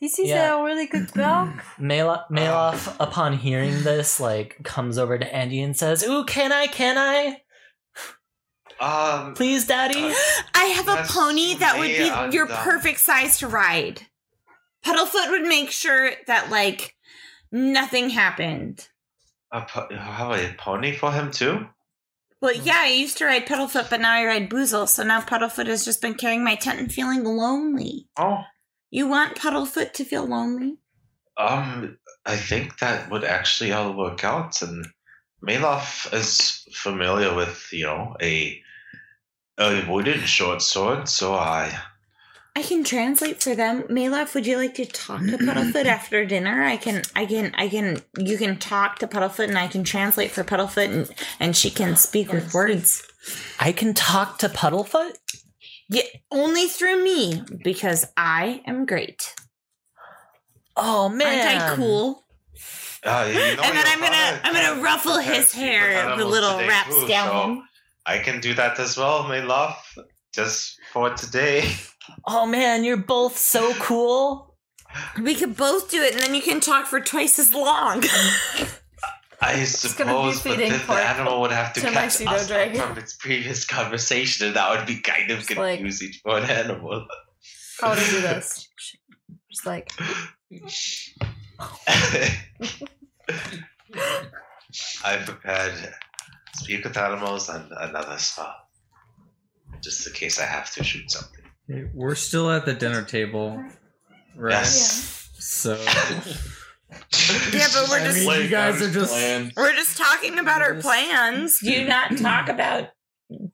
Speaker 1: This is
Speaker 2: Yeah.
Speaker 1: a really good dog.
Speaker 2: Mailoff, Mailoff upon hearing this, like comes over to Andy and says, "Ooh, can I? Can I?
Speaker 6: Um,
Speaker 2: Please, Daddy."
Speaker 3: I have a
Speaker 6: Yes,
Speaker 3: pony that would be
Speaker 6: ma'am.
Speaker 3: your perfect size to ride. Puddlefoot would make sure that like nothing happened.
Speaker 6: a po- have a pony for him too?
Speaker 3: Well,
Speaker 2: Mm.
Speaker 3: yeah, I used to ride Puddlefoot, but now I ride Boozle, so now Puddlefoot has just been carrying my tent and feeling lonely.
Speaker 6: Oh,
Speaker 3: You want Puddlefoot to feel lonely?
Speaker 6: Um, I think that would actually all work out. And Maloff is familiar with, you know, a a wooden short sword, so I
Speaker 3: I can translate for them. Malaf, would you like to talk to Puddlefoot after dinner? I can, I can, I can. You can talk to Puddlefoot, and I can translate for Puddlefoot, and and she can speak with words.
Speaker 2: I can talk to Puddlefoot.
Speaker 3: Yeah, only through me because I am great.
Speaker 2: Oh man,
Speaker 3: Aren't I cool?
Speaker 6: Uh, you know
Speaker 3: and then
Speaker 6: your
Speaker 3: I'm gonna
Speaker 6: father
Speaker 3: I'm
Speaker 6: can
Speaker 3: gonna ruffle
Speaker 6: compare
Speaker 3: his
Speaker 6: to the
Speaker 3: hair, the
Speaker 6: animals
Speaker 3: little
Speaker 6: today, too, so
Speaker 3: rapscallion.
Speaker 6: I can do that as well, my love. Just for today.
Speaker 2: Oh man, you're both so cool.
Speaker 3: We could both do it, and then you can talk for twice as long.
Speaker 6: Mm. I
Speaker 10: gonna be
Speaker 6: suppose, but
Speaker 10: feeding
Speaker 6: then the
Speaker 10: pork
Speaker 6: animal would have to,
Speaker 10: to my
Speaker 6: catch
Speaker 10: pseudo
Speaker 6: us up
Speaker 10: dragon.
Speaker 6: from its previous conversation, and that would be kind of
Speaker 10: Just like-
Speaker 6: confusing for an animal.
Speaker 10: How to do this? Just like
Speaker 6: I prepared speak with animals and another spell, just in case I have to shoot something.
Speaker 5: Okay, We're still at the dinner table, right?
Speaker 6: Yes.
Speaker 5: So
Speaker 3: Yeah, but we're just-
Speaker 5: you guys are just
Speaker 3: We're just talking about our plans. Do you not talk about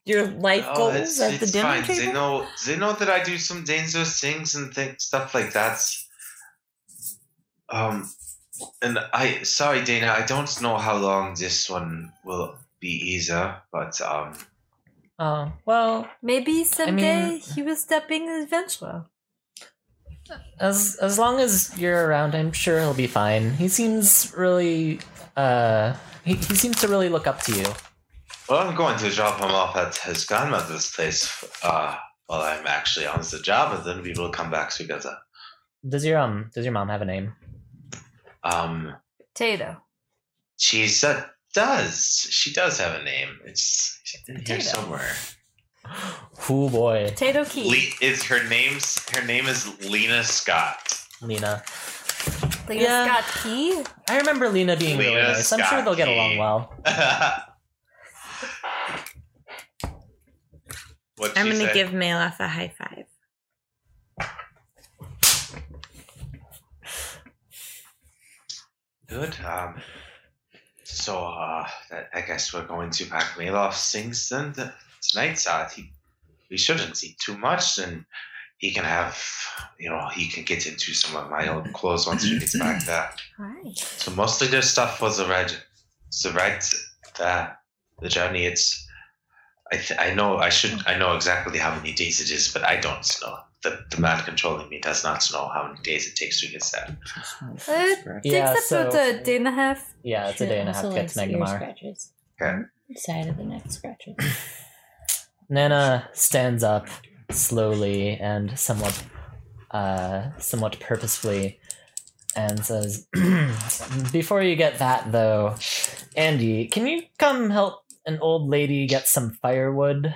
Speaker 3: your life
Speaker 6: Oh,
Speaker 3: goals at the dinner table?
Speaker 6: They know, they know that I do some dangerous things and think stuff like that. Um, and I sorry, Dana, I don't know how long this one will be either, but um,
Speaker 2: Oh well,
Speaker 10: maybe someday
Speaker 2: mean-
Speaker 10: he will step being an adventurer.
Speaker 2: as as long as you're around, I'm sure he'll be fine. He seems really uh he, he seems to really look up to you.
Speaker 6: well, I'm going to drop him off at his grandmother's place. Uh, while I'm actually on the job, and then we will come back together.
Speaker 2: Does your um does your mom have a name?
Speaker 6: Um,
Speaker 10: Potato.
Speaker 6: she said does she does have a name? It's in here
Speaker 10: Potato.
Speaker 6: somewhere.
Speaker 2: Oh boy,
Speaker 10: Potato key.
Speaker 6: Le- is her name's her name is Lena Scott.
Speaker 2: Lena.
Speaker 10: Lena
Speaker 2: Yeah.
Speaker 10: Scott key.
Speaker 2: I remember Lena being really
Speaker 6: Lena
Speaker 2: nice. I'm sure they'll get along
Speaker 6: Scotty.
Speaker 2: well.
Speaker 6: what
Speaker 3: I'm gonna give Malef a high five.
Speaker 6: good. Um, so uh, that- I guess we're going to pack Malof's things then th- tonight. Uh, he, we shouldn't eat too much, and he can have you know he can get into some of my old clothes once he gets back there.
Speaker 10: Right.
Speaker 6: So mostly their stuff was the red, the red, the, the journey. It's, I th- I know I should I know exactly how many days it is, but I don't know. The the man controlling me does not know how many days it takes to get there.
Speaker 10: It
Speaker 2: Yeah,
Speaker 10: takes
Speaker 2: so-
Speaker 10: about a day and a half.
Speaker 2: Yeah, it's a day and a half to get to Megamar.
Speaker 8: scratches. Mm-hmm.
Speaker 6: Okay.
Speaker 8: Side of the neck scratches.
Speaker 2: Nana stands up slowly and somewhat, uh, somewhat purposefully, and says, "Before you get that, though, Andy, can you come help an old lady get some firewood?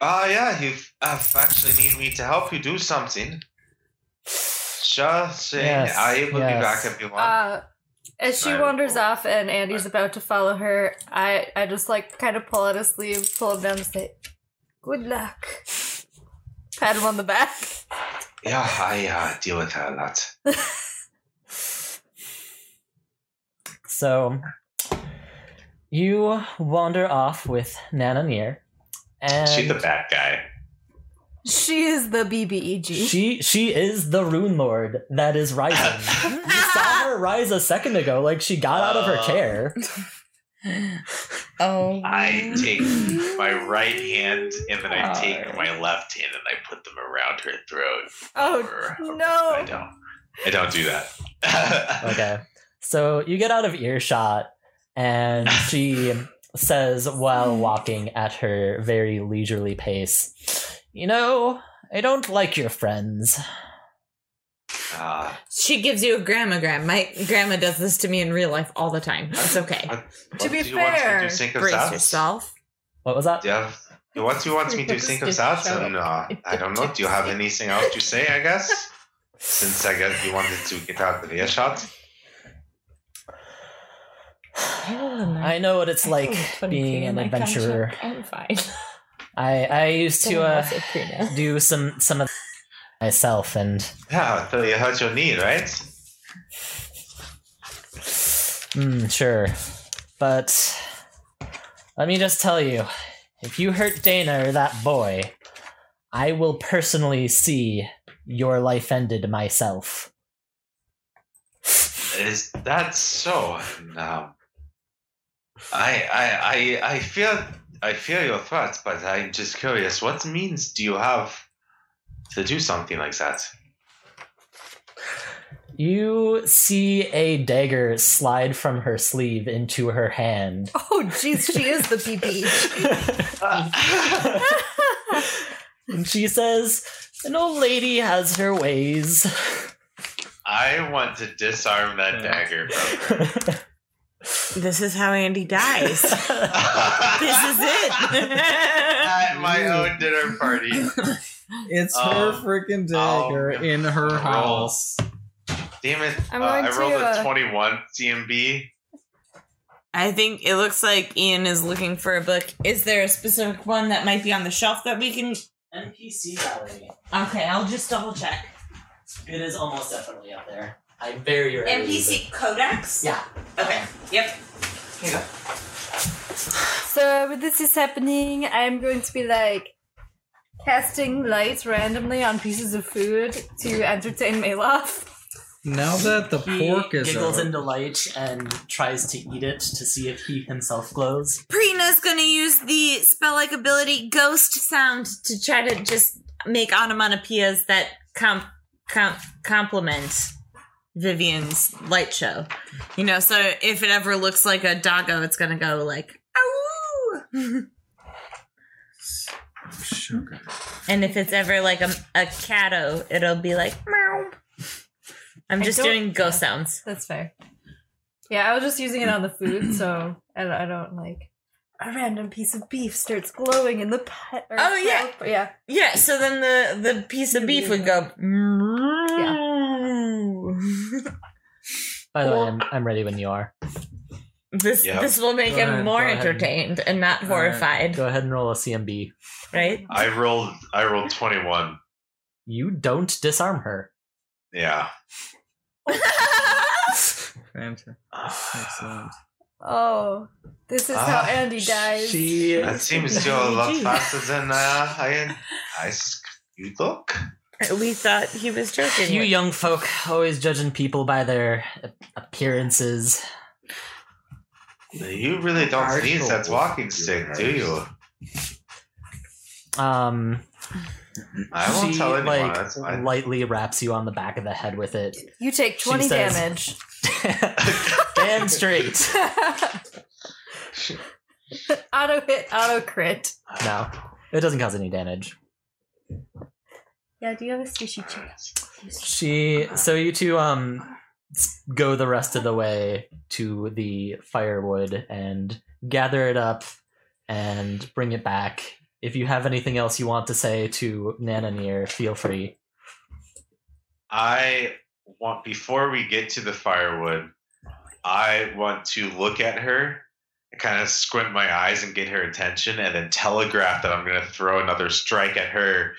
Speaker 6: Ah, yeah, you uh, actually need me to help you do something. Sure thing.
Speaker 2: Yes,
Speaker 6: I will be
Speaker 2: yes.
Speaker 6: back if you want.
Speaker 10: Uh, as she
Speaker 6: Right.
Speaker 10: wanders off and Andy's about to follow her, I, I just like kind of pull at his sleeve, pull him down, and say, "Good luck." Pat him on the back.
Speaker 6: yeah, I uh, deal with her a lot.
Speaker 2: So you wander off with Nana near, and
Speaker 6: She's the bad guy.
Speaker 10: She is the
Speaker 1: E
Speaker 10: BBEG.
Speaker 2: She she is the rune lord that is rising. you saw her rise a second ago, like she got out of her
Speaker 6: Uh.
Speaker 2: chair.
Speaker 8: Oh.
Speaker 6: I take my right hand and then I take my left hand and I put them around her throat.
Speaker 10: oh
Speaker 6: Or- I
Speaker 10: no!
Speaker 6: don't. I don't do that.
Speaker 2: Okay. So you get out of earshot, and she says while walking at her very leisurely pace, You know, I don't like your friends.
Speaker 6: Uh,
Speaker 3: She gives you a grandma gram. My grandma does this to me in real life all the time. It's okay.
Speaker 10: To
Speaker 6: what
Speaker 10: be
Speaker 6: do you want me to
Speaker 10: fair,
Speaker 6: do, sink us
Speaker 3: Brace
Speaker 6: out?
Speaker 3: yourself.
Speaker 2: What was that?
Speaker 6: Yeah. You want you want me to
Speaker 8: Just
Speaker 6: think of
Speaker 8: shout
Speaker 6: that? And, uh, I don't know. Do you have anything else to say? I guess since I guess you wanted to get out of earshot.
Speaker 2: I know what it's like being an adventurer.
Speaker 8: I'm fine.
Speaker 2: I, I used to
Speaker 8: Someone
Speaker 2: uh,
Speaker 8: else is free now.
Speaker 2: do some some of myself and
Speaker 6: Yeah, so you hurt your knee, right?
Speaker 2: Mm, sure. But let me just tell you if you hurt Dana or that boy, I will personally see your life ended myself.
Speaker 6: Is that so? No. I I I I fear I fear your threats, but I'm just curious. What means do you have to do something like that?
Speaker 2: You see a dagger slide from her sleeve into her hand.
Speaker 1: Oh, jeez, she is the PP.
Speaker 2: and she says, An old lady has her ways.
Speaker 6: I want to disarm that dagger.
Speaker 3: This is how Andy dies. this is it.
Speaker 6: At my own dinner party.
Speaker 5: It's her
Speaker 6: Um,
Speaker 2: oh,
Speaker 5: freaking
Speaker 6: I'll-
Speaker 5: dagger in her
Speaker 6: I'll-
Speaker 5: house.
Speaker 6: Damn it.
Speaker 1: I'm
Speaker 6: uh,
Speaker 1: going
Speaker 6: I rolled
Speaker 1: to,
Speaker 6: a
Speaker 1: uh,
Speaker 6: 21 CMB.
Speaker 3: I think it looks like Ian is looking for a book. Is there a specific one that might be on the shelf that we can?
Speaker 2: NPC Valley.
Speaker 3: Okay, I'll just double check.
Speaker 2: It is almost definitely up there. I very rarely use it.
Speaker 3: NPC Codex.
Speaker 2: Yeah.
Speaker 3: Okay. Yep.
Speaker 1: So when this is happening, I'm going to be like casting lights randomly on pieces of food to entertain Maloff.
Speaker 5: Now that the
Speaker 2: He
Speaker 5: pork is
Speaker 2: giggles
Speaker 5: out,
Speaker 2: in delight and tries to eat it to see if he himself glows.
Speaker 3: Prina's gonna use the spell like ability ghost sound to try to just make onomatopoeias that comp, comp, complement Vivian's light show. You know, so if it ever looks like a doggo, it's gonna go like "ow." and if it's ever like a, a catto, it'll be like meow. I'm
Speaker 1: I
Speaker 3: just
Speaker 1: don't-
Speaker 3: doing ghost sounds.
Speaker 1: That's fair. Yeah, I was just using it on the food, so I don't, I don't like a random piece of beef starts glowing in the pot. or
Speaker 3: Oh, yeah.
Speaker 1: help- yeah.
Speaker 3: Yeah, so then the the piece of beef would go. meow.
Speaker 2: By the way, I'm, I'm ready when you are.
Speaker 3: This
Speaker 6: Yep.
Speaker 3: this will make
Speaker 5: Go
Speaker 3: him
Speaker 5: ahead,
Speaker 3: more
Speaker 2: go ahead.
Speaker 3: entertained and not
Speaker 5: All right.
Speaker 3: horrified,
Speaker 2: Go ahead and roll a CMB.
Speaker 1: Mm-hmm.
Speaker 3: right?
Speaker 6: I rolled I rolled 21.
Speaker 2: You don't disarm her.
Speaker 6: Yeah.
Speaker 5: Fantastic. Excellent.
Speaker 1: Oh, this is how
Speaker 6: Ah,
Speaker 1: Andy dies.
Speaker 2: She
Speaker 6: That seems to a lot faster than uh, I, I s- you look.
Speaker 3: we thought he was joking.
Speaker 2: You young folk always judging people by their appearances.
Speaker 6: You really don't
Speaker 5: Partial
Speaker 6: need that walking stick, do you?
Speaker 2: Um,
Speaker 6: I won't
Speaker 2: she
Speaker 6: tell anyone.
Speaker 2: like
Speaker 6: that's fine.
Speaker 2: lightly raps you on the back of the head with it.
Speaker 1: You take
Speaker 2: She
Speaker 1: 20
Speaker 2: says-
Speaker 1: damage.
Speaker 2: Damn straight.
Speaker 1: auto hit, auto crit.
Speaker 2: No, it doesn't cause any damage.
Speaker 1: Yeah, do you have a sushi chip?
Speaker 2: She. So you two um s- go the rest of the way to the firewood and gather it up and bring it back. If you have anything else you want to say to Nananir, feel free.
Speaker 6: I want before we get to the firewood,
Speaker 2: Oh
Speaker 6: I want to look at her, kind of squint my eyes and get her attention, and then telegraph that I'm going to throw another strike at her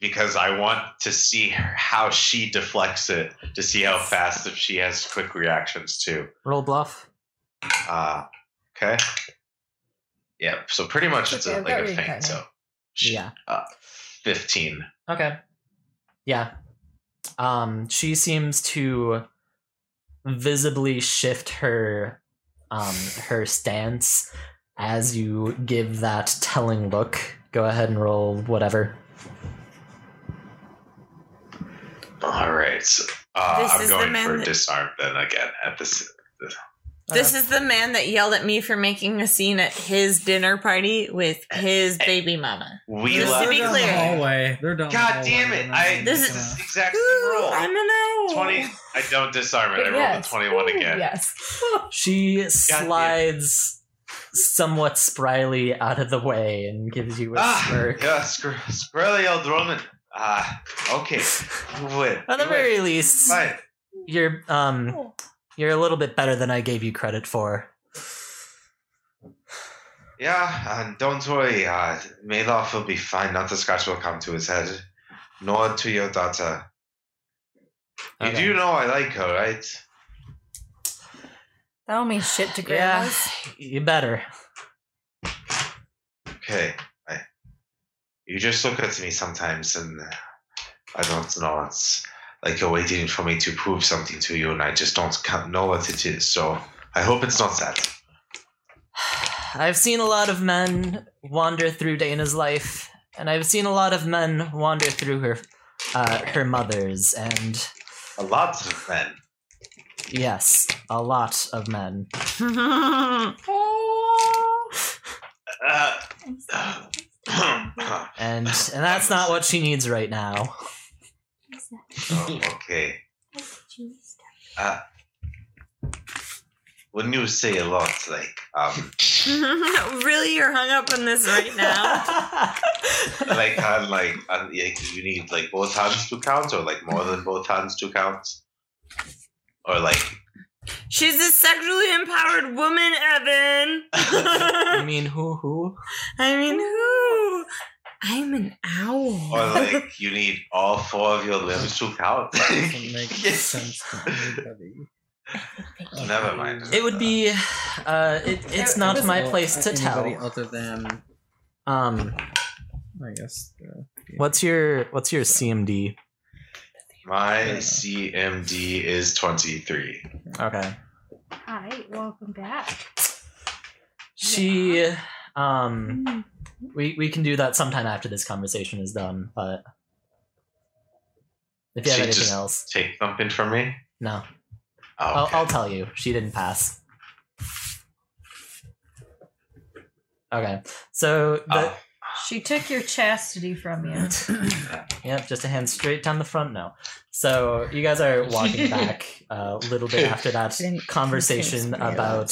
Speaker 6: because I want to see her, how she deflects it to see how fast if she has quick reactions too.
Speaker 2: Roll bluff.
Speaker 6: Uh, okay. Yeah. So pretty much it's
Speaker 1: Okay,
Speaker 6: a,
Speaker 1: I've
Speaker 6: like
Speaker 1: got
Speaker 6: a
Speaker 1: reading
Speaker 6: feint.
Speaker 1: time
Speaker 6: So
Speaker 1: now.
Speaker 6: she-
Speaker 2: Yeah.
Speaker 6: fifteen.
Speaker 2: Okay. Yeah. Um, she seems to visibly shift her um her stance as you give that telling look. Go ahead and roll whatever.
Speaker 6: All right. Uh,
Speaker 3: This
Speaker 6: I'm
Speaker 3: is the
Speaker 6: going
Speaker 3: man
Speaker 6: for
Speaker 3: that-
Speaker 6: disarm then again at this.
Speaker 3: this is the man that yelled at me for making a scene at his dinner party with his baby mama.
Speaker 6: We
Speaker 3: Just to
Speaker 6: left-
Speaker 3: be
Speaker 5: They're down
Speaker 3: clear.
Speaker 5: the hallway. They're down the
Speaker 6: God
Speaker 5: hallway.
Speaker 6: damn it!
Speaker 5: They're not
Speaker 6: I
Speaker 5: even
Speaker 6: this
Speaker 3: This
Speaker 6: is
Speaker 3: is-
Speaker 6: the
Speaker 5: gonna-
Speaker 6: exact same
Speaker 3: Ooh,
Speaker 6: roll.
Speaker 3: I'm an owl.
Speaker 6: Twenty. I don't disarm it. I rolled a twenty-one again.
Speaker 1: Yes.
Speaker 2: She slides somewhat spryly out of the way and gives you a
Speaker 6: Ah,
Speaker 2: smirk.
Speaker 6: yeah, scr- Squirrely old woman. Ah, okay. You win.
Speaker 2: At the
Speaker 6: You win.
Speaker 2: very least,
Speaker 6: Fine.
Speaker 2: you're um you're a little bit better than I gave you credit for.
Speaker 6: Yeah, and don't worry. Uh, Madoff will be fine. Not the scratch will come to his head, nor to your daughter. You
Speaker 2: Okay.
Speaker 6: do know I like her, right?
Speaker 1: That don't mean shit to
Speaker 2: Yeah,
Speaker 1: grandmas.
Speaker 2: you better.
Speaker 6: Okay. I, you just look at me sometimes, and uh, I don't know. It's like you're waiting for me to prove something to you, and I just don't ca- know what it is. So I hope it's not that.
Speaker 2: I've seen a lot of men wander through Dana's life, and I've seen a lot of men wander through her uh, her mother's, and
Speaker 6: A lot of men.
Speaker 2: Yes, a lot of men.
Speaker 6: Uh,
Speaker 2: And and that's not what she needs right now.
Speaker 6: oh, okay. Uh, When you say a lot, like, um,
Speaker 3: really, you're hung up on this right now.
Speaker 6: like, on, like, on, like, you need like both hands to count, or like more than both hands to count, or like,
Speaker 3: She's a sexually empowered woman, Evan.
Speaker 2: I mean, who who?
Speaker 3: I mean, who? I'm an owl.
Speaker 6: or like, you need all four of your limbs to count.
Speaker 5: Doesn't make sense to anybody.
Speaker 6: Oh, Never mind.
Speaker 2: It would be. Uh, it, it's not my place to
Speaker 5: Anybody
Speaker 2: tell.
Speaker 5: other than
Speaker 2: Um,
Speaker 5: I guess. Uh,
Speaker 2: what's your what's your CMD?
Speaker 6: My CMD is twenty three.
Speaker 2: Okay.
Speaker 1: Hi, welcome back.
Speaker 2: She. Um, we we can do that sometime after this conversation is done. But if you have
Speaker 6: She
Speaker 2: anything
Speaker 6: just-
Speaker 2: else,
Speaker 6: Take something from me.
Speaker 2: no,
Speaker 6: Oh,
Speaker 2: I'll,
Speaker 6: okay.
Speaker 2: I'll tell you. She didn't pass. Okay, so the,
Speaker 6: Oh,
Speaker 1: She took your chastity from you.
Speaker 9: Oh.
Speaker 2: Yep, just a hand straight down the front. No. So you guys are walking back a little bit after that conversation about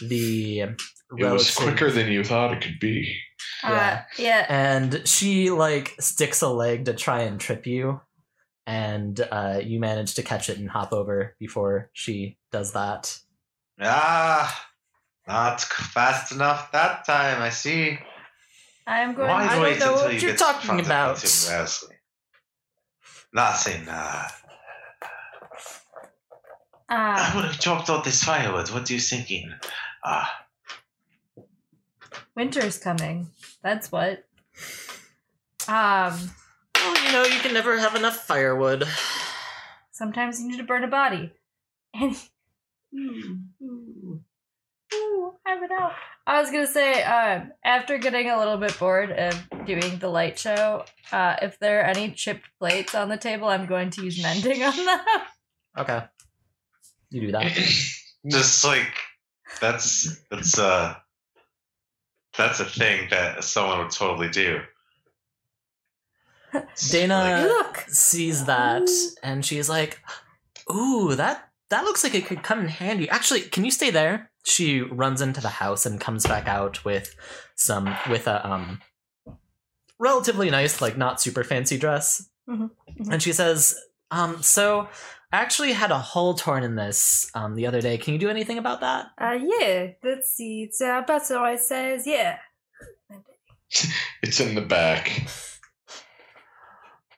Speaker 2: the
Speaker 9: It was
Speaker 2: relative-
Speaker 9: quicker than you thought it could be.
Speaker 2: Yeah.
Speaker 1: Uh, yeah.
Speaker 2: and she like sticks a leg to try and trip you, and uh, you manage to catch it and hop over before she does that.
Speaker 6: ah, not fast enough that time. I see.
Speaker 1: I'm going.
Speaker 6: Why
Speaker 1: I
Speaker 6: wait
Speaker 1: don't know.
Speaker 6: until
Speaker 1: What
Speaker 6: you
Speaker 2: you're
Speaker 6: get
Speaker 2: talking
Speaker 6: confronted
Speaker 2: about.
Speaker 6: with him, Wesley? Nothing. Uh, I
Speaker 1: Ah,
Speaker 6: would have chopped all this firewood. What are you thinking? Uh,
Speaker 1: winter's coming. That's what. Um.
Speaker 2: Well, you know, you can never have enough firewood.
Speaker 1: Sometimes you need to burn a body. And Ooh, ooh, ooh, have it out. I was gonna say, um, after getting a little bit bored of doing the light show, uh, if there are any chipped plates on the table, I'm going to use mending on them.
Speaker 2: Okay, you do that.
Speaker 6: just like that's that's uh that's a thing that someone would totally do.
Speaker 2: Dana-
Speaker 6: Like,
Speaker 1: Look,
Speaker 2: sees that and she's like, "Ooh, that that looks like it could come in handy." Actually, can you stay there? She runs into the house and comes back out with some with a um relatively nice, like not super fancy dress.
Speaker 1: Mhm, mhm.
Speaker 2: And she says, "Um, so I actually had a hole torn in this um the other day. Can you do anything about that?"
Speaker 1: uh, yeah, let's see. It's uh, butter. I says, yeah.
Speaker 9: It's in the back.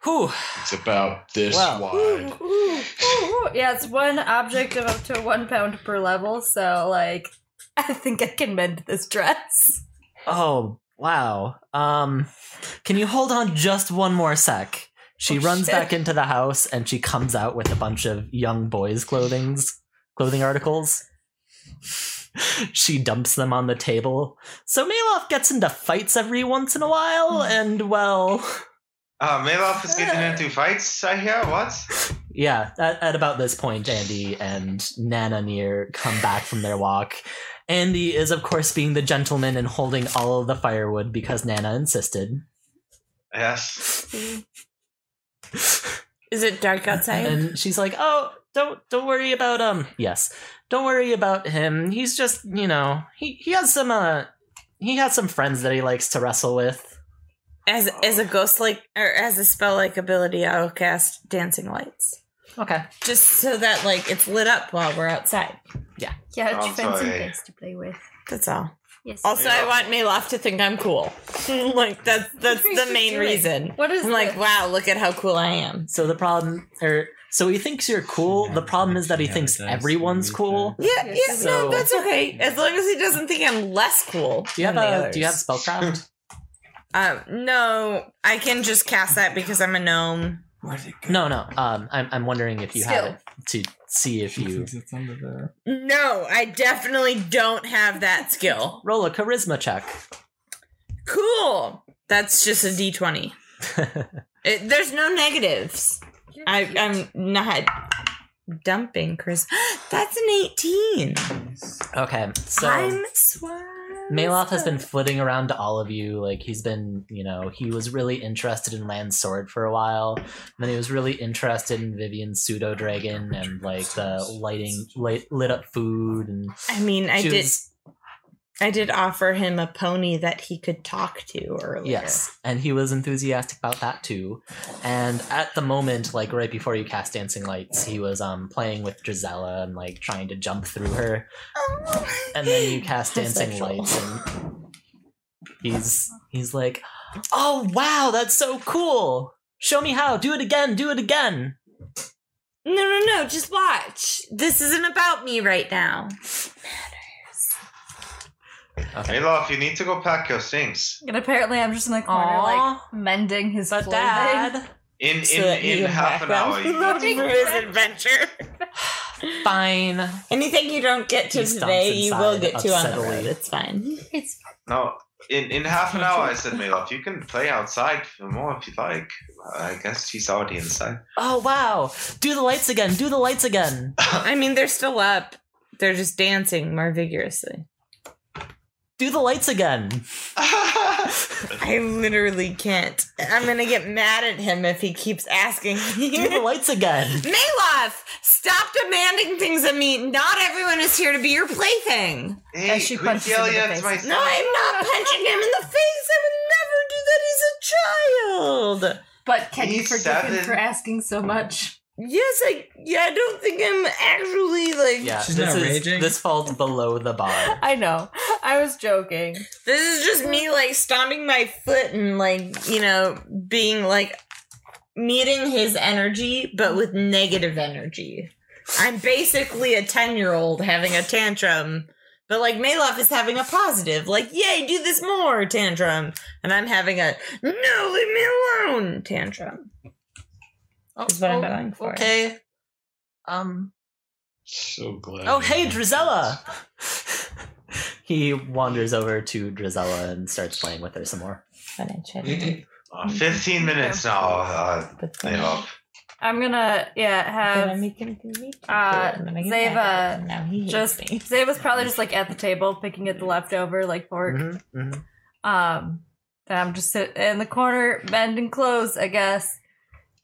Speaker 2: Whew.
Speaker 9: It's about this
Speaker 2: Wow.
Speaker 9: wide.
Speaker 1: Ooh, ooh, ooh. Yeah, it's one object of up to one pound per level. So, like, I think I can mend this dress.
Speaker 2: Oh, wow. Um, can you hold on just one more sec? She
Speaker 1: Oh,
Speaker 2: runs
Speaker 1: shit.
Speaker 2: back into the house and she comes out with a bunch of young boys' clothings, clothing articles. she dumps them on the table. So Maloff gets into fights every once in a while,
Speaker 1: Hmm.
Speaker 2: and well,
Speaker 6: Uh, Maloff is getting into fights. I hear what?
Speaker 2: yeah. At, at about this point, Andy and Nana Near come back from their walk. Andy is, of course, being the gentleman and holding all of the firewood because Nana insisted.
Speaker 6: Yes.
Speaker 3: Is it dark outside?
Speaker 2: and she's like, "Oh, don't don't worry about um yes, don't worry about him. He's just you know he he has some uh he has some friends that he likes to wrestle with.
Speaker 3: as as a ghost like or as a spell like ability, I'll cast dancing lights.
Speaker 2: Okay,
Speaker 3: Just so that like it's lit up while we're outside.
Speaker 1: Yeah,
Speaker 6: Oh,
Speaker 1: it's
Speaker 6: I'm
Speaker 1: fancy
Speaker 6: sorry.
Speaker 1: things to play with.
Speaker 3: That's all.
Speaker 1: Yes.
Speaker 3: Also,
Speaker 6: Yeah.
Speaker 3: I want Maloff to think I'm cool. like that's that's
Speaker 1: What are
Speaker 3: the
Speaker 1: you
Speaker 3: main
Speaker 1: doing?
Speaker 3: reason.
Speaker 1: What is
Speaker 3: I'm like,
Speaker 1: this?
Speaker 3: wow, look at how cool I am.
Speaker 2: so the problem or so he thinks you're cool. The problem is that he thinks everyone's cool.
Speaker 3: Yeah, yeah,
Speaker 2: So-
Speaker 3: no, that's okay. As long as he doesn't think I'm less cool.
Speaker 2: Do you have
Speaker 3: than the
Speaker 2: a,
Speaker 3: others.
Speaker 2: do you have spellcraft?
Speaker 3: Um, no, I can just cast that because I'm a gnome.
Speaker 2: no, no. Um, I'm I'm wondering if you have it to see if you
Speaker 5: It's under there.
Speaker 3: No, I definitely don't have that skill.
Speaker 2: roll a charisma check.
Speaker 3: Cool. That's just a d20. It, there's no negatives. I, I'm not. dumping Chris. That's an 18.
Speaker 2: Okay, so
Speaker 3: I'm swag.
Speaker 2: Maloth has been flitting around to all of you. Like he's been, you know, he was really interested in Land's sword for a while. And then he was really interested in Vivian's pseudo dragon and like the lighting light, lit up food and
Speaker 3: I mean, I
Speaker 2: she
Speaker 3: did
Speaker 2: was-
Speaker 3: I did offer him a pony that he could talk to earlier.
Speaker 2: Yes, and he was enthusiastic about that too. And at the moment, like right before you cast Dancing Lights, he was um playing with Drizella and like trying to jump through her. And then you cast
Speaker 3: How
Speaker 2: Dancing
Speaker 3: sexual.
Speaker 2: Lights, and he's he's like, "Oh wow, that's so cool! Show me how. Do it again. Do it again."
Speaker 3: No, no, no, just watch. This isn't about me right now.
Speaker 6: Hey,
Speaker 2: Okay.
Speaker 6: Love, you need to go pack your things.
Speaker 1: And apparently, I'm just in the corner,
Speaker 3: Aw.
Speaker 1: like mending his
Speaker 2: But
Speaker 1: clothing.
Speaker 2: Dad,
Speaker 6: In in,
Speaker 3: So that you
Speaker 6: in
Speaker 3: can
Speaker 6: half an
Speaker 3: back
Speaker 6: hour.
Speaker 3: off.
Speaker 6: you-
Speaker 3: Love you for his adventure.
Speaker 2: fine.
Speaker 3: Anything you don't get to
Speaker 2: He stomps
Speaker 3: today, you
Speaker 2: inside
Speaker 3: will get to on the
Speaker 2: upsettedly.
Speaker 3: road. It's fine.
Speaker 1: It's
Speaker 6: No, in, in half an hour, I said, Maloff, you can play outside for more if you like. I guess he's already inside.
Speaker 2: Oh wow, do the lights again. Do the lights again.
Speaker 3: I mean, they're still up. They're just dancing more vigorously.
Speaker 2: Do the lights again.
Speaker 3: I literally can't. I'm gonna get mad at him if he keeps asking
Speaker 2: Do the
Speaker 3: me.
Speaker 2: lights again.
Speaker 3: Maloff, stop demanding things of me. Not everyone is here to be your plaything.
Speaker 6: hey,
Speaker 1: she
Speaker 6: quit
Speaker 1: punches him in
Speaker 6: yelling
Speaker 1: the
Speaker 6: at
Speaker 1: face.
Speaker 6: my
Speaker 3: No, I'm not punching him in the face. I would never do that. He's a child.
Speaker 1: but can you
Speaker 6: He's
Speaker 1: forgive
Speaker 6: seven.
Speaker 1: him for asking so much?
Speaker 3: Yes, I. Yeah, I don't think I'm actually like.
Speaker 2: Yeah,
Speaker 4: She's
Speaker 2: this
Speaker 4: not
Speaker 2: is-
Speaker 4: raging?
Speaker 2: This falls below the bar.
Speaker 1: I know. I was joking.
Speaker 3: This is just me like stomping my foot and like, you know, being like meeting his energy, but with negative energy. I'm basically a 10 year old having a tantrum, but like Maloff is having a positive, like, yay, do this more tantrum. And I'm having a no, leave me alone tantrum. Is
Speaker 1: Oh,
Speaker 3: what I'm going for.
Speaker 2: Oh, Okay. Um.
Speaker 9: So glad.
Speaker 2: Oh, hey, Drizella. he wanders over to Drizella and starts playing with her some more.
Speaker 8: But I tried
Speaker 6: Uh, 15 minutes now, uh,
Speaker 8: but then
Speaker 6: Maloff.
Speaker 1: I'm gonna, yeah,
Speaker 8: then I
Speaker 1: have.
Speaker 8: make him do it.
Speaker 1: uh,
Speaker 8: And then I get
Speaker 1: Zeva
Speaker 8: mad at him. Now he hates
Speaker 1: Just
Speaker 8: me.
Speaker 1: Zay was probably just like at the table picking at the leftover like fork.
Speaker 2: Mhm, mhm.
Speaker 1: Um, and I'm just sit in the corner mending clothes, I guess.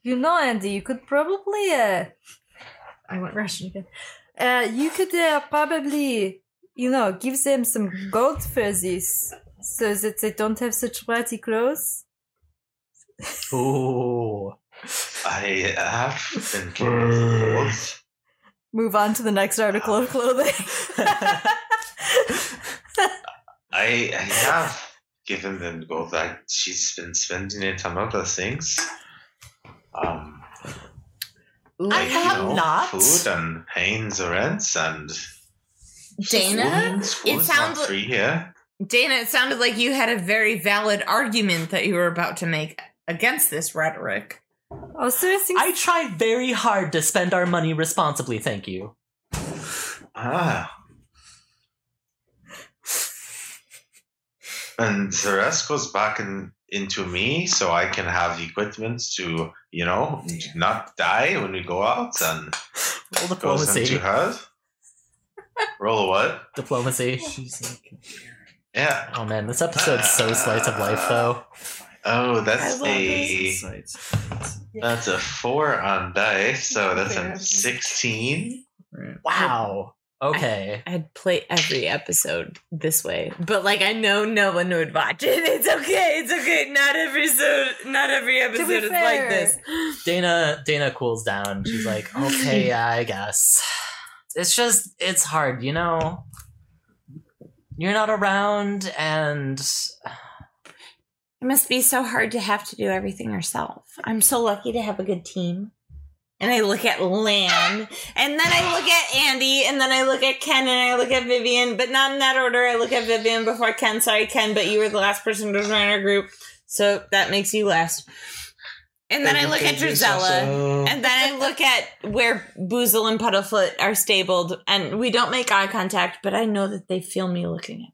Speaker 1: You know, Andy, you could probably. Uh, I went Russian again. Uh, you could uh, probably, you know, give them some gold for this, so that they don't have such ratty clothes.
Speaker 2: Ooh.
Speaker 6: I have been told.
Speaker 1: Move on to the next article of clothing.
Speaker 6: I, I have given them gold. I, she's been spending it on other things. Um,
Speaker 2: I
Speaker 6: like, you
Speaker 2: have
Speaker 6: know,
Speaker 2: not.
Speaker 6: Food and paying the rents and
Speaker 3: Dana?
Speaker 6: school's
Speaker 3: sounds-
Speaker 6: not free here.
Speaker 3: Dana, it sounded like you had a very valid argument that you were about to make against this rhetoric.
Speaker 1: oh, seriously?
Speaker 2: I try very hard to spend our money responsibly. Thank you.
Speaker 6: Ah. And the rest goes back in, into me so I can have equipment to, you know, not die when we go out and
Speaker 2: Roll
Speaker 6: goes into
Speaker 2: diplomacy.
Speaker 6: her. Roll a what?
Speaker 2: Diplomacy.
Speaker 6: Yeah.
Speaker 2: Oh man, this episode's so slice of life though.
Speaker 6: Oh, that's
Speaker 3: love
Speaker 6: a that's a four on dice, so that's a sixteen.
Speaker 2: Wow. Okay.
Speaker 3: I'd play every episode this way, but like I know no one would watch it. It's okay. It's okay. Not every so not every episode is like
Speaker 1: fair.
Speaker 3: this.
Speaker 2: Dana Dana cools down. She's like, okay, yeah, I guess. It's just it's hard, you know. You're not around, and
Speaker 3: It must be so hard to have to do everything yourself. I'm so lucky to have a good team. And I look at Lan, and then I look at Andy, and then I look at Ken, and I look at Vivian, but not in that order. I look at Vivian before Ken. Sorry, Ken, but you were the last person to join our group, so that makes you last. And then I look at Drizella. And then I look at where Boozle and Puddlefoot are stabled, and we don't make eye contact, but I know that they feel me looking at them.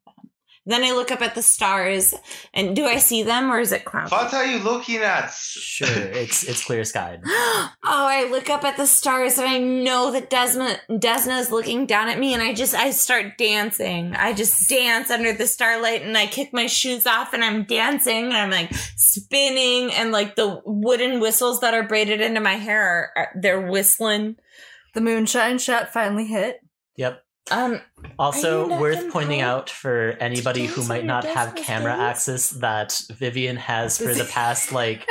Speaker 3: Then I look up at the stars, and do I see them or is it cloudy?
Speaker 6: What are you looking at?
Speaker 2: Sure, it's it's clear skied.
Speaker 3: oh, I look up at the stars and I know that Desma Desna is looking down at me and I just I start dancing. I just dance under the starlight and I kick my shoes off and I'm dancing and I'm like spinning and like the wooden whistles that are braided into my hair are, are they're whistling.
Speaker 1: The moonshine shot finally hit.
Speaker 2: Yep.
Speaker 3: Um Are you
Speaker 2: Also
Speaker 3: not
Speaker 2: worth
Speaker 3: compelled
Speaker 2: pointing out for anybody
Speaker 3: dance
Speaker 2: who
Speaker 3: on
Speaker 2: might
Speaker 3: your
Speaker 2: not have
Speaker 3: desk
Speaker 2: camera
Speaker 3: instead?
Speaker 2: access that Vivian has for the past like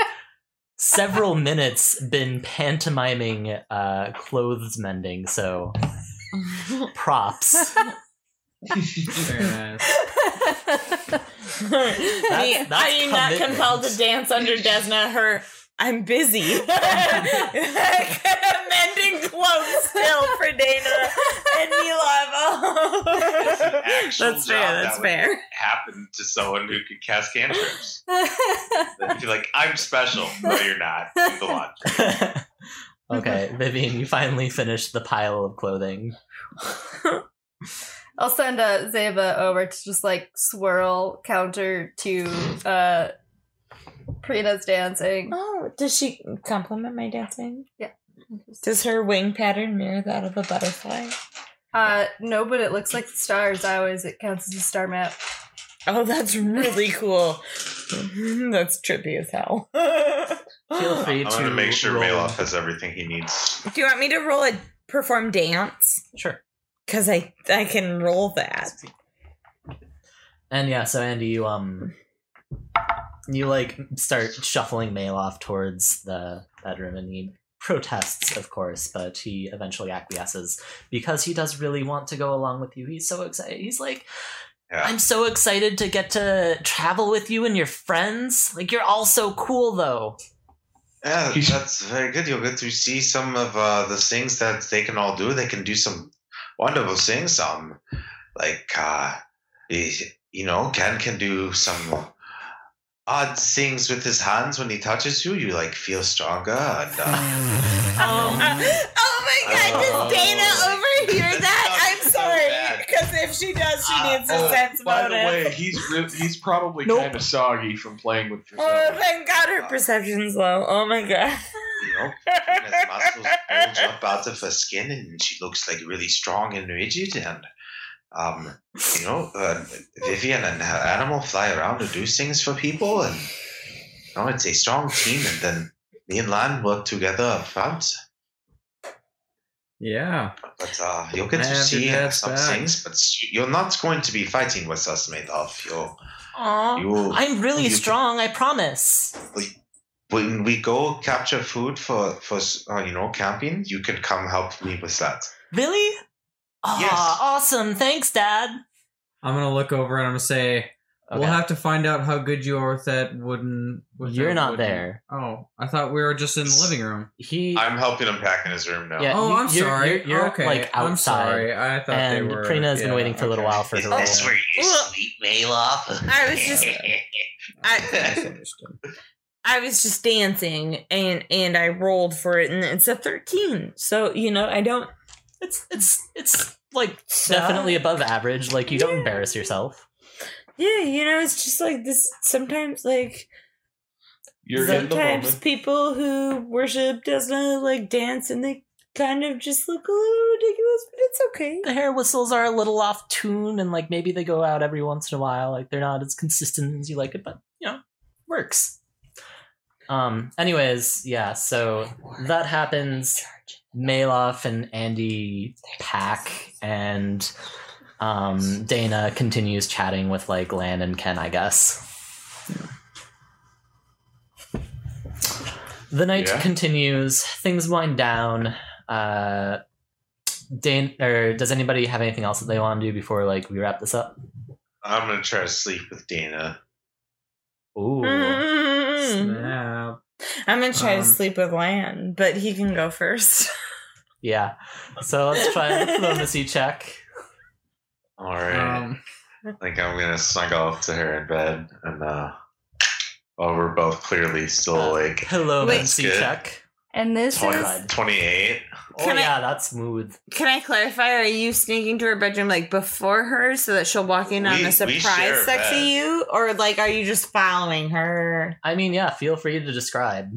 Speaker 2: several minutes been pantomiming uh clothes mending, so props.
Speaker 4: Very nice.
Speaker 3: Me,
Speaker 2: that's
Speaker 3: Are you not
Speaker 2: commitment.
Speaker 3: compelled to dance under Desna? Her, I'm busy. Mending clothes still for Dana and
Speaker 6: It's an
Speaker 3: Milov.
Speaker 6: actual
Speaker 3: That's fair.
Speaker 6: job
Speaker 3: That's
Speaker 6: that would
Speaker 3: fair.
Speaker 6: Happen to someone who could cast cantrips. They'd be like, I'm special. No, you're not. Go on.
Speaker 2: okay, Vivian, you finally finished the pile of clothing.
Speaker 1: I'll send uh, Zeba over to just like swirl counter to uh, Prina's dancing.
Speaker 3: Oh, does she compliment my dancing?
Speaker 1: Yeah.
Speaker 3: Does her wing pattern mirror that of a butterfly?
Speaker 1: Uh, no, but it looks like the stars. I always it counts as a star map.
Speaker 3: Oh, that's really cool. that's trippy as hell.
Speaker 2: Feel free
Speaker 6: I'm going
Speaker 2: to
Speaker 6: to make sure
Speaker 2: roll-
Speaker 6: Maloff has everything he needs.
Speaker 3: Do you want me to roll a perform dance?
Speaker 2: Sure.
Speaker 3: Cause I I can roll that.
Speaker 2: And yeah, so Andy, you um, you like start shuffling mail off towards the bedroom, and he protests, of course, but he eventually acquiesces because he does really want to go along with you. He's so excited. He's like,
Speaker 6: Yeah.
Speaker 2: I'm so excited to get to travel with you and your friends. Like you're all so cool, though.
Speaker 6: Yeah,
Speaker 9: He's-
Speaker 6: that's very good. You'll get to see some of uh, the things that they can all do. They can do some wonderful things. Um, like uh, eh, you know, Ken can do some odd things with his hands when he touches you. You like feel stronger. And, uh,
Speaker 3: Oh, uh, oh my god,
Speaker 6: Oh.
Speaker 3: does Dana overhear that? I'm
Speaker 6: So
Speaker 3: sorry.
Speaker 6: bad.
Speaker 3: Because if she does, she
Speaker 6: Uh,
Speaker 3: needs a
Speaker 6: oh,
Speaker 3: sense
Speaker 9: By the
Speaker 3: bonus.
Speaker 9: way, he's re- he's probably
Speaker 2: Nope.
Speaker 9: kind of soggy from playing with your
Speaker 3: Oh, thank god her perception's low. Oh my god.
Speaker 6: you know, His muscles bulge up out of her skin, and she looks like really strong and rigid. And um, you know, uh, Vivian and her animal fly around to do things for people, and you know, it's a strong team. And then me and Lan work together up front.
Speaker 4: Yeah.
Speaker 6: But uh, you'll get
Speaker 4: I
Speaker 6: to
Speaker 4: have
Speaker 6: see
Speaker 4: your dad's
Speaker 6: some
Speaker 4: back.
Speaker 6: things. But you're not going to be fighting with us, Madoff. You'll
Speaker 3: Aw.
Speaker 2: Um,
Speaker 6: you will
Speaker 2: I'm really
Speaker 6: You can-
Speaker 2: strong. I promise.
Speaker 6: when we go capture food for for uh, you know camping. You can come help me with that.
Speaker 2: Really? Ah,
Speaker 6: Yes.
Speaker 2: awesome. Thanks, Dad.
Speaker 4: I'm gonna look over and I'm gonna say we'll have to find out how good you are with that wooden. With
Speaker 2: You're
Speaker 4: that
Speaker 2: not
Speaker 4: wooden-
Speaker 2: there.
Speaker 4: Oh, I thought we were just in the living room.
Speaker 2: He.
Speaker 6: I'm helping him pack in his room now.
Speaker 2: Yeah,
Speaker 4: oh,
Speaker 2: you-
Speaker 4: I'm
Speaker 2: you're-
Speaker 4: sorry.
Speaker 2: you're- you're,
Speaker 4: okay,
Speaker 2: like,
Speaker 4: I'm
Speaker 2: outside,
Speaker 4: sorry. I thought
Speaker 2: and
Speaker 4: they were.
Speaker 2: Prina has been
Speaker 4: yeah,
Speaker 2: waiting for a little
Speaker 4: okay.
Speaker 2: while for her.
Speaker 6: Is this
Speaker 2: roll.
Speaker 6: where you
Speaker 3: Well,
Speaker 6: sleep, Maloff?
Speaker 3: I was just- I,
Speaker 4: Misunderstood.
Speaker 3: I was just dancing and and I rolled for it and it's a 13. So, you know, I don't
Speaker 2: It's it's it's like
Speaker 3: So-
Speaker 2: definitely above average. Like you don't
Speaker 3: Yeah.
Speaker 2: embarrass yourself.
Speaker 3: Yeah, you know, it's just like this sometimes like
Speaker 9: You're in the
Speaker 3: sometimes
Speaker 9: moment.
Speaker 3: people who worship Desna like dance and they kind of just look a little ridiculous, but it's okay.
Speaker 2: The hair whistles are a little off tune, and like maybe they go out every once in a while. Like they're not as consistent as you like it, but you know, works. Um. Anyways, yeah. So that happens. Maloff and Andy pack, and um, Dana continues chatting with like Lan and Ken, I guess. The night
Speaker 9: Yeah.
Speaker 2: continues. Things wind down. Uh, Dan, or does anybody have anything else that they want to do before like we wrap this up?
Speaker 6: I'm gonna try to sleep with Dana.
Speaker 2: Ooh,
Speaker 3: Mm-hmm.
Speaker 2: Hmm.
Speaker 3: Mm.
Speaker 4: Snap.
Speaker 3: I'm gonna try
Speaker 4: Um,
Speaker 3: to sleep with Lan, but he can go first.
Speaker 2: yeah. So let's try a diplomacy check.
Speaker 6: All right.
Speaker 4: Um,
Speaker 3: Oh.
Speaker 6: I think I'm gonna snuggle up to her in bed, and uh, while we're both clearly still awake,
Speaker 2: Hello,
Speaker 3: Wait.
Speaker 2: MC
Speaker 6: That's good.
Speaker 2: check.
Speaker 1: And this is
Speaker 2: Terrified.
Speaker 6: 28.
Speaker 2: Oh
Speaker 3: Can I-
Speaker 2: yeah, that's smooth.
Speaker 3: Can I clarify? Are you sneaking to her bedroom like before her so that she'll walk in on
Speaker 6: We-
Speaker 3: a
Speaker 6: we
Speaker 3: surprise
Speaker 6: share
Speaker 3: sexy
Speaker 6: that.
Speaker 3: you? Or like are you just following her?
Speaker 2: I mean, yeah. Feel free to describe.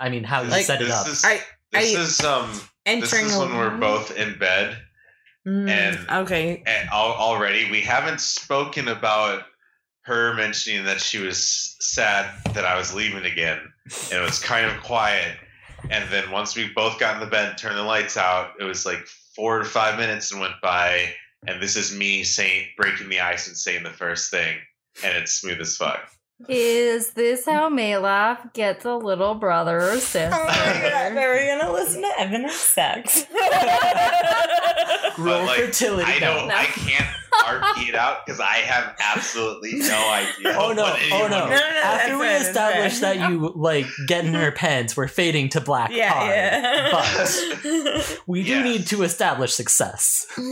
Speaker 2: I mean, how you
Speaker 6: This-
Speaker 2: set it
Speaker 6: this
Speaker 2: up.
Speaker 6: is-
Speaker 3: I-
Speaker 6: this
Speaker 3: I-
Speaker 6: is um. This
Speaker 3: Entering
Speaker 6: is when we're
Speaker 3: alone?
Speaker 6: both in bed,
Speaker 3: Mm,
Speaker 6: and-
Speaker 3: Okay.
Speaker 6: and al- already we haven't spoken about her mentioning that she was sad that I was leaving again, and it was kind of quiet. And then once we both got in the bed, turned the lights out, it was like four to five minutes and went by. And this is me saying, breaking the ice and saying the first thing, and it's smooth as fuck.
Speaker 1: is this how Malaf gets a little brother or
Speaker 3: Oh
Speaker 1: sister?
Speaker 3: my god, are we gonna listen to Evan have sex?
Speaker 2: Roll
Speaker 6: like,
Speaker 2: fertility.
Speaker 6: I don't.
Speaker 2: count.
Speaker 6: I can't RP it out because I have absolutely no idea.
Speaker 2: Oh no!
Speaker 6: what
Speaker 2: Oh
Speaker 6: anyone
Speaker 2: no!
Speaker 6: would
Speaker 3: No, no, no,
Speaker 2: After
Speaker 3: that's
Speaker 2: we
Speaker 3: fair, that's
Speaker 2: establish
Speaker 3: fair.
Speaker 2: that you like get in her pants, we're fading to black hard.
Speaker 3: yeah.
Speaker 2: We do
Speaker 6: Yeah.
Speaker 2: need to establish success.
Speaker 3: But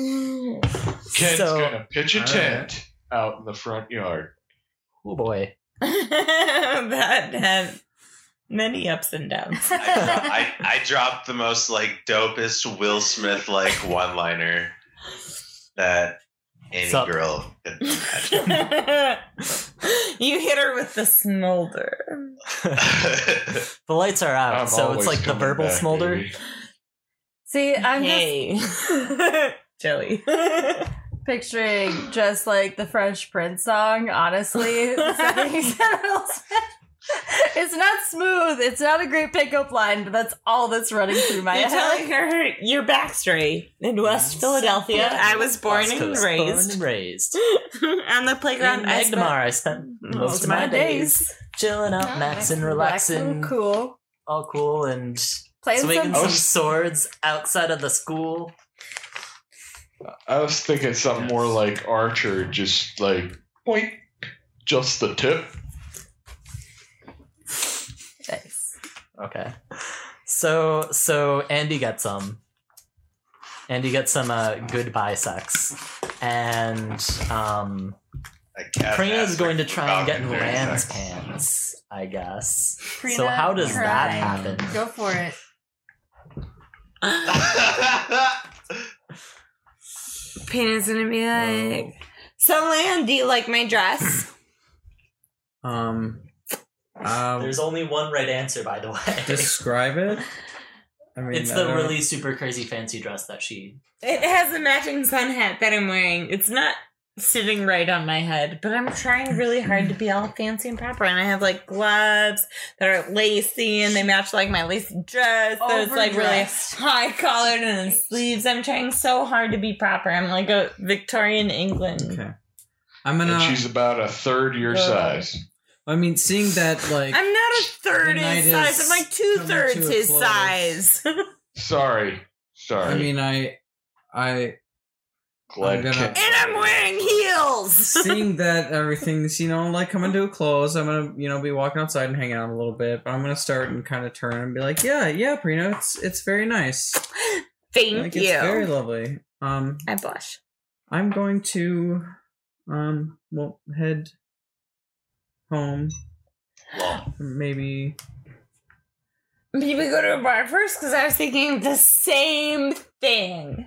Speaker 9: Ken's
Speaker 2: so,
Speaker 9: gonna pitch a
Speaker 4: All
Speaker 9: tent out in the front yard.
Speaker 2: oh boy,
Speaker 3: that had many ups and downs.
Speaker 6: I, dro- I, I dropped the most like dopest Will Smith like one liner that any
Speaker 2: Sup?
Speaker 6: girl could imagine.
Speaker 3: you hit her with the smolder.
Speaker 2: the lights are out,
Speaker 9: I'm
Speaker 2: so it's
Speaker 9: always
Speaker 2: like the
Speaker 9: coming
Speaker 2: verbal
Speaker 9: back,
Speaker 2: smolder.
Speaker 9: baby.
Speaker 1: See, I'm just
Speaker 3: hey. Jelly.
Speaker 1: picturing just like the French Prince song, honestly. The second he said Will Smith. it's not smooth. It's not a great pickup line, but that's all that's running through my
Speaker 3: You're telling
Speaker 1: head.
Speaker 3: her your backstory in West
Speaker 2: Yes.
Speaker 3: Philadelphia. I was born
Speaker 2: West
Speaker 3: and
Speaker 2: Coast, Born
Speaker 3: raised
Speaker 2: and raised.
Speaker 3: on the playground.
Speaker 2: In
Speaker 3: I spent
Speaker 2: Magnemar, I spent most of my days chilling out, maxing, relaxing,
Speaker 1: Cool.
Speaker 2: all cool, and
Speaker 1: Playing
Speaker 2: swinging
Speaker 1: some.
Speaker 9: Oh,
Speaker 2: some swords outside of the school.
Speaker 9: I was thinking something more like Archer, just like point, just the tip.
Speaker 1: Nice.
Speaker 2: Okay. So so Andy gets some. Andy gets some uh, goodbye sex, and um, Prina is going to try
Speaker 9: Oh,
Speaker 2: and get in Land's pants, I guess. so
Speaker 1: Prina,
Speaker 2: how does that
Speaker 1: try.
Speaker 2: happen?
Speaker 1: Go for it.
Speaker 3: Pina's gonna be
Speaker 4: Oh.
Speaker 3: like, so Lan, do you like my dress?
Speaker 4: Um, um
Speaker 2: There's only one right answer, by the way.
Speaker 4: describe it. I mean,
Speaker 2: it's
Speaker 4: I
Speaker 2: the
Speaker 4: don't-
Speaker 2: really super crazy fancy dress that she.
Speaker 3: It has a matching sun hat that I'm wearing. It's not sitting right on my head, but I'm trying really hard to be all fancy and proper. And I have like gloves that are lacy and they match like my lacy dress. So it's like really
Speaker 1: Overdressed.
Speaker 3: high collared and in sleeves. I'm trying so hard to be proper. I'm like a Victorian England.
Speaker 4: Okay. I'm
Speaker 9: And
Speaker 4: gonna.
Speaker 9: she's about a third your
Speaker 4: uh,
Speaker 3: Whoa.
Speaker 9: size.
Speaker 4: I mean, seeing that like
Speaker 3: I'm not a third
Speaker 4: The night
Speaker 3: his
Speaker 4: is
Speaker 3: size. I'm like two
Speaker 4: coming
Speaker 3: thirds
Speaker 4: to a
Speaker 3: his
Speaker 4: close.
Speaker 3: size.
Speaker 9: Sorry,
Speaker 4: I
Speaker 9: sorry.
Speaker 4: mean, I, I
Speaker 9: Glad
Speaker 4: I'm gonna-
Speaker 9: Ken-
Speaker 3: and I'm wearing heels.
Speaker 4: seeing that everything's you know like coming to a close. I'm gonna you know be walking outside and hanging out a little bit, but I'm gonna start and kind of turn and be like, yeah, yeah, Prina, it's it's very nice.
Speaker 3: Thank
Speaker 4: like
Speaker 3: you.
Speaker 4: it's very lovely. Um,
Speaker 3: I blush.
Speaker 4: I'm going to, um, well, head home. Maybe
Speaker 3: Maybe we go to a bar first because I was thinking the same thing.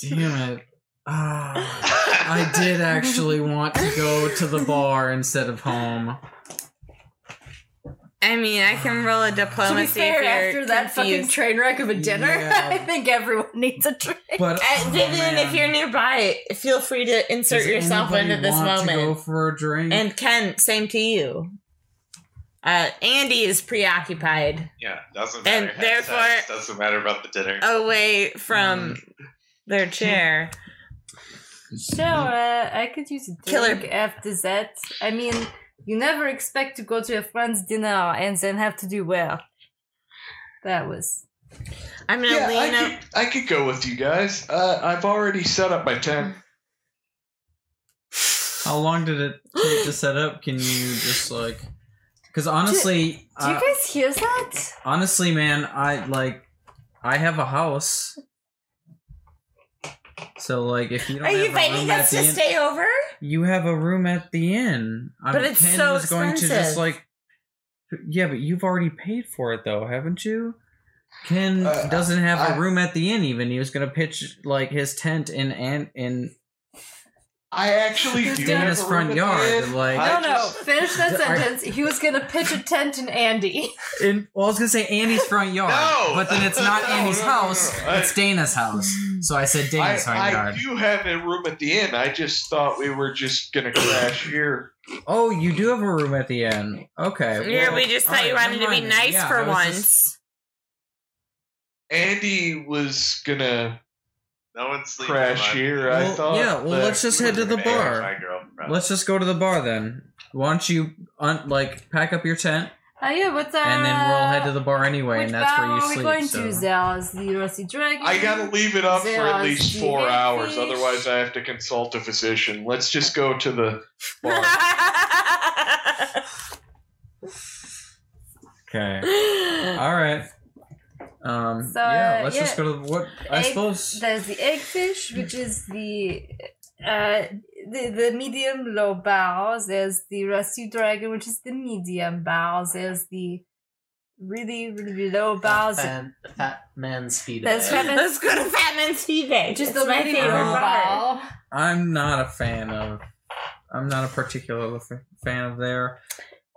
Speaker 4: Damn it. Ah, I did actually want to go to the bar instead of home.
Speaker 3: I mean, I can roll a
Speaker 1: To be
Speaker 3: diplomacy
Speaker 1: fair, after that fucking train wreck of a dinner,
Speaker 4: Yeah.
Speaker 1: I think everyone needs a drink.
Speaker 4: But oh,
Speaker 3: Uh, Vivian,
Speaker 4: man.
Speaker 3: if you're nearby, feel free to insert
Speaker 4: Does
Speaker 3: yourself
Speaker 4: anybody
Speaker 3: into this
Speaker 4: want to go
Speaker 3: moment.
Speaker 4: for a drink.
Speaker 3: And Ken, same to you. Uh, Andy is preoccupied
Speaker 6: Yeah, doesn't
Speaker 3: And
Speaker 6: matter. Have
Speaker 3: therefore-
Speaker 6: sex. doesn't matter about the dinner.
Speaker 3: away Oh, from
Speaker 4: Mm.
Speaker 3: their chair.
Speaker 1: So
Speaker 4: Hmm.
Speaker 1: uh, I could use a drink
Speaker 3: Killer.
Speaker 1: after that. I mean, you never expect to go to a friend's dinner and then have to do well. That was
Speaker 3: I'm gonna
Speaker 9: yeah,
Speaker 3: lean
Speaker 9: I
Speaker 3: up.
Speaker 9: could, I could go with you guys. Uh, I've already set up my tent.
Speaker 4: How long did it take to set up? Can you just like? Because honestly,
Speaker 1: Do
Speaker 4: uh,
Speaker 1: you guys hear that?
Speaker 4: honestly, man, I like, I have a house. So like, if you don't,
Speaker 3: Are
Speaker 4: have
Speaker 3: you
Speaker 4: a room
Speaker 3: inviting
Speaker 4: at
Speaker 3: us
Speaker 4: the
Speaker 3: to
Speaker 4: inn-
Speaker 3: stay over?
Speaker 4: you have a room at the inn. I
Speaker 3: But
Speaker 4: mean,
Speaker 3: it's so
Speaker 4: was going to just
Speaker 3: expensive.
Speaker 4: like Yeah, but you've already paid for it though, haven't you? Ken
Speaker 9: Uh,
Speaker 4: doesn't have a
Speaker 9: I-
Speaker 4: room at the inn. Even he was gonna pitch like his tent in and in
Speaker 9: I actually
Speaker 1: Just
Speaker 9: do
Speaker 1: in
Speaker 9: have
Speaker 4: his
Speaker 9: a room
Speaker 4: front
Speaker 9: at the
Speaker 4: yard,
Speaker 9: inn.
Speaker 4: like-
Speaker 1: No,
Speaker 9: I
Speaker 1: no.
Speaker 9: just-
Speaker 1: Finish that
Speaker 4: I-
Speaker 1: sentence. He was gonna pitch a tent in Andy.
Speaker 13: In, well, I was gonna say Andy's front yard,
Speaker 6: No!
Speaker 13: but then it's not
Speaker 9: No,
Speaker 13: Andy's
Speaker 9: no, no, no,
Speaker 13: house;
Speaker 9: no. I-
Speaker 13: it's Dana's house. So I said Dana's front
Speaker 9: I, I
Speaker 13: yard.
Speaker 9: do have a room at the inn. I just thought we were just gonna crash here.
Speaker 4: Oh, you do have a room at the inn. Okay.
Speaker 3: yeah,
Speaker 4: well,
Speaker 3: we just
Speaker 4: all
Speaker 3: thought you
Speaker 4: right,
Speaker 3: wanted to be
Speaker 4: never mind then.
Speaker 3: nice
Speaker 4: Yeah, I
Speaker 3: for
Speaker 4: was
Speaker 3: once.
Speaker 4: just-
Speaker 9: Andy was gonna
Speaker 6: No one's sleeping.
Speaker 9: crash
Speaker 6: I'm-
Speaker 9: here. I
Speaker 4: Well,
Speaker 9: thought.
Speaker 4: yeah, well,
Speaker 9: that-
Speaker 4: let's just head to the
Speaker 6: Hey,
Speaker 4: bar.
Speaker 6: My girlfriend.
Speaker 4: Let's just go to the bar then. Why don't you un- like pack up your tent
Speaker 1: Oh yeah, what's our?
Speaker 4: and then we'll head to the bar anyway,
Speaker 1: Which
Speaker 4: and that's where
Speaker 1: bow
Speaker 4: you
Speaker 1: are we
Speaker 4: sleep.
Speaker 1: Uh, going
Speaker 4: so.
Speaker 1: to? Zell's the rusty dragon.
Speaker 9: I gotta leave it up for at least
Speaker 1: Zeus,
Speaker 9: four
Speaker 1: Zeus.
Speaker 9: hours. Otherwise, I have to consult a physician. Let's just go to the bar.
Speaker 4: Okay. All right. Um,
Speaker 1: So,
Speaker 4: yeah,
Speaker 1: uh,
Speaker 4: let's
Speaker 1: yeah.
Speaker 4: just go to the, what I
Speaker 1: Egg-
Speaker 4: suppose.
Speaker 1: There's the eggfish, which is the uh the, the medium low bows. There's the rusty dragon, which is the medium bows. There's the really really low bows.
Speaker 2: Fat, fat man's feet.
Speaker 1: There's fat man's-
Speaker 3: Let's go to Fat Man's Tea Day.
Speaker 1: Just
Speaker 3: It's
Speaker 1: the
Speaker 3: my
Speaker 1: really
Speaker 3: favorite
Speaker 1: low
Speaker 3: bar.
Speaker 1: bow.
Speaker 4: I'm not a fan of. I'm not a particular f- fan of there.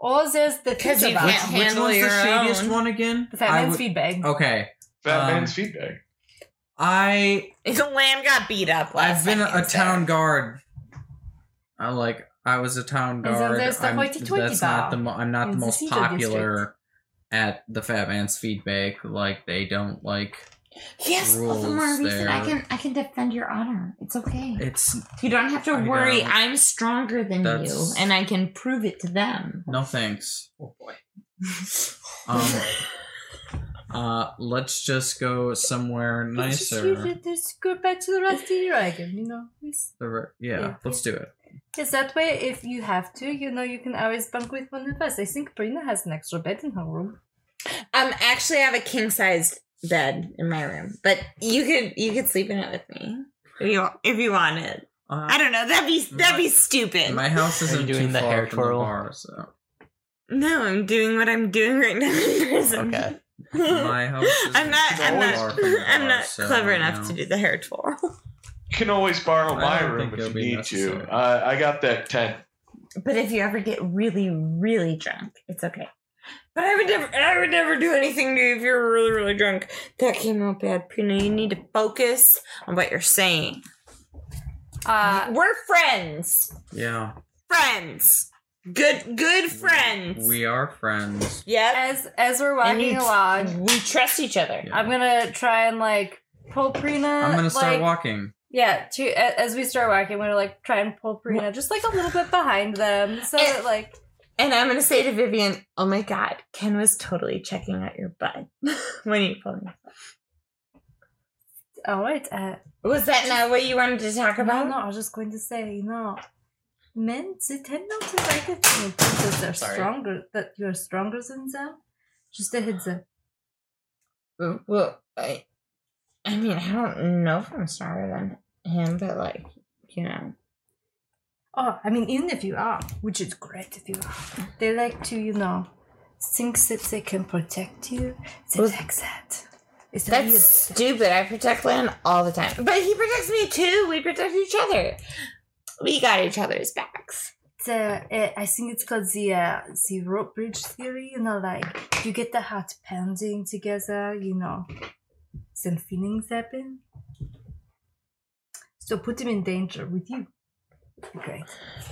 Speaker 1: Or there's the
Speaker 3: Because
Speaker 1: pizza
Speaker 3: you
Speaker 1: bow.
Speaker 3: can't
Speaker 4: Which
Speaker 3: handle
Speaker 4: one's
Speaker 3: your
Speaker 4: the shadiest
Speaker 3: own.
Speaker 4: one again?
Speaker 1: The fat
Speaker 4: I
Speaker 1: man's
Speaker 4: would- oh,
Speaker 1: feedback.
Speaker 4: Okay,
Speaker 9: Fat
Speaker 4: Um,
Speaker 9: man's feedback.
Speaker 4: I
Speaker 3: Lamb got beat up last
Speaker 4: I've been a,
Speaker 3: second, so-
Speaker 4: town guard. I like I was a town
Speaker 1: And so
Speaker 4: guard.
Speaker 1: there's the
Speaker 4: I'm,
Speaker 1: hoity-toity
Speaker 4: that's not
Speaker 1: bar
Speaker 4: the mo- I'm not the
Speaker 1: in the
Speaker 4: most
Speaker 1: Sito
Speaker 4: popular at the Fat Man's feedback. Like they don't like
Speaker 14: Yes, all the
Speaker 4: Rules
Speaker 14: more reason I
Speaker 4: there.
Speaker 14: can I can defend your honor. It's okay.
Speaker 4: it's
Speaker 14: You don't have to
Speaker 4: I
Speaker 14: worry.
Speaker 4: know.
Speaker 14: I'm stronger than you,
Speaker 4: That's-
Speaker 14: and I can prove it to them.
Speaker 4: no thanks. Oh boy. um. Uh, let's just go somewhere
Speaker 1: Let's just leave
Speaker 4: nicer.
Speaker 1: it, Just go back to the rusty dragon. You know. It's-
Speaker 4: The re- yeah,
Speaker 1: Yeah.
Speaker 4: let's do it.
Speaker 1: Is that way, if you have to, you know, you can always bunk with one of us. I think Brina has an extra bed in her room.
Speaker 3: Um, actually, I have a king sized bed in my room, but you could you could sleep in it with me if you if you wanted. I
Speaker 4: Uh,
Speaker 3: don't know. That'd be that'd be stupid.
Speaker 4: my house
Speaker 2: you
Speaker 4: isn't
Speaker 2: doing
Speaker 4: too
Speaker 2: the
Speaker 4: far
Speaker 2: hair
Speaker 4: from the
Speaker 2: twirl?
Speaker 4: bar, so
Speaker 3: no, I'm doing what I'm doing right now in prison.
Speaker 2: Okay.
Speaker 4: my house. Isn't
Speaker 3: I'm not.
Speaker 4: too
Speaker 3: I'm
Speaker 4: far
Speaker 3: not.
Speaker 4: from the
Speaker 3: I'm
Speaker 4: bar,
Speaker 3: not
Speaker 4: so,
Speaker 3: clever
Speaker 4: you
Speaker 3: enough
Speaker 4: know.
Speaker 3: to do the hair twirl.
Speaker 9: You can always borrow
Speaker 4: I
Speaker 9: my
Speaker 4: don't
Speaker 9: room
Speaker 4: think
Speaker 9: if
Speaker 4: it'll
Speaker 9: you
Speaker 4: be
Speaker 9: need
Speaker 4: necessary.
Speaker 9: to. I, I got that tent.
Speaker 3: But if you ever get really, really drunk, it's okay. But I would never, I would never do anything to you if you're really, really drunk. That came out bad, Puna. You need to focus on what you're saying.
Speaker 1: Uh,
Speaker 3: We're friends,
Speaker 4: Yeah,
Speaker 3: friends, good, good friends.
Speaker 4: we are friends.
Speaker 3: yep,
Speaker 1: as as we're
Speaker 3: And
Speaker 1: walking
Speaker 3: you-
Speaker 1: along,
Speaker 3: we trust each other.
Speaker 4: Yeah.
Speaker 1: I'm gonna try and like pull Prina.
Speaker 4: I'm gonna start
Speaker 1: like-
Speaker 4: walking.
Speaker 1: Yeah, to, a- as we start walking, we're gonna like try and pull Prina just like a little bit behind them, so
Speaker 3: Eh.
Speaker 1: that like
Speaker 3: And I'm gonna say to Vivian, "Oh my God, Ken was totally checking out your butt when you pulled me."
Speaker 1: all right. Uh,
Speaker 3: Was that not what you wanted to talk
Speaker 1: no,
Speaker 3: about?
Speaker 1: no, I was just going to say, you know, men they tend not to like it when you think that they're
Speaker 2: Sorry.
Speaker 1: stronger, that you're stronger than them. Just a heads up.
Speaker 3: Uh, Well, I, I mean, I don't know if I'm stronger than him, but like, you know,
Speaker 1: Oh, I mean, even if you are, which is great if you are, they like to, you know, think that they can protect you. They
Speaker 3: Well,
Speaker 1: like that. It's
Speaker 3: that's
Speaker 1: weird.
Speaker 3: stupid. I protect Lynn all the time, but he protects me too. We protect each other. We got each other's backs.
Speaker 1: It's, uh, eh, I think it's called the uh, the rope bridge theory. You know, like you get the heart pounding together. You know, some feelings happen. So put him in danger with you. Great.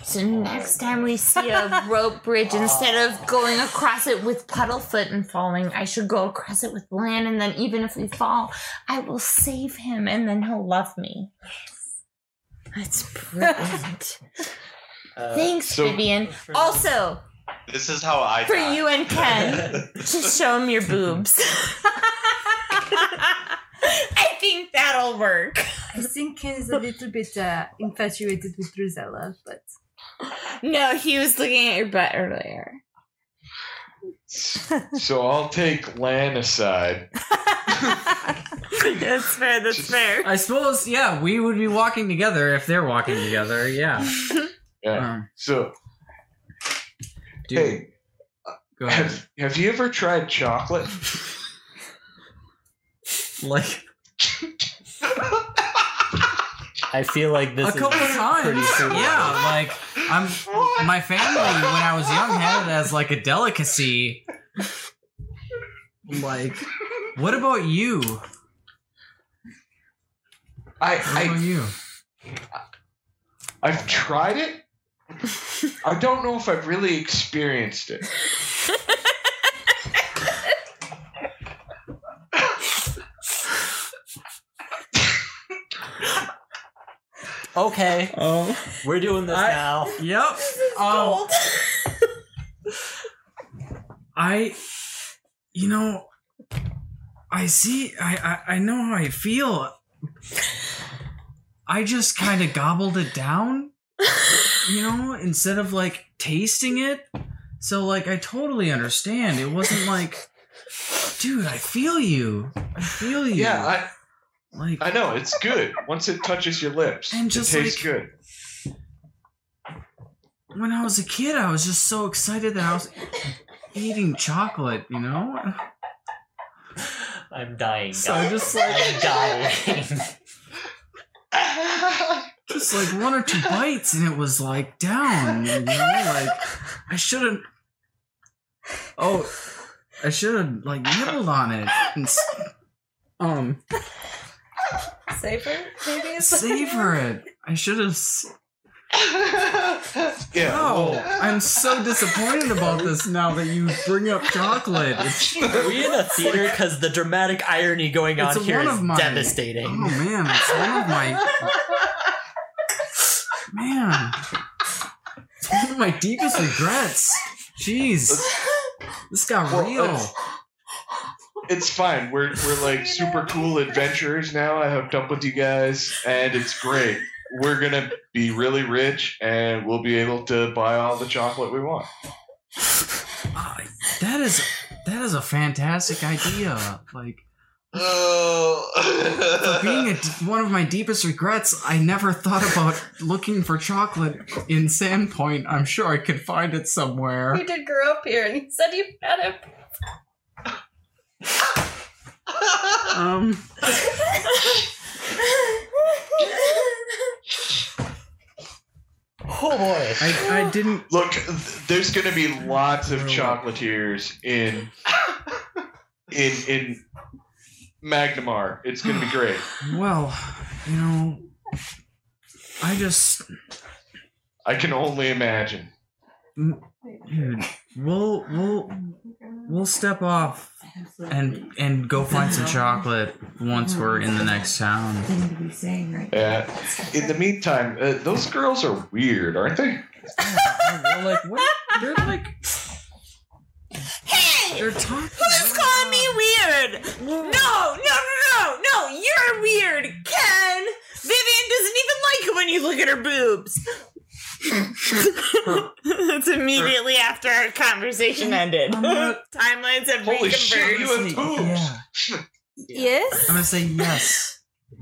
Speaker 14: So next time we see a rope bridge, instead of going across it with Puddlefoot and falling, I should go across it with Lan, and then even if we fall, I will save him, and then he'll love me.
Speaker 3: That's brilliant.
Speaker 2: Uh,
Speaker 14: Thanks,
Speaker 9: So-
Speaker 14: Vivian.
Speaker 3: also,
Speaker 6: This is how I.
Speaker 3: for
Speaker 6: die.
Speaker 3: you and Ken, just show him your boobs. I think that'll work.
Speaker 1: I think Ken is a little bit uh, infatuated with Drusella, but
Speaker 3: No, he was looking at your butt earlier.
Speaker 9: so I'll take Lan aside.
Speaker 3: that's fair. That's fair.
Speaker 4: I suppose, yeah, we would be walking together if they're walking together. Yeah.
Speaker 9: Yeah.
Speaker 4: Um,
Speaker 9: So
Speaker 4: dude,
Speaker 9: hey,
Speaker 4: Go ahead.
Speaker 9: Have, have you ever tried chocolate?
Speaker 4: like
Speaker 2: I feel like this
Speaker 4: a
Speaker 2: is
Speaker 4: couple times.
Speaker 2: pretty soon.
Speaker 4: Yeah, like I'm. My family, when I was young, had it as like a delicacy. Like, what about you? What about
Speaker 9: I,
Speaker 4: you?
Speaker 9: I I've tried it. I don't know if I've really experienced it.
Speaker 2: Okay,
Speaker 4: Oh,
Speaker 2: we're doing this
Speaker 4: I-
Speaker 2: now.
Speaker 4: yep. Oh, I, you know, I see. I I, I know how I feel. I just kind of gobbled it down, you know, instead of like tasting it. So like, I totally understand. It wasn't like, dude, I feel you. I feel you.
Speaker 9: Yeah, I,
Speaker 4: like
Speaker 9: I know it's good once it touches your lips.
Speaker 4: And just
Speaker 9: it tastes
Speaker 4: like-
Speaker 9: good.
Speaker 4: when I was a kid, I was just so excited that I was eating chocolate, you know?
Speaker 2: I'm dying.
Speaker 4: So
Speaker 2: guys.
Speaker 4: I'm just like,
Speaker 2: I'm dying.
Speaker 4: just like one or two bites, and it was like down, you know? Like, I should have. Oh, I should have like nibbled on it. And, s- um,
Speaker 10: Safer, maybe? is what it is.
Speaker 4: savor it. I should have.
Speaker 9: Yeah.
Speaker 4: Oh,
Speaker 9: well,
Speaker 4: I'm so disappointed about this now that you bring up chocolate. It's,
Speaker 2: Are we in a theater? Because the dramatic irony going on
Speaker 4: It's
Speaker 2: here
Speaker 4: one
Speaker 2: is
Speaker 4: of my- oh
Speaker 2: devastating.
Speaker 4: man, it's one of my Man, it's one of my deepest regrets. Jeez, this got
Speaker 9: Well,
Speaker 4: real.
Speaker 9: it's- it's fine. We're we're like super cool adventurers now. I hooked up with you guys, and it's great. We're gonna be really rich, and we'll be able to buy all the chocolate we want.
Speaker 4: Ah, that is that is a fantastic idea. Like
Speaker 6: Oh.
Speaker 4: for being a d one of my deepest regrets, I never thought about looking for chocolate in Sandpoint. I'm sure I could find it
Speaker 10: He
Speaker 4: somewhere.
Speaker 10: did grow up here, and he said you had him.
Speaker 4: Um,
Speaker 2: Oh boy.
Speaker 4: I, I didn't.
Speaker 9: Look, th- there's gonna be lots of chocolatiers in in in Magnamar. It's gonna be great.
Speaker 4: Well, you know, I just
Speaker 9: I can only imagine.
Speaker 4: Dude, Hmm. we'll we'll we'll step off and and go find some chocolate once we're in the next town.
Speaker 9: Uh, in the meantime, uh, those girls are weird, aren't they?
Speaker 4: We're like, what? They're like,
Speaker 3: Hey!
Speaker 4: they're talking.
Speaker 3: Who's calling me weird? No, no, no, no, no, you're weird, Ken! Vivian doesn't even like it when you look at her boobs. That's immediately after our conversation ended.
Speaker 4: I'm not-
Speaker 3: Timelines have
Speaker 9: Holy shit,
Speaker 3: reconverged.
Speaker 9: you have boobs.
Speaker 4: Yeah,
Speaker 1: Yes.
Speaker 4: I'm gonna say yes.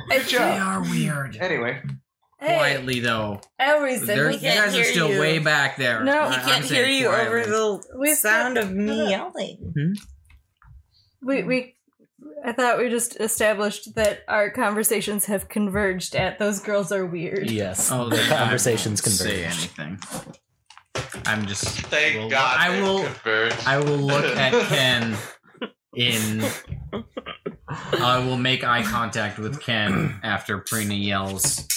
Speaker 9: Good
Speaker 4: They
Speaker 9: job.
Speaker 4: are weird.
Speaker 9: Anyway,
Speaker 1: Hey,
Speaker 4: Quietly though,
Speaker 1: I always said
Speaker 4: They're-
Speaker 1: we
Speaker 4: you
Speaker 1: can't-
Speaker 4: guys are
Speaker 3: hear
Speaker 4: still
Speaker 3: you.
Speaker 4: way back there.
Speaker 1: No,
Speaker 4: I-
Speaker 3: He
Speaker 4: I'm
Speaker 3: can't hear
Speaker 4: saying
Speaker 3: you over
Speaker 4: quietly.
Speaker 3: the
Speaker 1: We've
Speaker 3: sound of me
Speaker 1: Shut
Speaker 3: yelling.
Speaker 1: we we. I thought we just established that our conversations have converged at those girls are weird.
Speaker 2: Yes.
Speaker 4: Oh,
Speaker 2: the
Speaker 4: then I
Speaker 2: conversations
Speaker 4: won't Say
Speaker 2: converge.
Speaker 4: anything. I'm just.
Speaker 6: Thank
Speaker 4: Well,
Speaker 6: God.
Speaker 4: I
Speaker 6: they
Speaker 4: will-
Speaker 6: converged.
Speaker 4: I will look at Ken in. I will make eye contact with Ken after Prina yells,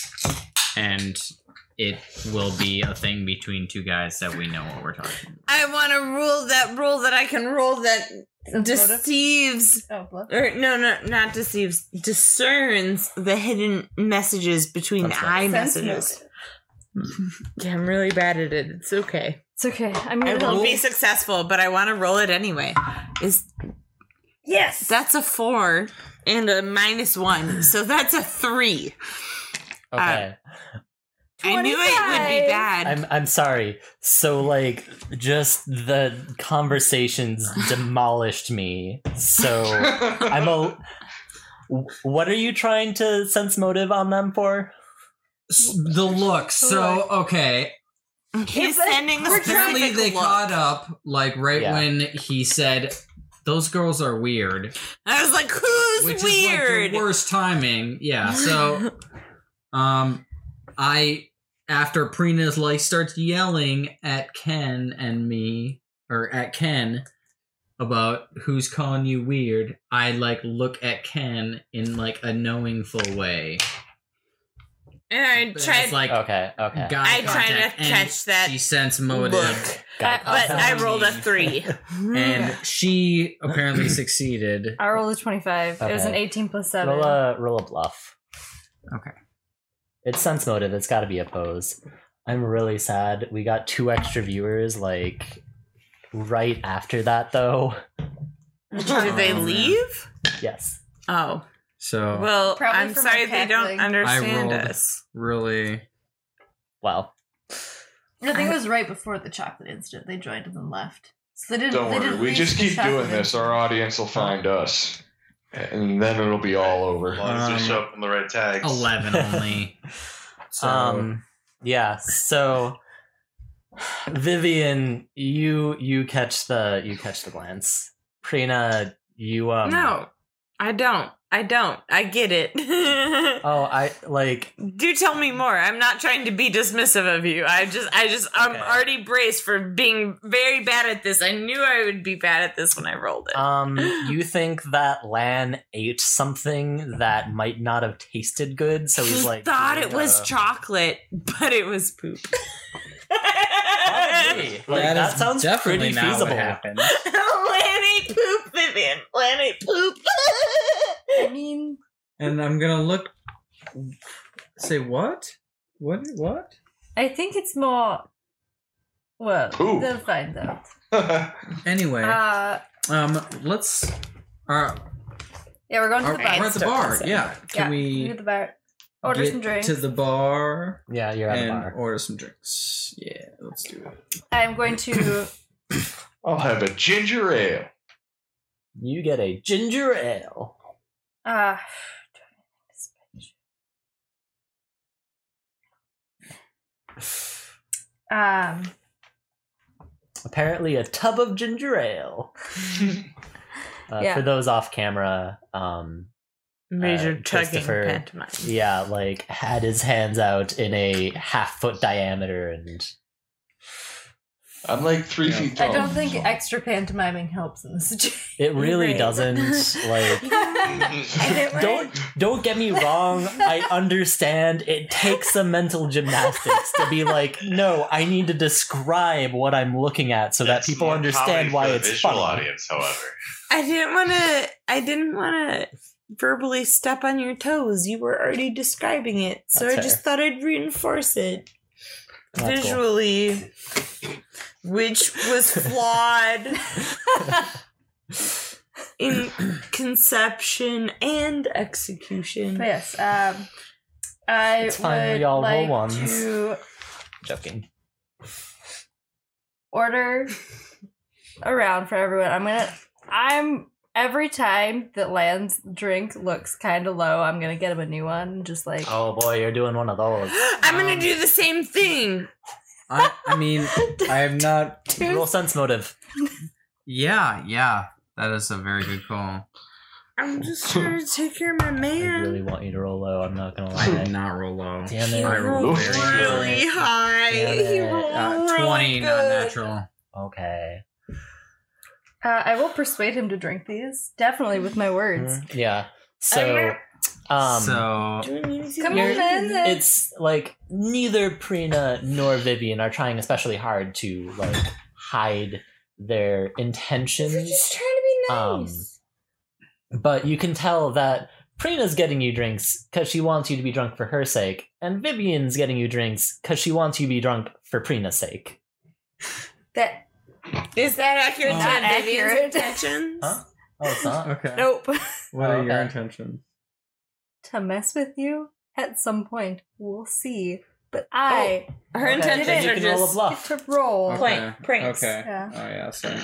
Speaker 4: and it will be a thing between two guys that we know what we're talking.
Speaker 3: I want to rule that rule that I can roll that deceives
Speaker 1: Oh, bluff.
Speaker 3: or no no not deceives discerns the hidden messages between
Speaker 2: That's right.
Speaker 3: eye
Speaker 1: Sense
Speaker 3: messages. yeah, I'm really bad at it. It's okay.
Speaker 1: It's okay. I'm
Speaker 3: I
Speaker 1: gonna help
Speaker 3: won't be
Speaker 1: you.
Speaker 3: successful, but I want to roll it anyway. Is
Speaker 1: Yes.
Speaker 3: that's a four and a minus one, so that's a three.
Speaker 4: Oh,
Speaker 3: Uh,
Speaker 2: Okay.
Speaker 3: I knew it would
Speaker 1: 25.
Speaker 3: be bad.
Speaker 2: I'm I'm sorry. So like just the conversations demolished me. So I'm a what are you trying to sense motive on them for?
Speaker 4: The look. So okay,
Speaker 3: He's
Speaker 1: like-
Speaker 3: sending a
Speaker 1: we're trying-
Speaker 4: Apparently,
Speaker 3: specific
Speaker 4: they
Speaker 3: look.
Speaker 4: caught up like right
Speaker 2: Yeah.
Speaker 4: when he said, "Those girls are weird,"
Speaker 3: I was like, who's
Speaker 4: which is like
Speaker 3: weird?
Speaker 4: the worst timing. Yeah. So, um, I after Prina's like starts yelling at Ken and me or at Ken about who's calling you weird, I like look at Ken in like a knowingful way.
Speaker 3: and I
Speaker 4: But
Speaker 3: tried,
Speaker 4: it's like
Speaker 2: Okay, okay.
Speaker 4: guy
Speaker 3: I tried to
Speaker 4: contact, and
Speaker 3: catch that
Speaker 4: She sense motive.
Speaker 3: look, Mm.
Speaker 2: Got
Speaker 3: but I
Speaker 4: contact.
Speaker 3: rolled a three.
Speaker 4: and she apparently succeeded.
Speaker 1: I rolled a 25. It was an
Speaker 2: Okay.
Speaker 1: 18 plus
Speaker 2: it.
Speaker 1: 7.
Speaker 2: roll
Speaker 4: uh,
Speaker 2: a roll a bluff.
Speaker 4: Okay.
Speaker 2: It's sense motive. It's got to be opposed. I'm really sad. We got two extra viewers like right after that, though.
Speaker 3: Did
Speaker 2: Oh,
Speaker 3: they leave?
Speaker 2: Yes.
Speaker 3: Oh.
Speaker 4: So
Speaker 3: Well,
Speaker 1: Probably
Speaker 3: I'm
Speaker 1: for my
Speaker 3: sorry they don't
Speaker 1: Catholic.
Speaker 3: understand
Speaker 4: I rolled.
Speaker 3: us.
Speaker 4: really,
Speaker 2: Wow.
Speaker 1: I think it was right before the chocolate incident. They joined and then left. So they didn't.
Speaker 9: Don't
Speaker 1: they
Speaker 9: worry,
Speaker 1: didn't
Speaker 9: we
Speaker 1: reach
Speaker 9: just
Speaker 1: the
Speaker 9: keep doing
Speaker 1: chocolate
Speaker 9: this. Our audience will find us, and then it'll be all over.
Speaker 6: As long as
Speaker 4: Um,
Speaker 6: they show up in the right tags.
Speaker 4: eleven only. So
Speaker 2: Um. Yeah. So, Vivian, you you catch the you catch the glance. Prina, you um.
Speaker 3: no, I don't. I don't. I get it.
Speaker 2: Oh, I like
Speaker 3: Do tell me more. I'm not trying to be dismissive of you. I just, I just, I'm
Speaker 2: Okay.
Speaker 3: already braced for being very bad at this. I knew I would be bad at this when I rolled it.
Speaker 2: um. You think that Lan ate something that might not have tasted good, so
Speaker 3: he
Speaker 2: he's like
Speaker 3: thought
Speaker 2: doing
Speaker 3: it was
Speaker 2: the-
Speaker 3: chocolate, but it was poop.
Speaker 2: Probably. Like, that,
Speaker 4: That is
Speaker 2: sounds
Speaker 4: definitely
Speaker 2: pretty
Speaker 4: not what
Speaker 2: feasible.
Speaker 4: happened.
Speaker 3: Lanny poop, Vivian. Lanny poop.
Speaker 1: I mean,
Speaker 4: and I'm gonna look. Say what? What? What?
Speaker 1: I think it's more. Well,
Speaker 9: Poop.
Speaker 1: they'll find out.
Speaker 4: Anyway,
Speaker 1: Uh,
Speaker 4: um, let's. Uh,
Speaker 1: yeah, we're going to
Speaker 4: are,
Speaker 1: the
Speaker 4: we're
Speaker 1: bar.
Speaker 4: at the bar. Yeah.
Speaker 1: Yeah,
Speaker 4: Can we
Speaker 1: we're at the bar. Order
Speaker 4: get
Speaker 1: some drinks.
Speaker 4: to the bar
Speaker 2: Yeah, you're at a
Speaker 4: and
Speaker 2: bar.
Speaker 4: order some drinks? Yeah, let's do it.
Speaker 1: I'm going to.
Speaker 9: I'll have a ginger ale.
Speaker 2: You get a ginger ale.
Speaker 1: Uh, um,
Speaker 2: Apparently, a tub of ginger ale. Uh,
Speaker 1: Yeah.
Speaker 2: For those off camera, um,
Speaker 3: Major
Speaker 2: Uh,
Speaker 3: chugging
Speaker 2: Christopher-
Speaker 3: pantomime.
Speaker 2: yeah, like had his hands out in a half foot diameter and
Speaker 9: I'm like three
Speaker 5: Yeah.
Speaker 9: feet
Speaker 1: I
Speaker 9: tall.
Speaker 2: Oh.
Speaker 1: don't think extra pantomiming helps in this situation.
Speaker 2: it really
Speaker 1: Right.
Speaker 2: doesn't like
Speaker 1: I didn't really-
Speaker 2: don't don't get me wrong, I understand it takes some mental gymnastics to be like, no, I need to describe what I'm looking at so that
Speaker 6: It's
Speaker 2: people
Speaker 6: more
Speaker 2: understand
Speaker 6: comedy
Speaker 2: why
Speaker 6: for the
Speaker 2: it's
Speaker 6: visual
Speaker 2: funny.
Speaker 6: audience, however.
Speaker 3: I didn't want to. I didn't want to verbally step on your toes. You were already describing it, so
Speaker 2: That's
Speaker 3: I just thought I'd reinforce it
Speaker 2: That's cool.
Speaker 3: visually, which was flawed in conception and
Speaker 1: But
Speaker 3: execution.
Speaker 1: yes, um, I
Speaker 2: It's fine,
Speaker 1: would
Speaker 2: we all roll
Speaker 1: like
Speaker 2: ones.
Speaker 1: to
Speaker 2: Joking.
Speaker 1: order around for everyone. I'm gonna. I'm every time that Land's drink looks kind of low, I'm gonna get him a new one. Just like
Speaker 2: Oh boy, you're doing one of those.
Speaker 3: I'm gonna
Speaker 4: Um,
Speaker 3: do the same thing.
Speaker 4: I, I mean, I am not.
Speaker 2: Roll sense motive.
Speaker 4: Yeah, yeah. That is a very good call.
Speaker 3: I'm just trying to take care of my
Speaker 2: I
Speaker 3: man.
Speaker 2: really want you to roll low, I'm not gonna
Speaker 4: I did
Speaker 2: lie.
Speaker 4: not roll low.
Speaker 2: Damn
Speaker 3: he
Speaker 2: it.
Speaker 4: I
Speaker 3: rolled
Speaker 4: rolled
Speaker 9: very
Speaker 3: really
Speaker 2: good.
Speaker 3: high.
Speaker 2: Damn
Speaker 3: He
Speaker 2: it.
Speaker 3: rolled
Speaker 4: Uh,
Speaker 3: really
Speaker 4: Twenty, not
Speaker 3: good.
Speaker 4: natural.
Speaker 2: Okay.
Speaker 1: uh, I will persuade him to drink these. Definitely with my words.
Speaker 2: Mm, Yeah. So um
Speaker 4: so
Speaker 3: Do we need to see
Speaker 1: Come
Speaker 3: the
Speaker 1: on,
Speaker 2: you're-
Speaker 1: man.
Speaker 2: it's like neither Prina nor Vivian are trying especially hard to like hide their
Speaker 3: We're
Speaker 2: intentions,
Speaker 3: just
Speaker 2: um,
Speaker 3: trying to be nice.
Speaker 2: but you can tell that Prina's getting you drinks because she wants you to be drunk for her sake, and Vivian's getting you drinks because she wants you to be drunk for Prina's sake.
Speaker 1: that
Speaker 3: Is that accurate
Speaker 4: Uh,
Speaker 3: to
Speaker 1: Not
Speaker 3: Vivian's
Speaker 1: accurate.
Speaker 3: intentions?
Speaker 2: Huh? Oh, it's not.
Speaker 4: okay.
Speaker 1: nope.
Speaker 4: What
Speaker 2: are your
Speaker 4: intentions?
Speaker 1: to mess with you at some point. We'll see. But I
Speaker 3: Her
Speaker 2: Okay, then
Speaker 3: intentions
Speaker 2: you
Speaker 3: are
Speaker 2: can roll a
Speaker 1: get
Speaker 3: just
Speaker 2: bluff.
Speaker 1: to roll.
Speaker 4: Okay.
Speaker 3: prank, pranks.
Speaker 4: Okay.
Speaker 1: Yeah.
Speaker 4: Oh yeah. Sorry.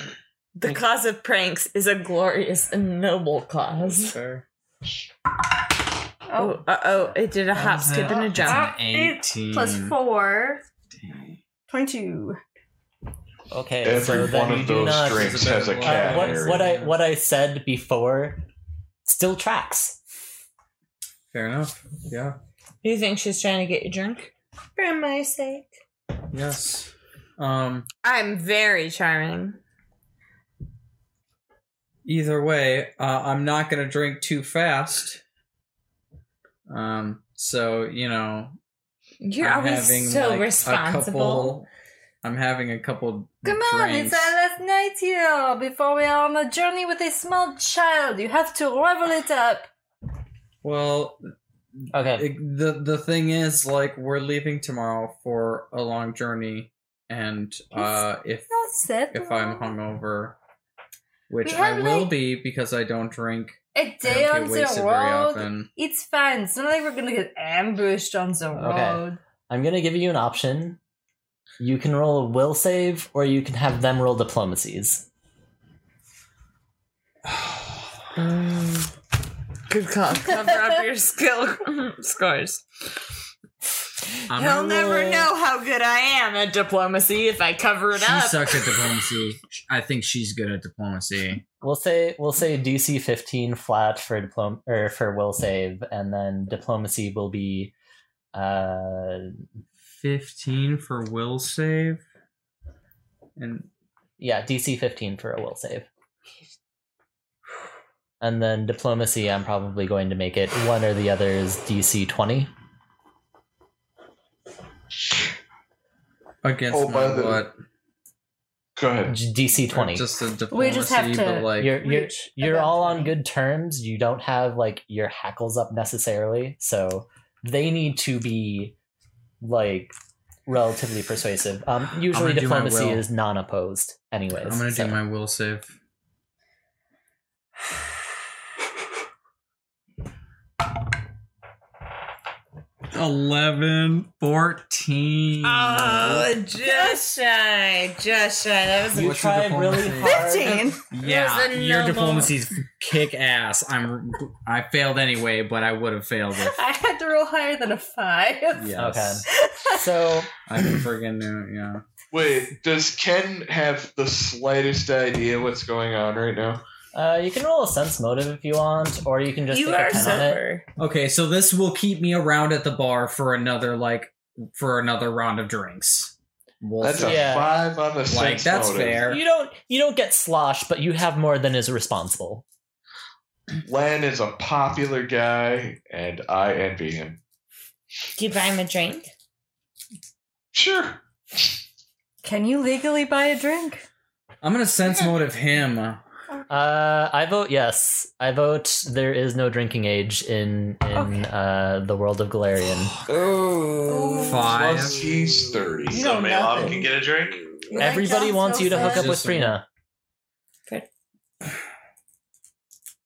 Speaker 3: The cause of pranks is a glorious and noble cause.
Speaker 4: Fair.
Speaker 1: Oh,
Speaker 8: Uh-huh. Ah.
Speaker 1: Ah,
Speaker 3: uh oh, it did a hop, skip, and a jump.
Speaker 1: Eighteen plus four.
Speaker 15: 22.
Speaker 2: Okay,
Speaker 9: Every
Speaker 2: so then
Speaker 9: one
Speaker 2: you
Speaker 9: of
Speaker 2: do
Speaker 9: those
Speaker 2: not-
Speaker 9: drinks has a
Speaker 2: Uh,
Speaker 9: cat
Speaker 2: what,
Speaker 9: area.
Speaker 2: what I what I said before still tracks.
Speaker 5: Fair enough. Yeah.
Speaker 3: You think she's trying to get you drunk?
Speaker 8: For my sake.
Speaker 5: Yes. Um.
Speaker 3: I'm very charming.
Speaker 5: Either way, uh, I'm not gonna drink too fast. Um. So you know,
Speaker 8: You're
Speaker 5: I'm having
Speaker 8: always so
Speaker 5: like, A
Speaker 8: responsible.
Speaker 5: couple, I'm having a couple.
Speaker 1: Come on, it's
Speaker 5: drinks.
Speaker 1: our last night here. Before we are on a journey with a small child, you have to revel it up.
Speaker 5: Well,
Speaker 2: Okay,
Speaker 5: it, the the thing is, like, we're leaving tomorrow for a long journey, and uh, if
Speaker 1: That's it.
Speaker 5: if I'm hungover, which
Speaker 1: We
Speaker 5: I
Speaker 1: have,
Speaker 5: will
Speaker 1: like-
Speaker 5: be because I don't drink.
Speaker 1: A
Speaker 5: I
Speaker 1: day
Speaker 5: don't
Speaker 1: on
Speaker 5: get wasted
Speaker 1: the
Speaker 5: very
Speaker 1: road.
Speaker 5: often.
Speaker 1: It's fine. It's not like we're gonna get ambushed on the road.
Speaker 2: I'm gonna give you an option. You can roll a will save, or you can have them roll diplomacies.
Speaker 3: Good call. Cover up your skill scores.
Speaker 4: I'm
Speaker 3: He'll
Speaker 4: gonna
Speaker 3: never
Speaker 4: roll-
Speaker 3: know how good I am at diplomacy if I cover it
Speaker 4: She
Speaker 3: up.
Speaker 4: sucks at diplomacy. I think she's good at diplomacy.
Speaker 2: We'll say we'll say DC 15 flat for diplom or for will save, and then diplomacy will be uh
Speaker 5: 15 for will save. And
Speaker 2: yeah DC 15 for a will save. And then diplomacy, I'm probably going to make it one or the other is DC 20.
Speaker 5: against
Speaker 9: Oh, by
Speaker 5: my
Speaker 9: the-
Speaker 5: what?
Speaker 9: Go ahead.
Speaker 2: DC 20.
Speaker 5: Just a diplomacy,
Speaker 1: We just have to-
Speaker 5: but like
Speaker 2: you're you're,
Speaker 1: reach
Speaker 2: you're
Speaker 1: about
Speaker 2: all on
Speaker 1: 20.
Speaker 2: good terms. You don't have like your hackles up necessarily, so they need to be like relatively persuasive. Um, usually
Speaker 4: gonna do my
Speaker 2: diplomacy
Speaker 4: will.
Speaker 2: is non-opposed, anyways.
Speaker 5: I'm gonna
Speaker 2: so-
Speaker 5: do my will save. Eleven, fourteen.
Speaker 3: Oh, just shy, just shy. That was
Speaker 2: You
Speaker 5: What's your
Speaker 2: tried really
Speaker 5: diplomacy?
Speaker 2: hard.
Speaker 15: 15.
Speaker 4: Yeah,
Speaker 3: There's a
Speaker 4: your
Speaker 3: noble-
Speaker 4: diplomacy's kick ass. I'm I failed anyway, but I would have failed if
Speaker 1: I had to roll higher than a five.
Speaker 5: Yes.
Speaker 2: So
Speaker 5: I friggin' knew. Yeah.
Speaker 9: Wait, does Ken have the slightest idea what's going on right now?
Speaker 2: uh, you can roll a sense motive if you want, or you can just
Speaker 3: you
Speaker 2: stick a
Speaker 3: are
Speaker 2: pen on it.
Speaker 3: sober.
Speaker 5: Okay, so this will keep me around at the bar for another like for another round of drinks. We'll
Speaker 9: That's
Speaker 5: see.
Speaker 9: a
Speaker 2: Yeah.
Speaker 9: five on the
Speaker 5: like
Speaker 9: sense
Speaker 5: that's
Speaker 9: motive.
Speaker 5: fair.
Speaker 2: You don't you don't get sloshed, but you have more than is responsible.
Speaker 9: Len is a popular guy, and I envy him.
Speaker 8: Do you buy him a drink?
Speaker 9: Sure.
Speaker 1: Can you legally buy a drink?
Speaker 5: I'm gonna sense motive him.
Speaker 2: Uh, I vote yes. I vote there is no drinking age in in uh, the world of Galarian.
Speaker 4: five.
Speaker 9: Plus he's thirty.
Speaker 6: So Malov can get a drink.
Speaker 2: Everybody wants you to hook up with
Speaker 5: Just-
Speaker 2: Frina.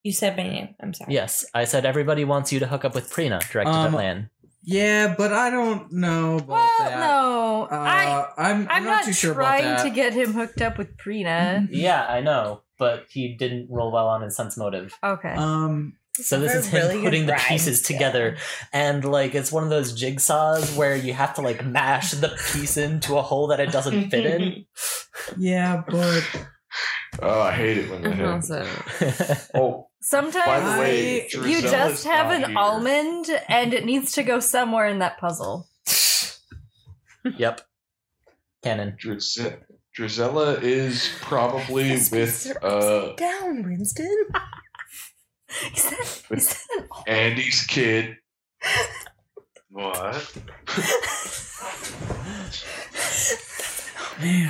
Speaker 8: You said my name. I'm sorry.
Speaker 2: Yes, I said everybody wants you to hook up with Prina, directed
Speaker 5: Um,
Speaker 2: at Lan.
Speaker 5: Yeah, but I don't know about
Speaker 1: Well,
Speaker 5: that.
Speaker 1: no.
Speaker 5: Uh,
Speaker 1: I,
Speaker 5: I'm,
Speaker 1: I'm
Speaker 5: not, too sure about
Speaker 1: trying
Speaker 5: that.
Speaker 1: to get him hooked up with Prina.
Speaker 2: Yeah, I know, but he didn't roll well on his sense motive.
Speaker 1: Okay.
Speaker 4: Uh,
Speaker 5: um,
Speaker 2: So this is him
Speaker 8: Really good
Speaker 2: putting the
Speaker 8: rhyme.
Speaker 2: pieces together, and like it's one of those jigsaws where you have to like mash the piece into a hole that it doesn't fit in.
Speaker 5: yeah, but
Speaker 9: Oh, I hate it when
Speaker 3: Uh-huh.
Speaker 9: that happens. Oh, by
Speaker 1: Sometimes
Speaker 9: the way,
Speaker 1: Mm-hmm. you
Speaker 9: Drizella's
Speaker 1: just have
Speaker 9: not
Speaker 1: an
Speaker 9: here.
Speaker 1: almond and it needs to go somewhere in that puzzle.
Speaker 2: yep, canon.
Speaker 9: Drize- Drizella is probably with uh,
Speaker 8: Down, Winston.
Speaker 1: Is that, is that an almond?
Speaker 9: Andy's kid.
Speaker 6: What?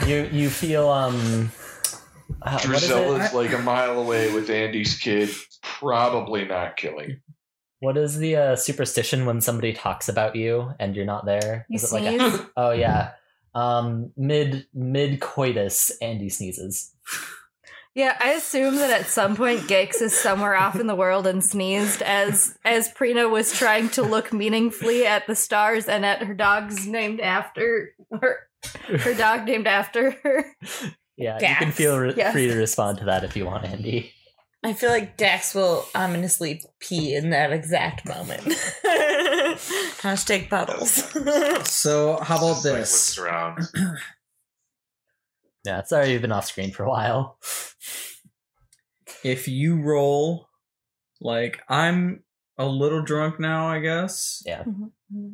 Speaker 2: You you feel um. Uh, what is it?
Speaker 9: Drizella's like a mile away with Andy's kid. Probably not killing.
Speaker 2: What is the uh, superstition when somebody talks about you and you're not there?
Speaker 1: You
Speaker 2: Is it like
Speaker 1: sneeze?
Speaker 2: a, oh yeah, um, mid mid coitus Andy sneezes.
Speaker 1: Yeah, I assume that at some point Gex is somewhere off in the world and sneezed as as Prina was trying to look meaningfully at the stars and at her dogs named after her her dog named after her.
Speaker 2: Yeah, you can
Speaker 3: Dax.
Speaker 2: feel re-
Speaker 1: Yes.
Speaker 2: free to respond to that if you want, Andy.
Speaker 3: um, I feel like Dax will ominously pee in that exact moment. Hashtag puddles.
Speaker 5: So how about
Speaker 6: Just, like,
Speaker 5: this?
Speaker 6: looks around.
Speaker 2: Yeah, sorry you've been off screen for a while.
Speaker 5: if you roll like i'm a little drunk now i guess
Speaker 2: Yeah.
Speaker 5: mm-hmm,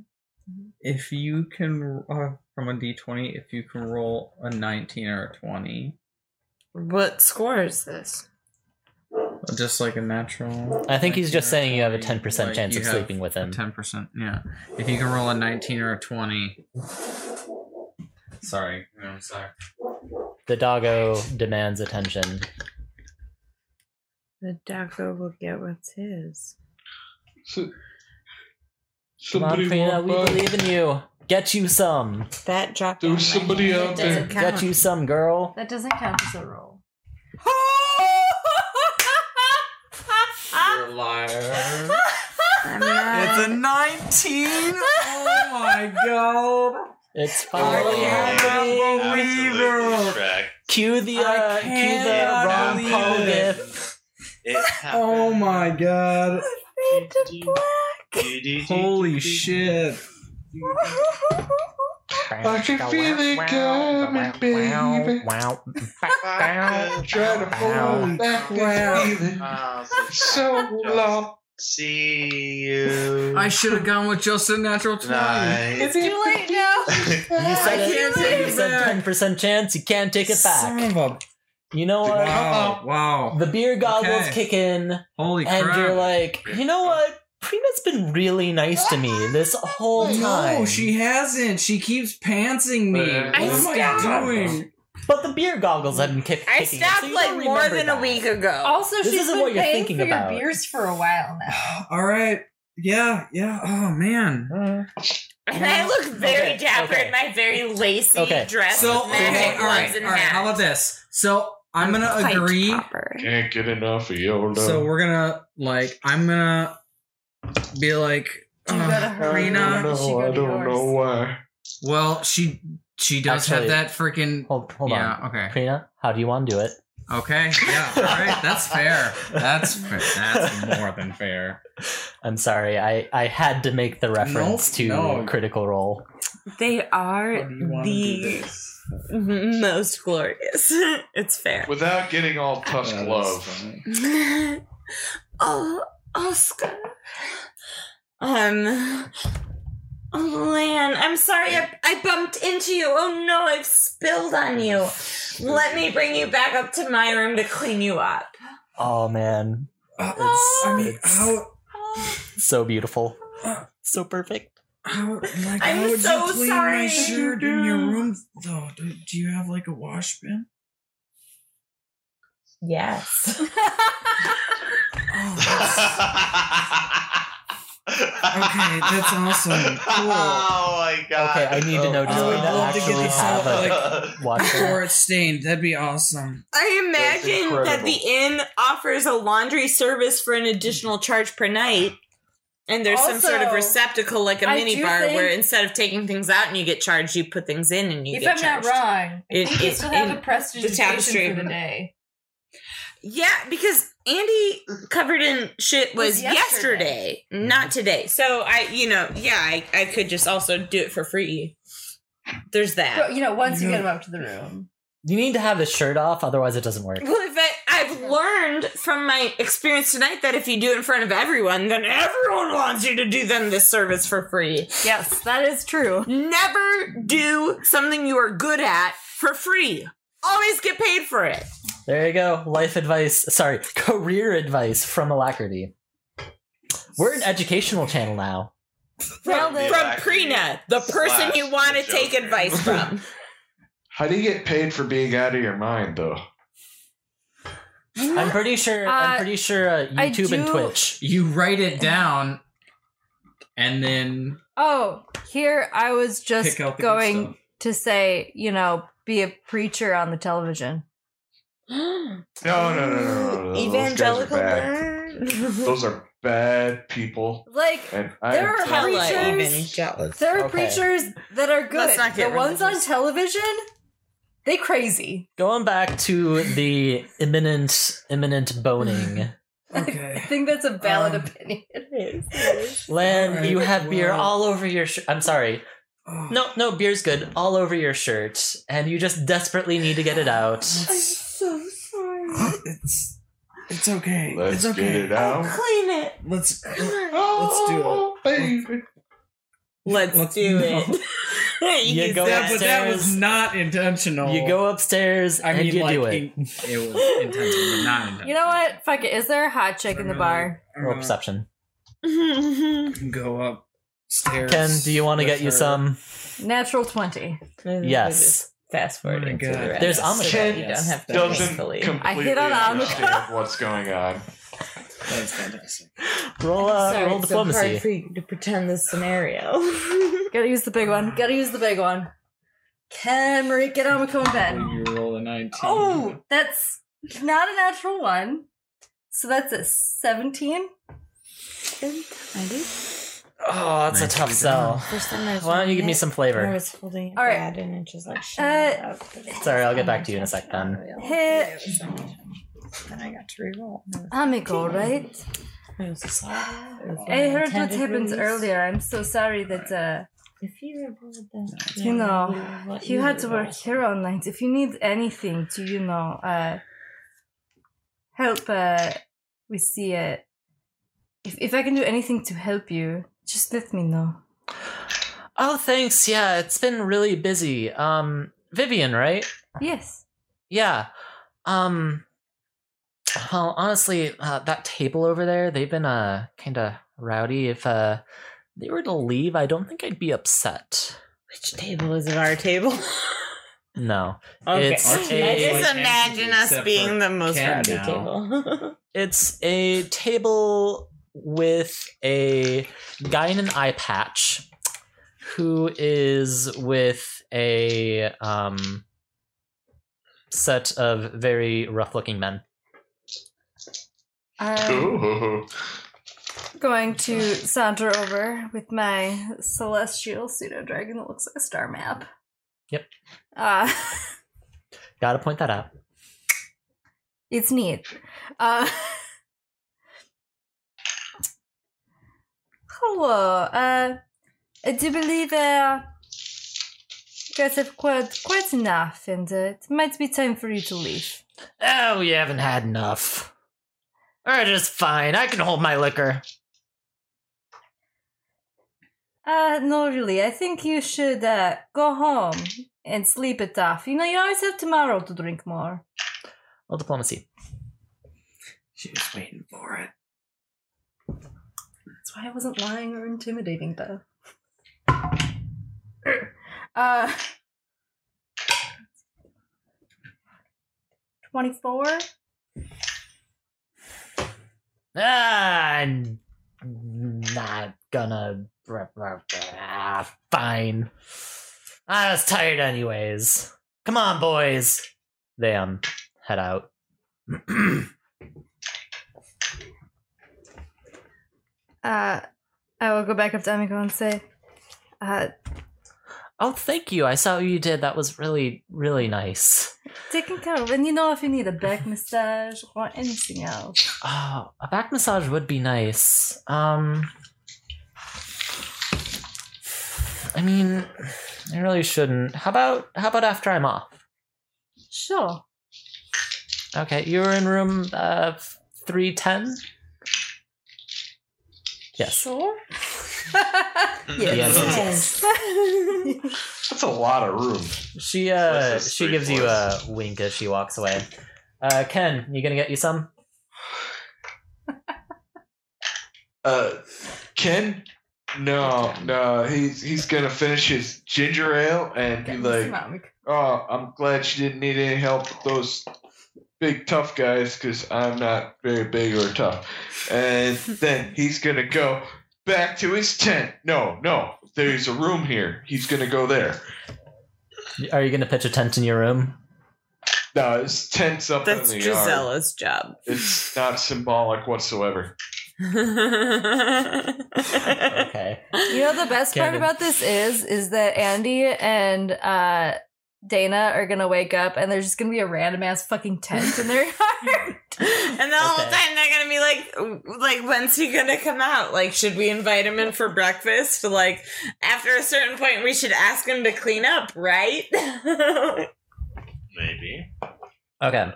Speaker 5: if you can uh, from a d20 if you can roll a 19 or a 20
Speaker 3: what score is this?
Speaker 5: just like a natural
Speaker 2: I think he's just
Speaker 5: 19 or
Speaker 2: saying you have a
Speaker 5: 20,
Speaker 2: 10%
Speaker 5: like,
Speaker 2: chance
Speaker 5: you
Speaker 2: of
Speaker 5: have
Speaker 2: sleeping with him.
Speaker 4: 10%. Yeah. If you can roll a 19 or a 20. Sorry. No, I'm sorry.
Speaker 2: The doggo demands attention.
Speaker 3: The doctor will get what's his.
Speaker 2: Come on,
Speaker 9: Somebody
Speaker 2: Prina, we
Speaker 9: walked by.
Speaker 2: believe in you. Get you some.
Speaker 3: That dropped.
Speaker 9: There
Speaker 3: on
Speaker 9: was
Speaker 3: my
Speaker 9: somebody
Speaker 3: hand.
Speaker 9: out
Speaker 3: It doesn't
Speaker 2: Get
Speaker 3: count.
Speaker 2: you some, girl.
Speaker 1: That doesn't count as a roll.
Speaker 4: You're a liar.
Speaker 3: I'm not.
Speaker 4: It's a 19? Oh my god.
Speaker 2: It's
Speaker 4: Oh,
Speaker 2: fine.
Speaker 4: yeah.
Speaker 6: Absolutely
Speaker 4: Believer.
Speaker 6: correct.
Speaker 2: Cue the
Speaker 4: I
Speaker 2: uh, cue the
Speaker 4: cannot
Speaker 2: Ron
Speaker 4: believe
Speaker 2: Paul
Speaker 4: it.
Speaker 2: gif.
Speaker 6: It happened.
Speaker 5: oh my god
Speaker 6: Do, do, do,
Speaker 5: holy
Speaker 6: do, do,
Speaker 5: shit
Speaker 9: I can feel it coming, baby.
Speaker 2: Wow.
Speaker 6: Fuck it.
Speaker 9: Try to
Speaker 2: Oh,
Speaker 9: hold back
Speaker 5: Wow.
Speaker 9: this feeling
Speaker 6: Miles,
Speaker 9: for so long.
Speaker 6: See you.
Speaker 4: I should have gone with just a natural 20.
Speaker 6: Night.
Speaker 9: too late now.
Speaker 2: You said
Speaker 4: I can't take
Speaker 2: it.
Speaker 4: it
Speaker 2: You said
Speaker 4: back.
Speaker 2: ten percent chance. You can't take it
Speaker 5: Son
Speaker 2: back.
Speaker 5: of a-
Speaker 2: You know what?
Speaker 5: wow wow
Speaker 2: The beer goggles
Speaker 5: Okay.
Speaker 2: kick in,
Speaker 5: holy
Speaker 2: and
Speaker 5: crap
Speaker 2: you're like, you know what? Prina's been really nice to me this whole time.
Speaker 5: no she hasn't she keeps pantsing me what
Speaker 9: I
Speaker 5: am i
Speaker 3: stopped.
Speaker 5: doing
Speaker 2: But the beer goggles have been kick-
Speaker 3: I
Speaker 2: kicking. in, so
Speaker 3: stopped
Speaker 2: you
Speaker 3: like
Speaker 2: don't
Speaker 3: more
Speaker 2: remember
Speaker 3: than a
Speaker 2: that.
Speaker 3: week ago.
Speaker 1: Also,
Speaker 2: This
Speaker 1: she's
Speaker 2: isn't
Speaker 1: been
Speaker 2: what you're
Speaker 1: paying
Speaker 2: thinking
Speaker 1: for
Speaker 2: about.
Speaker 1: your beers for a while now.
Speaker 5: all right yeah yeah oh man
Speaker 2: Mhm.
Speaker 3: And I look very
Speaker 2: Okay,
Speaker 3: dapper
Speaker 2: okay.
Speaker 3: in my very lacy
Speaker 2: Okay.
Speaker 3: dress.
Speaker 4: So,
Speaker 3: with magic
Speaker 4: okay, all
Speaker 3: gloves
Speaker 4: right, all
Speaker 3: and
Speaker 4: right.
Speaker 3: hat.
Speaker 4: How about this? So, I'm going to
Speaker 3: Quite
Speaker 4: agree.
Speaker 3: proper.
Speaker 9: Can't get enough of Yoda.
Speaker 5: So we're gonna like I'm gonna be like
Speaker 1: You
Speaker 4: uh,
Speaker 5: "Ugh,
Speaker 1: gotta hurry.
Speaker 5: Rena,
Speaker 1: You should go
Speaker 9: I
Speaker 1: to
Speaker 9: don't
Speaker 1: yours.
Speaker 9: know why.
Speaker 4: Well, she she does
Speaker 2: Actually-
Speaker 4: have that freaking
Speaker 2: Hold, hold
Speaker 4: yeah.
Speaker 2: on.
Speaker 4: Okay.
Speaker 2: Prina, how do you want to do it?
Speaker 4: Okay. Yeah. All right. That's fair. That's fair. That's more than fair.
Speaker 2: I'm sorry, I, I had to make the reference to
Speaker 5: no.
Speaker 2: Critical Role.
Speaker 3: They
Speaker 5: how
Speaker 3: are
Speaker 5: do you wanna do
Speaker 3: the
Speaker 5: this?
Speaker 3: most glorious. it's fair.
Speaker 9: Without getting all Tusk
Speaker 5: Yeah, that's
Speaker 9: love.
Speaker 5: funny.
Speaker 3: oh, Oscar. Um. Oh, Lan, I'm sorry I, I bumped into you. Oh no, I've spilled on you. Let me bring you back up to my room to clean you up.
Speaker 2: Oh man,
Speaker 5: Uh,
Speaker 2: it's,
Speaker 5: I mean
Speaker 2: it's
Speaker 5: how Uh.
Speaker 2: so beautiful, so perfect.
Speaker 5: how like
Speaker 3: I'm
Speaker 5: how would
Speaker 3: so
Speaker 5: you clean
Speaker 3: sorry.
Speaker 5: my shirt in your room though? Do, do you have like a wash bin?
Speaker 3: Yes.
Speaker 5: Oh that's- Okay, that's awesome. Cool.
Speaker 6: Oh my god.
Speaker 2: Okay, I need to know. Does
Speaker 5: Oh,
Speaker 2: Prina
Speaker 5: I'd love to get
Speaker 2: actually
Speaker 5: this
Speaker 2: have
Speaker 5: out,
Speaker 2: a watch?
Speaker 5: before it's stained, that'd be awesome.
Speaker 3: I
Speaker 9: That's
Speaker 3: imagine that
Speaker 9: incredible.
Speaker 3: the inn offers a laundry service for an additional charge per night. And there's some sort of
Speaker 1: Also,
Speaker 3: receptacle like a
Speaker 1: I
Speaker 3: mini
Speaker 1: do
Speaker 3: bar
Speaker 1: think-
Speaker 3: where instead of taking things out and you get charged, you put things in and you
Speaker 1: If
Speaker 3: get
Speaker 1: I'm
Speaker 3: charged.
Speaker 1: not wrong, I
Speaker 3: It-
Speaker 1: think you
Speaker 3: it-
Speaker 1: still have
Speaker 3: in
Speaker 1: a prestidigitation
Speaker 3: tapestry.
Speaker 1: for the day.
Speaker 3: Yeah, because Andy covered in shit was
Speaker 1: Was
Speaker 3: yesterday.
Speaker 1: yesterday.
Speaker 3: not today. So I, you know, yeah, I, I could just also do it for free. There's
Speaker 1: Bro,
Speaker 3: that.
Speaker 1: you know, once you
Speaker 5: Yeah.
Speaker 1: get him up to the room.
Speaker 2: You need to have the shirt off, otherwise it doesn't work.
Speaker 3: Well, if I, I've learned from my experience tonight that if you do it in front of everyone, then everyone wants you to do them this service for free.
Speaker 1: Yes, that is true.
Speaker 3: Never do something you are good at for free. Always get paid for it.
Speaker 2: There you go. Life advice. Sorry, career advice from Alacrity. We're an educational channel now.
Speaker 3: From,
Speaker 6: Nailed it.
Speaker 3: from Prina, the person
Speaker 6: Slash
Speaker 3: you want to
Speaker 6: the
Speaker 3: take
Speaker 6: Joker.
Speaker 3: advice from.
Speaker 9: How do you get paid for being out of your mind, though?
Speaker 2: I'm pretty sure. I'm
Speaker 1: Uh,
Speaker 2: pretty sure uh,
Speaker 1: I
Speaker 2: YouTube and
Speaker 1: do-
Speaker 2: Twitch.
Speaker 4: You write it down, and then
Speaker 1: Oh, here I was just
Speaker 5: Pick out the good
Speaker 1: going
Speaker 5: stuff.
Speaker 1: to say, you know, be a preacher on the television.
Speaker 3: Oh,
Speaker 9: No, no, no, no, no, no.
Speaker 3: Evangelical
Speaker 9: Those guys are bad. Those are bad people.
Speaker 1: Like,
Speaker 9: And I
Speaker 1: There
Speaker 9: am
Speaker 1: are
Speaker 9: telling you,
Speaker 1: hella
Speaker 3: Hella
Speaker 1: preachers.
Speaker 3: even jealous.
Speaker 1: there are
Speaker 2: Okay.
Speaker 1: preachers that are good.
Speaker 3: Let's not get
Speaker 1: the ones on
Speaker 3: religious.
Speaker 1: television, they crazy.
Speaker 2: Going back to the imminent, imminent boning.
Speaker 1: I
Speaker 2: Okay.
Speaker 1: think that's a valid
Speaker 2: Um,
Speaker 1: opinion.
Speaker 2: Len, Alright,
Speaker 1: Len,
Speaker 2: you have beer well- all over your shirt. I'm sorry.
Speaker 5: Oh,
Speaker 2: No, no, beer's good. All over your shirt, and you just desperately need to get it out.
Speaker 8: so sorry.
Speaker 5: It's it's okay.
Speaker 9: Let's
Speaker 5: it's okay.
Speaker 9: get it out.
Speaker 8: Clean it.
Speaker 5: Let's
Speaker 9: Let's
Speaker 5: do it.
Speaker 9: Baby.
Speaker 3: Let's,
Speaker 5: Let's-
Speaker 3: do
Speaker 5: no.
Speaker 3: it.
Speaker 2: You
Speaker 3: can
Speaker 2: go
Speaker 3: say
Speaker 2: up
Speaker 3: it.
Speaker 5: that, but that was not intentional.
Speaker 2: You go upstairs
Speaker 5: I
Speaker 2: and
Speaker 5: mean,
Speaker 2: you
Speaker 5: like,
Speaker 2: do it.
Speaker 5: in-
Speaker 4: It was intentional, but not intentional.
Speaker 1: You know what? Fuck it. Is there a hot chick in the bar?
Speaker 2: Roll perception.
Speaker 4: Mm-hmm.
Speaker 5: go upstairs.
Speaker 2: Ken, do you want to
Speaker 5: with
Speaker 2: get you
Speaker 5: her.
Speaker 2: some?
Speaker 1: Natural 20.
Speaker 2: Yes.
Speaker 3: Fast
Speaker 5: Oh my
Speaker 3: forwarding to the
Speaker 5: God.
Speaker 3: rest.
Speaker 2: There's
Speaker 3: so
Speaker 2: Amaka,
Speaker 3: that You
Speaker 5: yes.
Speaker 3: don't have to
Speaker 9: Doesn't
Speaker 3: painfully-
Speaker 9: completely
Speaker 1: on Uh, Amaka.
Speaker 9: understand what's going on.
Speaker 5: That's fantastic.
Speaker 2: Roll uh,
Speaker 3: Sorry,
Speaker 2: roll
Speaker 3: it's so hard
Speaker 2: diplomacy.
Speaker 3: for you to pretend this scenario.
Speaker 1: Gotta use the big one. Gotta use the big one. Can Marie get on in bed?
Speaker 5: Well, you roll a nineteen.
Speaker 1: Oh, that's not a natural one. So that's a 17?
Speaker 2: oh, that's a tough sell.
Speaker 8: First time I was
Speaker 2: Why don't you
Speaker 8: doing
Speaker 2: give me
Speaker 8: it,
Speaker 2: some
Speaker 8: I
Speaker 2: flavor?
Speaker 8: was holding it
Speaker 1: All right.
Speaker 8: bad and it just like shot
Speaker 1: Uh,
Speaker 8: up. but it
Speaker 2: Sorry,
Speaker 8: was
Speaker 2: I'll get back to you in a sec
Speaker 8: unintentional.
Speaker 2: then.
Speaker 8: Really.
Speaker 1: Hit.
Speaker 8: It was unintentional. Then I got to reroll. and it was-
Speaker 1: Amigo, right?
Speaker 8: it was a slide. It was
Speaker 1: I heard what
Speaker 8: unintended
Speaker 1: happened
Speaker 8: release.
Speaker 1: earlier. I'm so sorry that uh,
Speaker 8: If you had rolled that,
Speaker 1: You know,
Speaker 8: what
Speaker 1: you had to
Speaker 8: rolled.
Speaker 1: work here all night. If you need anything to, you know, uh, help, uh, we see it. If, if I can do anything to help you, just let me know.
Speaker 2: Oh, thanks. Yeah, it's been really busy. Um, Vivian, right?
Speaker 1: Yes.
Speaker 2: Yeah. Um. Well, honestly, uh, that table over there—they've been uh kind of rowdy. If uh they were to leave, I don't think I'd be upset.
Speaker 3: Which table is it? Our table?
Speaker 2: No,
Speaker 3: Okay.
Speaker 2: It's
Speaker 3: I
Speaker 2: a-
Speaker 3: just imagine us
Speaker 5: Except
Speaker 3: being
Speaker 5: for
Speaker 3: the most
Speaker 5: Ken
Speaker 3: rowdy
Speaker 5: now.
Speaker 3: table.
Speaker 2: it's a table with a guy in an eye patch who is with a um set of very rough-looking men.
Speaker 1: I'm
Speaker 9: Ooh.
Speaker 1: going to saunter over with my celestial pseudo dragon that looks like a star map.
Speaker 2: Yep.
Speaker 1: Uh,
Speaker 2: Got to point that out.
Speaker 1: it's neat. Uh, hello. Uh, I do believe uh, you guys have quite quite enough, and uh, it might be time for you to leave.
Speaker 2: Oh, you haven't had enough. Or just fine. I can hold my liquor.
Speaker 1: Uh, no, really. I think you should uh, go home and sleep it off. You know, you always have tomorrow to drink more.
Speaker 2: Well, diplomacy.
Speaker 5: She was waiting for it.
Speaker 1: That's why I wasn't lying or intimidating, though. Uh, 24?
Speaker 2: Ah, I'm not gonna. Ah, Fine. I was tired anyways. Come on, boys. They um head out.
Speaker 1: Uh, I will go back up to Amigo and say, uh,
Speaker 2: Oh, thank you. I saw what you did. That was really, really nice.
Speaker 1: taking care of, and you know if you need a back massage or anything else.
Speaker 2: Oh, a back massage would be nice. Um, I mean, I really shouldn't. How about how about after I'm off?
Speaker 1: Sure.
Speaker 2: Okay, you were in room uh three ten. Yes.
Speaker 1: Sure?
Speaker 2: Yes.
Speaker 8: Yes.
Speaker 9: That's a lot of room.
Speaker 2: She uh
Speaker 9: This is
Speaker 2: she gives you a wink as she walks away. Uh, Ken, you gonna get you some?
Speaker 9: Uh, Ken? No, no, he's he's gonna finish his ginger ale and be like, "Oh, I'm glad she didn't need any help with those big tough guys because I'm not very big or tough." And then he's gonna go back to his tent. No, no, there's a room here. He's gonna go there.
Speaker 2: Are you gonna pitch a tent in your room?
Speaker 9: No, his tent's up
Speaker 3: That's
Speaker 9: in the yard.
Speaker 3: Gisella's job.
Speaker 9: It's not symbolic whatsoever.
Speaker 2: Okay.
Speaker 1: You know the best part
Speaker 2: Kevin.
Speaker 1: about this is is that Andy and uh Dana are gonna wake up and there's just gonna be a random ass fucking tent in their yard.
Speaker 3: and the whole
Speaker 2: Okay.
Speaker 3: time they're gonna be like, like, when's he gonna come out? Like, should we invite him in for breakfast? Like, after a certain point, we should ask him to clean up, right?
Speaker 6: Maybe.
Speaker 2: Okay.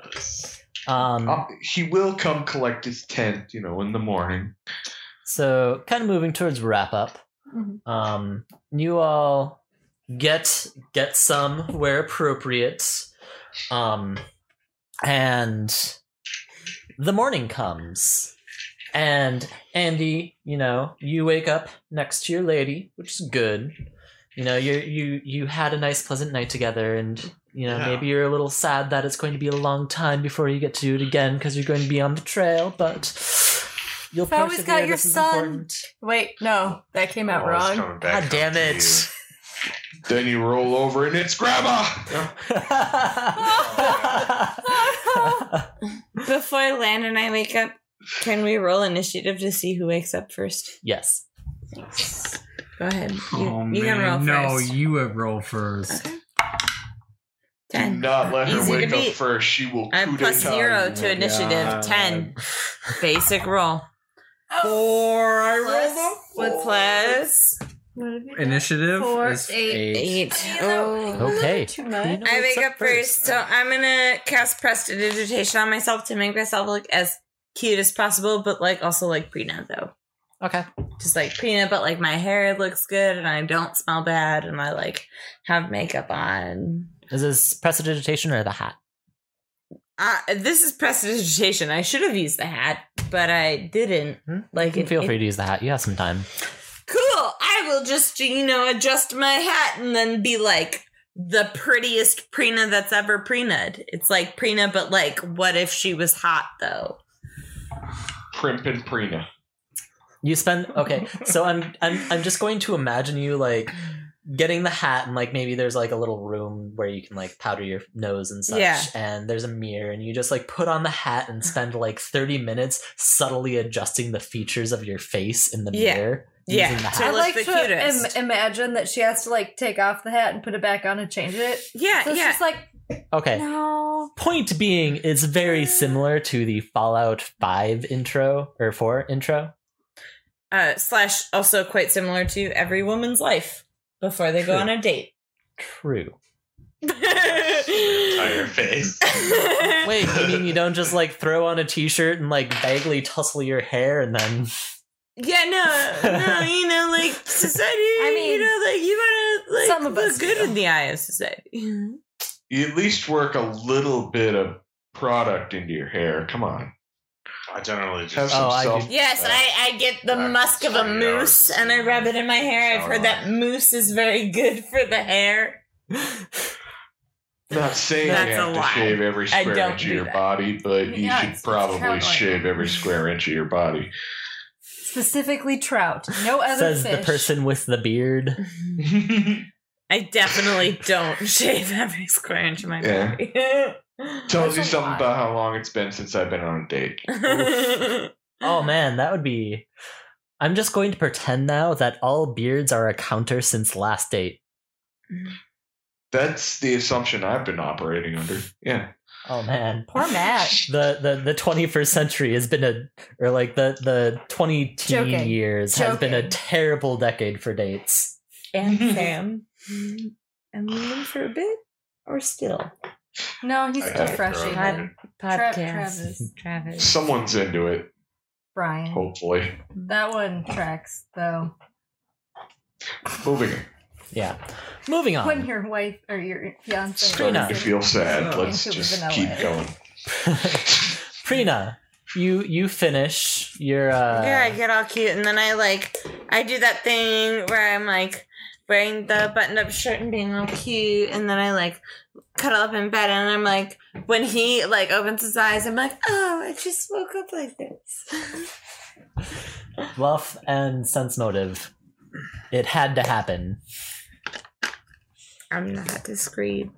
Speaker 2: Um,
Speaker 9: Uh, he will come collect his tent, you know, in the morning.
Speaker 2: So, kind of moving towards wrap up. Um, you all get get some where appropriate. Um, and the morning comes, and Andy, you know, you wake up next to your lady, which is good. You know, you you you had a nice, pleasant night together, and you know
Speaker 6: Yeah.
Speaker 2: maybe you're a little sad that it's going to be a long time before you get to do it again because you're going to be on the trail, but. You'll
Speaker 1: You've always got
Speaker 2: persevere,
Speaker 1: your
Speaker 2: this is
Speaker 1: son.
Speaker 2: important.
Speaker 1: Wait, no, that came out wrong.
Speaker 6: Always Oh, coming back
Speaker 2: God damn
Speaker 6: to
Speaker 2: it.
Speaker 6: you.
Speaker 9: Then you roll over and it's grandma.
Speaker 3: Before Lan and I wake up, can we roll initiative to see who wakes up first?
Speaker 2: yes.
Speaker 3: Go ahead. You,
Speaker 4: Oh,
Speaker 3: you can roll
Speaker 4: man. No,
Speaker 3: first.
Speaker 4: you would roll first.
Speaker 9: Do
Speaker 3: Ten.
Speaker 9: not let her
Speaker 3: Easy to
Speaker 9: wake up
Speaker 3: beat.
Speaker 9: first. She will
Speaker 3: I'm
Speaker 9: coup
Speaker 3: plus
Speaker 9: d'etat.
Speaker 3: zero to
Speaker 5: Oh,
Speaker 3: initiative.
Speaker 5: God.
Speaker 3: Ten. Basic roll.
Speaker 4: Four. I
Speaker 3: With plus
Speaker 4: Initiative
Speaker 10: Four,
Speaker 4: is
Speaker 10: eight,
Speaker 4: eight.
Speaker 3: eight.
Speaker 1: I mean,
Speaker 3: Oh.
Speaker 2: Okay.
Speaker 1: much.
Speaker 3: I wake up first, so I'm gonna cast prestidigitation on myself to make myself look as cute as possible, but like also like Prina though.
Speaker 2: Okay.
Speaker 3: Just like Prina, but like my hair looks good and I don't smell bad and I like have makeup on.
Speaker 2: Is this prestidigitation or the hat?
Speaker 3: Uh, this is prestidigitation. I should have used the hat, but I didn't.
Speaker 2: Hmm?
Speaker 3: Like,
Speaker 2: You can
Speaker 3: it-
Speaker 2: feel
Speaker 3: it-
Speaker 2: free to use the hat. You have some time.
Speaker 3: cool i will just you know adjust my hat and then be like the prettiest prina that's ever prena'd it's like prina but like what if she was hot though
Speaker 9: Primp and Prina.
Speaker 2: You spend okay. So I'm I'm I'm just going to imagine you like getting the hat and like maybe there's like a little room where you can like powder your nose and such
Speaker 3: Yeah.
Speaker 2: and there's a mirror and you just like put on the hat and spend like 30 minutes subtly adjusting the features of your face in the
Speaker 3: Yeah.
Speaker 2: mirror
Speaker 3: Yeah.
Speaker 2: using the
Speaker 3: To
Speaker 2: hat.
Speaker 1: I
Speaker 3: look
Speaker 1: like
Speaker 3: the
Speaker 1: to im-
Speaker 3: cutest.
Speaker 1: imagine that she has to like take off the hat and put it back on and change it.
Speaker 3: yeah
Speaker 1: So it's
Speaker 3: yeah
Speaker 1: just like
Speaker 2: Okay.
Speaker 1: no.
Speaker 2: point being it's very similar to the fallout 5 intro or 4 intro
Speaker 3: uh, slash also quite similar to every woman's life before they go
Speaker 2: True.
Speaker 3: on a date
Speaker 2: true
Speaker 6: Entire face.
Speaker 2: wait you mean you don't just like throw on a t-shirt and like vaguely tussle your hair and then
Speaker 3: yeah no no you know like society
Speaker 1: I
Speaker 3: you
Speaker 1: mean,
Speaker 3: know like you wanna like
Speaker 1: some of
Speaker 3: look
Speaker 1: us
Speaker 3: good
Speaker 1: do.
Speaker 3: in the eye of society
Speaker 9: You at least work a little bit of product into your hair. Come on.
Speaker 6: I generally
Speaker 9: Have
Speaker 6: just.
Speaker 9: some
Speaker 2: Oh, I
Speaker 9: self.
Speaker 3: Yes, I, I get the
Speaker 6: Uh,
Speaker 3: musk of a
Speaker 6: sorry,
Speaker 3: moose
Speaker 6: hours.
Speaker 3: and I rub it in my hair. I've
Speaker 6: Shower
Speaker 3: heard that moose is very good for the hair.
Speaker 9: Not saying
Speaker 3: That's
Speaker 9: you
Speaker 3: a
Speaker 9: have to
Speaker 3: lie.
Speaker 9: shave every square
Speaker 3: don't
Speaker 9: inch of
Speaker 3: do
Speaker 9: your
Speaker 3: that.
Speaker 9: body, but you
Speaker 1: Yeah, it's-
Speaker 9: should
Speaker 1: it's
Speaker 9: probably
Speaker 1: trout-like.
Speaker 9: shave every square inch of your body.
Speaker 1: Specifically trout. No other
Speaker 2: says
Speaker 1: fish.
Speaker 2: the person with the beard
Speaker 3: I definitely don't shave every square inch of my
Speaker 9: Yeah.
Speaker 3: body.
Speaker 9: Tells you
Speaker 1: That's a
Speaker 9: something
Speaker 1: lot.
Speaker 9: about how long it's been since I've been on a date.
Speaker 2: oh man that would be i'm just going to pretend now that all beards are a counter since last date
Speaker 9: That's the assumption I've been operating under. Yeah.
Speaker 2: oh man
Speaker 1: Poor Matt.
Speaker 2: the, the the 21st century has been a or like the the 20 teen
Speaker 1: Joking.
Speaker 2: years has been a
Speaker 1: Joking.
Speaker 2: terrible decade for dates
Speaker 3: and Sam, I'm leaving for a bit or still?
Speaker 1: No, he's
Speaker 6: I
Speaker 1: still
Speaker 6: gotta
Speaker 1: freshy.
Speaker 6: throw
Speaker 3: Pod-
Speaker 6: it in.
Speaker 1: Tra-
Speaker 3: podcast.
Speaker 1: Travis.
Speaker 3: Travis.
Speaker 9: Someone's into it,
Speaker 1: Brian.
Speaker 9: hopefully.
Speaker 1: That one tracks though.
Speaker 9: Moving on.
Speaker 2: Yeah. Moving on.
Speaker 1: When your wife or your fiance
Speaker 2: Straight
Speaker 9: Starting
Speaker 2: up.
Speaker 9: to feel sad.
Speaker 4: Oh.
Speaker 9: Let's
Speaker 1: Into
Speaker 9: just
Speaker 1: vanilla.
Speaker 9: keep going.
Speaker 2: Prina, you you finish your uh
Speaker 3: yeah, I get all cute and then I like I do that thing where I'm like wearing the button up shirt and being all cute and then I like cuddle up in bed and I'm like when he like opens his eyes I'm like oh I just woke up like this.
Speaker 2: bluff and sense motive. It had to happen.
Speaker 3: I'm not discreet.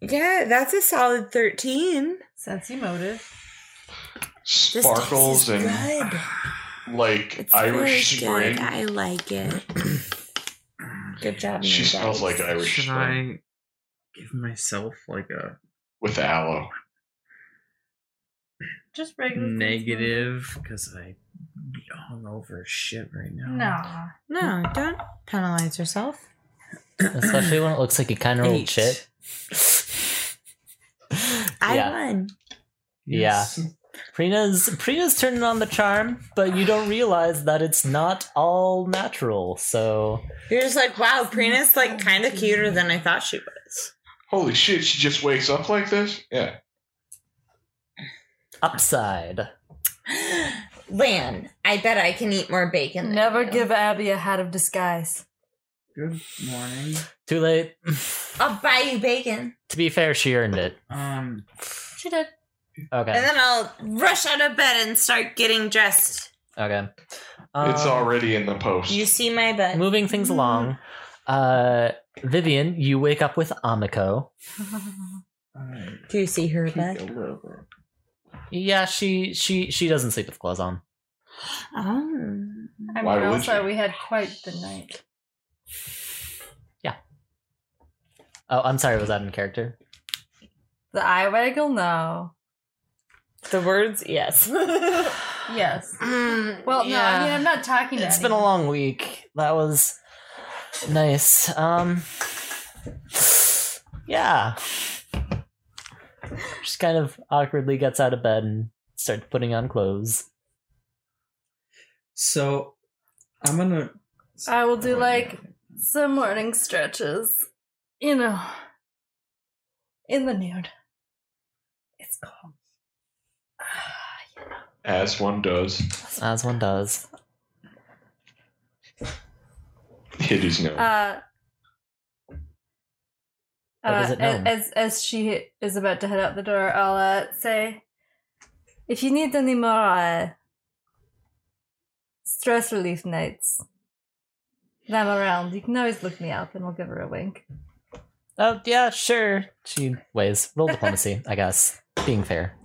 Speaker 3: Yeah, that's a solid thirteen.
Speaker 1: Sensi motive.
Speaker 3: This
Speaker 9: Sparkles
Speaker 3: taste
Speaker 9: and
Speaker 3: is good.
Speaker 9: like
Speaker 3: It's
Speaker 9: Irish
Speaker 3: very good.
Speaker 9: spring.
Speaker 3: I like it. Good job.
Speaker 9: She
Speaker 3: you
Speaker 9: smells
Speaker 3: guys.
Speaker 9: like Irish
Speaker 4: Should
Speaker 9: spring
Speaker 4: I give myself like a
Speaker 9: with aloe.
Speaker 1: Just regular. things,
Speaker 4: negative because I hung over shit right now.
Speaker 1: man. No.
Speaker 3: No, don't penalize yourself.
Speaker 2: Especially when it looks like you kind of rolled
Speaker 3: Eight.
Speaker 2: shit.
Speaker 3: I
Speaker 2: yeah,
Speaker 3: won.
Speaker 2: yeah. Prina's Prina's turning on the charm, but you don't realize that it's not all natural. So
Speaker 3: You're just like, wow, Prina's like kind of cuter than I thought she was.
Speaker 9: Holy shit, she just wakes up like this? Yeah.
Speaker 2: upside.
Speaker 3: Lan,
Speaker 8: I bet I can eat more bacon. than
Speaker 1: Never
Speaker 8: you.
Speaker 1: give Abby a hat of disguise.
Speaker 4: Good morning.
Speaker 2: Too late.
Speaker 8: I'll buy you bacon.
Speaker 2: to be fair, she earned it.
Speaker 4: Um,
Speaker 1: She did.
Speaker 3: and
Speaker 2: Okay.
Speaker 3: then I'll rush out of bed and start getting dressed.
Speaker 2: Okay. Um,
Speaker 9: it's already in the post.
Speaker 3: You see my bed.
Speaker 2: moving things along. Uh, Vivian, you wake up with Amiko.
Speaker 3: Do you see her
Speaker 4: peek
Speaker 3: bed?
Speaker 4: over.
Speaker 2: Yeah, she she she doesn't sleep with clothes on.
Speaker 3: Oh.
Speaker 1: I mean,
Speaker 9: Why would
Speaker 1: also,
Speaker 9: you?
Speaker 1: we had quite the night.
Speaker 2: Oh, I'm sorry, was that in character?
Speaker 1: The eye waggle? No.
Speaker 3: The words, yes.
Speaker 1: Yes.
Speaker 3: Mm,
Speaker 1: Well, no, I mean, I'm not talking to
Speaker 2: It's been a
Speaker 1: anyone.
Speaker 2: long week. That was nice. Um Yeah. Just kind of awkwardly gets out of bed and starts putting on clothes.
Speaker 4: So I'm gonna.
Speaker 1: I will do like some morning stretches. You know, in the nude. It's cold.
Speaker 9: As one does.
Speaker 2: As one does.
Speaker 9: It is known.
Speaker 1: Uh,
Speaker 2: Or does it
Speaker 1: as,
Speaker 2: gnome?
Speaker 1: as as she is about to head out the door, I'll uh, say, if you need any more uh, stress relief nights, that I'm around. You can always look me up, and I'll give her a wink.
Speaker 2: Oh yeah, sure. She weighs. Roll diplomacy, I guess. Being fair.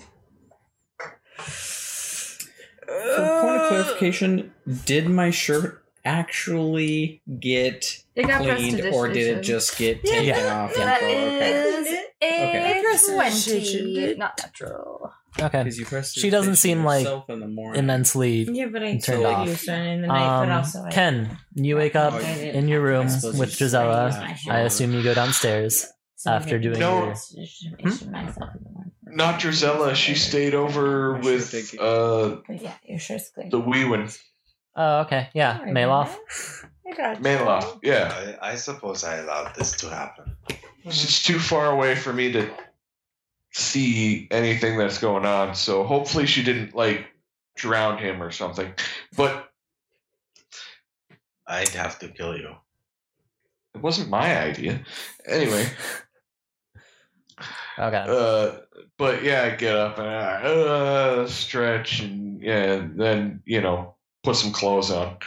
Speaker 4: For point
Speaker 1: Uh.
Speaker 4: of clarification, did my shirt actually get
Speaker 1: It got
Speaker 4: cleaned, or
Speaker 1: prestidigitation.
Speaker 4: did it just get taken
Speaker 2: Yeah.
Speaker 4: off?
Speaker 1: That
Speaker 4: and- oh, okay.
Speaker 1: is
Speaker 4: Okay.
Speaker 1: a twenty,
Speaker 3: Prestidigitation.
Speaker 1: not natural.
Speaker 2: Okay.
Speaker 4: you pressed
Speaker 2: She doesn't seem like
Speaker 4: yourself in the morning.
Speaker 2: Immensely
Speaker 3: yeah, but I
Speaker 2: Turned
Speaker 3: told
Speaker 2: off.
Speaker 3: you starting in the night, but
Speaker 2: Um,
Speaker 3: also I-
Speaker 2: Ken, you wake up
Speaker 4: Oh, yeah.
Speaker 2: in your room
Speaker 4: I suppose
Speaker 2: with
Speaker 4: you just
Speaker 2: Gisela.
Speaker 4: gotta use my shirt.
Speaker 2: I assume you go downstairs.
Speaker 3: So I'm
Speaker 2: after doing
Speaker 3: getting
Speaker 9: No.
Speaker 2: your- Hmm?
Speaker 3: prestidigitation myself in the morning.
Speaker 9: Not Drizella. She stayed over
Speaker 4: I sure
Speaker 9: with
Speaker 4: think-
Speaker 9: uh,
Speaker 3: But yeah, your shirt's clean.
Speaker 9: the Weewin.
Speaker 2: Oh, okay. Yeah,
Speaker 3: Sorry,
Speaker 2: Maloff.
Speaker 3: I got you.
Speaker 9: Maloff. Yeah.
Speaker 6: I, I suppose I allowed this to happen.
Speaker 9: It's too far away for me to see anything that's going on, so hopefully she didn't, like, drown him or something. But
Speaker 6: I'd have to kill you.
Speaker 9: it wasn't my idea. Anyway.
Speaker 2: Okay.
Speaker 9: Uh, but yeah, I get up and I uh, stretch and yeah, then you know put some clothes on.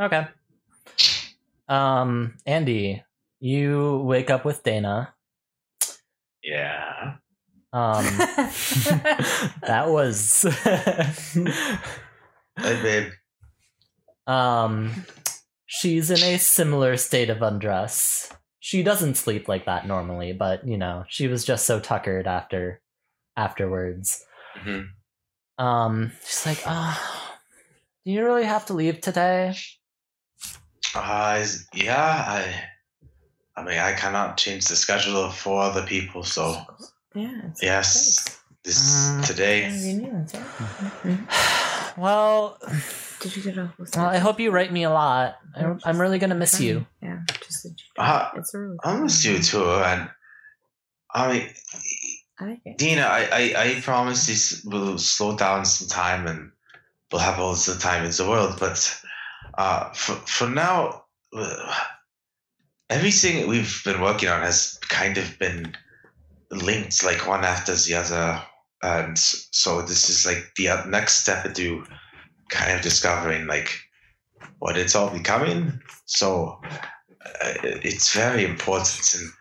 Speaker 2: Okay. Um, Andy, you wake up with Dana.
Speaker 6: Yeah.
Speaker 2: Um, that was.
Speaker 6: Hey, babe.
Speaker 2: um, she's in a similar state of undress. She doesn't sleep like that normally, but you know, she was just so tuckered after afterwards.
Speaker 6: Mhm.
Speaker 2: Um, she's like, "Ah, do you really have to leave today?"
Speaker 6: Uh, is- yeah, I. I mean, I cannot change the schedule for other people, so
Speaker 3: Yeah. it's
Speaker 6: yes, this
Speaker 2: Mm.
Speaker 3: okay. Yeah,
Speaker 6: today.
Speaker 3: you knew it's right.
Speaker 2: well,
Speaker 3: Did you get a whole
Speaker 2: Well, I hope you write me a lot. I'm, I'm really gonna miss you.
Speaker 3: Yeah. Just that you-
Speaker 6: Uh,
Speaker 3: it's a really
Speaker 6: I miss you too, and I mean,
Speaker 3: I like it.
Speaker 6: Dina, I, I, I promise this will slow down some time and we'll have all the time in the world. But uh, for, for now, uh, everything we've been working on has kind of been linked like one after the other. And s- so this is like the uh, next step into kind of discovering like what it's all becoming. So uh, it's very important. And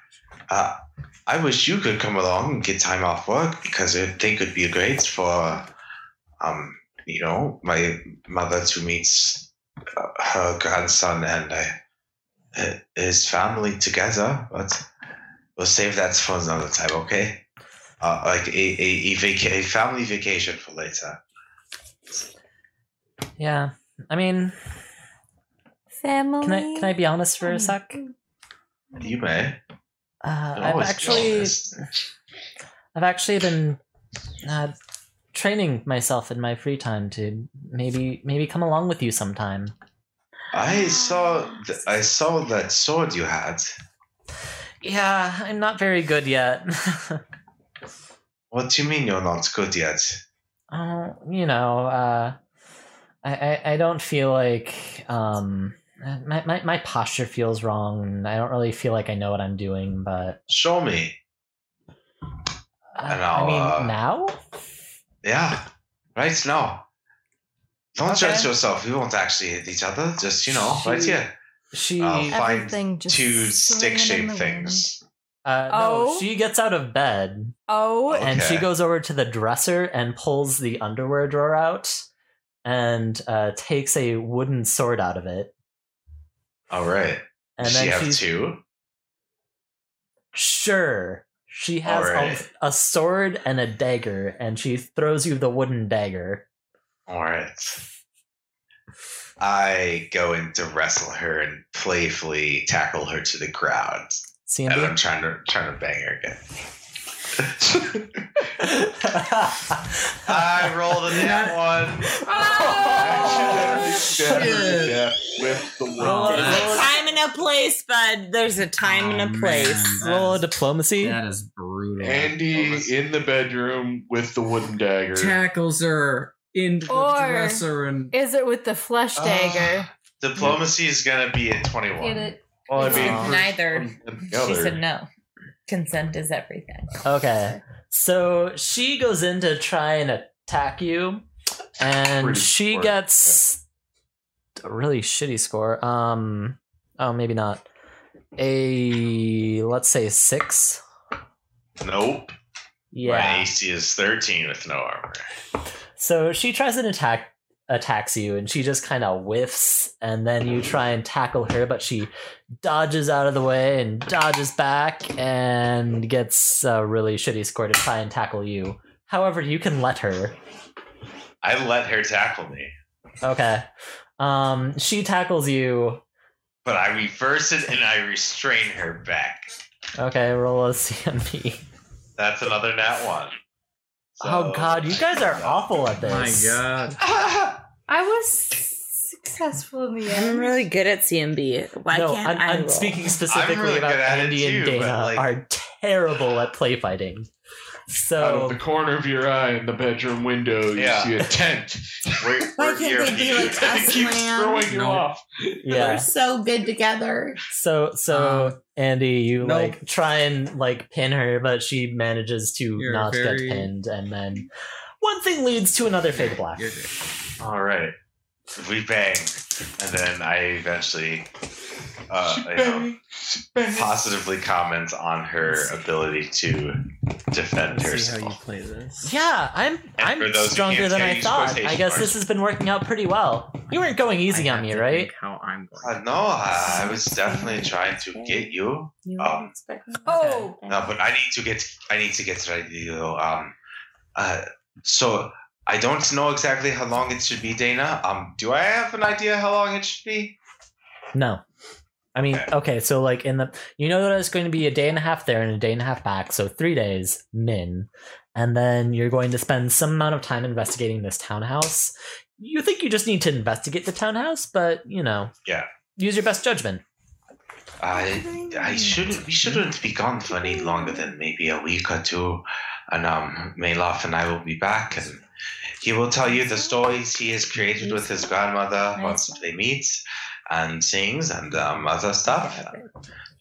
Speaker 6: uh, I wish you could come along and get time off work because I think it'd be great for, um, you know, my mother to meet uh, her grandson and uh, uh, his family together. But we'll save that for another time, okay? uh, like a, a, a, vaca- a family vacation for later.
Speaker 2: Yeah. I mean,
Speaker 8: Family.
Speaker 2: can I can I be honest for a sec?
Speaker 6: You may.
Speaker 2: Uh,
Speaker 6: You're
Speaker 2: I've
Speaker 6: always
Speaker 2: actually
Speaker 6: honest.
Speaker 2: I've actually been uh, training myself in my free time to maybe maybe come along with you sometime.
Speaker 6: I saw. Th- I saw that sword you had.
Speaker 2: Yeah, I'm not very good yet.
Speaker 6: What do you mean you're not good yet?
Speaker 2: oh, you know, uh, I, I I don't feel like um my, my my posture feels wrong. and I don't really feel like I know what I'm doing, but
Speaker 6: Show me.
Speaker 2: uh,
Speaker 6: And
Speaker 2: I
Speaker 6: I'll,
Speaker 2: mean
Speaker 6: uh,
Speaker 2: now.
Speaker 6: Yeah, right now. Don't judge
Speaker 2: Okay.
Speaker 6: yourself. We won't actually hit each other. Just you know, right
Speaker 2: She-
Speaker 6: here.
Speaker 2: She
Speaker 1: uh,
Speaker 6: I'll find
Speaker 1: Everything just
Speaker 6: Two
Speaker 1: swinging in
Speaker 6: stick-shaped
Speaker 1: the wind.
Speaker 6: things.
Speaker 2: uh, no,
Speaker 1: Oh.
Speaker 2: she gets out of bed
Speaker 1: Oh,
Speaker 6: Okay.
Speaker 2: and she goes over to the dresser and pulls the underwear drawer out and uh, takes a wooden sword out of it.
Speaker 6: All right.
Speaker 2: And
Speaker 6: Does
Speaker 2: then
Speaker 6: she have
Speaker 2: she's
Speaker 6: two?
Speaker 2: sure she has a-
Speaker 6: Alright.
Speaker 2: a, sword and a dagger, and she throws you the wooden dagger.
Speaker 6: All right. I go in to wrestle her and playfully tackle her to the ground, and I'm
Speaker 2: CMB.
Speaker 6: trying to trying to bang her again. I rolled a nat one.
Speaker 9: Action, stab,
Speaker 2: shit.
Speaker 9: stab, lift the
Speaker 2: Roll
Speaker 1: Oh,
Speaker 9: wall.
Speaker 2: a- roll
Speaker 3: There's a
Speaker 2: a-
Speaker 3: time and a place, bud. There's a time and a
Speaker 4: Oh,
Speaker 3: place.
Speaker 4: man,
Speaker 2: roll a
Speaker 4: that is-
Speaker 2: diplomacy.
Speaker 4: That is brutal.
Speaker 9: Andy in the bedroom with the wooden dagger.
Speaker 4: tackles her in the
Speaker 1: Or-
Speaker 4: dresser and
Speaker 1: is it with the flesh
Speaker 6: Ah.
Speaker 1: dagger?
Speaker 6: Diplomacy is gonna be at 21.
Speaker 1: Get it?
Speaker 9: Well, I
Speaker 3: It's
Speaker 9: mean, for-
Speaker 3: neither.
Speaker 9: and the
Speaker 3: She
Speaker 9: other.
Speaker 3: said no. Consent is everything.
Speaker 2: Okay. So she goes in to try and attack you, and
Speaker 9: Pretty
Speaker 2: she
Speaker 9: poor.
Speaker 2: gets a really shitty score. Um, oh, maybe not. A let's say six.
Speaker 6: Nope. My
Speaker 2: Yeah.
Speaker 6: AC is 13 with no armor.
Speaker 2: So she tries and attack attacks you, and she just kind of whiffs, and then you try and tackle her, but she dodges out of the way and dodges back, and gets a really shitty score to try and tackle you. However, you can let her.
Speaker 6: I let her tackle me,
Speaker 2: Okay. Um, she tackles you.
Speaker 6: but I reverse it and I restrain her back.
Speaker 2: Okay, roll a CMP.
Speaker 6: That's another nat one. So-
Speaker 2: oh god, you guys are awful at
Speaker 4: my
Speaker 2: this.
Speaker 4: god.
Speaker 1: I was successful in the
Speaker 3: I'm
Speaker 1: end.
Speaker 3: really good at CMB. Why
Speaker 2: no,
Speaker 3: can't
Speaker 2: I'm,
Speaker 3: I
Speaker 2: I'm
Speaker 3: roll?
Speaker 2: speaking specifically
Speaker 6: really
Speaker 2: about
Speaker 6: good at it
Speaker 2: Andy and
Speaker 6: too,
Speaker 2: Dana
Speaker 6: but, like-
Speaker 2: are terrible at play fighting.
Speaker 9: Out of
Speaker 2: So
Speaker 9: the corner of your eye in the bedroom window, you
Speaker 6: Yeah.
Speaker 9: see a tent.
Speaker 6: We're,
Speaker 8: Why
Speaker 6: we're
Speaker 8: can't
Speaker 6: here.
Speaker 8: they be like
Speaker 9: It
Speaker 8: us,
Speaker 9: keeps
Speaker 8: man?
Speaker 9: throwing you
Speaker 4: No.
Speaker 9: off.
Speaker 8: We're
Speaker 2: yeah,
Speaker 8: so good together.
Speaker 2: so so
Speaker 4: Um,
Speaker 2: Andy, you
Speaker 4: nope.
Speaker 2: like try and like pin her, but she manages to
Speaker 4: You're
Speaker 2: not
Speaker 4: very-
Speaker 2: get pinned, and then one thing leads to another fade to black.
Speaker 4: You're good.
Speaker 6: All right. We bang. And then I eventually uh, you know, positively comment on her ability to defend herself.
Speaker 4: play this.
Speaker 2: Yeah, I'm
Speaker 6: for
Speaker 2: I'm
Speaker 6: those who
Speaker 2: stronger
Speaker 6: can't
Speaker 2: than
Speaker 6: hear,
Speaker 2: I
Speaker 6: use
Speaker 2: thought.
Speaker 6: quotation
Speaker 2: I guess
Speaker 6: marks.
Speaker 2: this has been working out pretty well. You weren't going easy on me, right?
Speaker 4: How I'm
Speaker 6: Uh, no, I was definitely trying to get you.
Speaker 3: You
Speaker 6: Um,
Speaker 3: expect
Speaker 1: Oh,
Speaker 6: No, but I need to get I need to get ready though. Um uh so I don't know exactly how long it should be, Dana. Um do I have an idea how long it should be?
Speaker 2: No. I mean,
Speaker 6: Okay.
Speaker 2: okay, so like in the you know that it's going to be a day and a half there and a day and a half back, so three days min, and then you're going to spend some amount of time investigating this townhouse. You think you just need to investigate the townhouse, but you know,
Speaker 6: Yeah.
Speaker 2: use your best judgment.
Speaker 6: I I shouldn't we shouldn't be gone for any longer than maybe a week or two. And um Maloff and I will be back and he will tell you the stories he has created with his grandmother once they meet and sings and um, other stuff.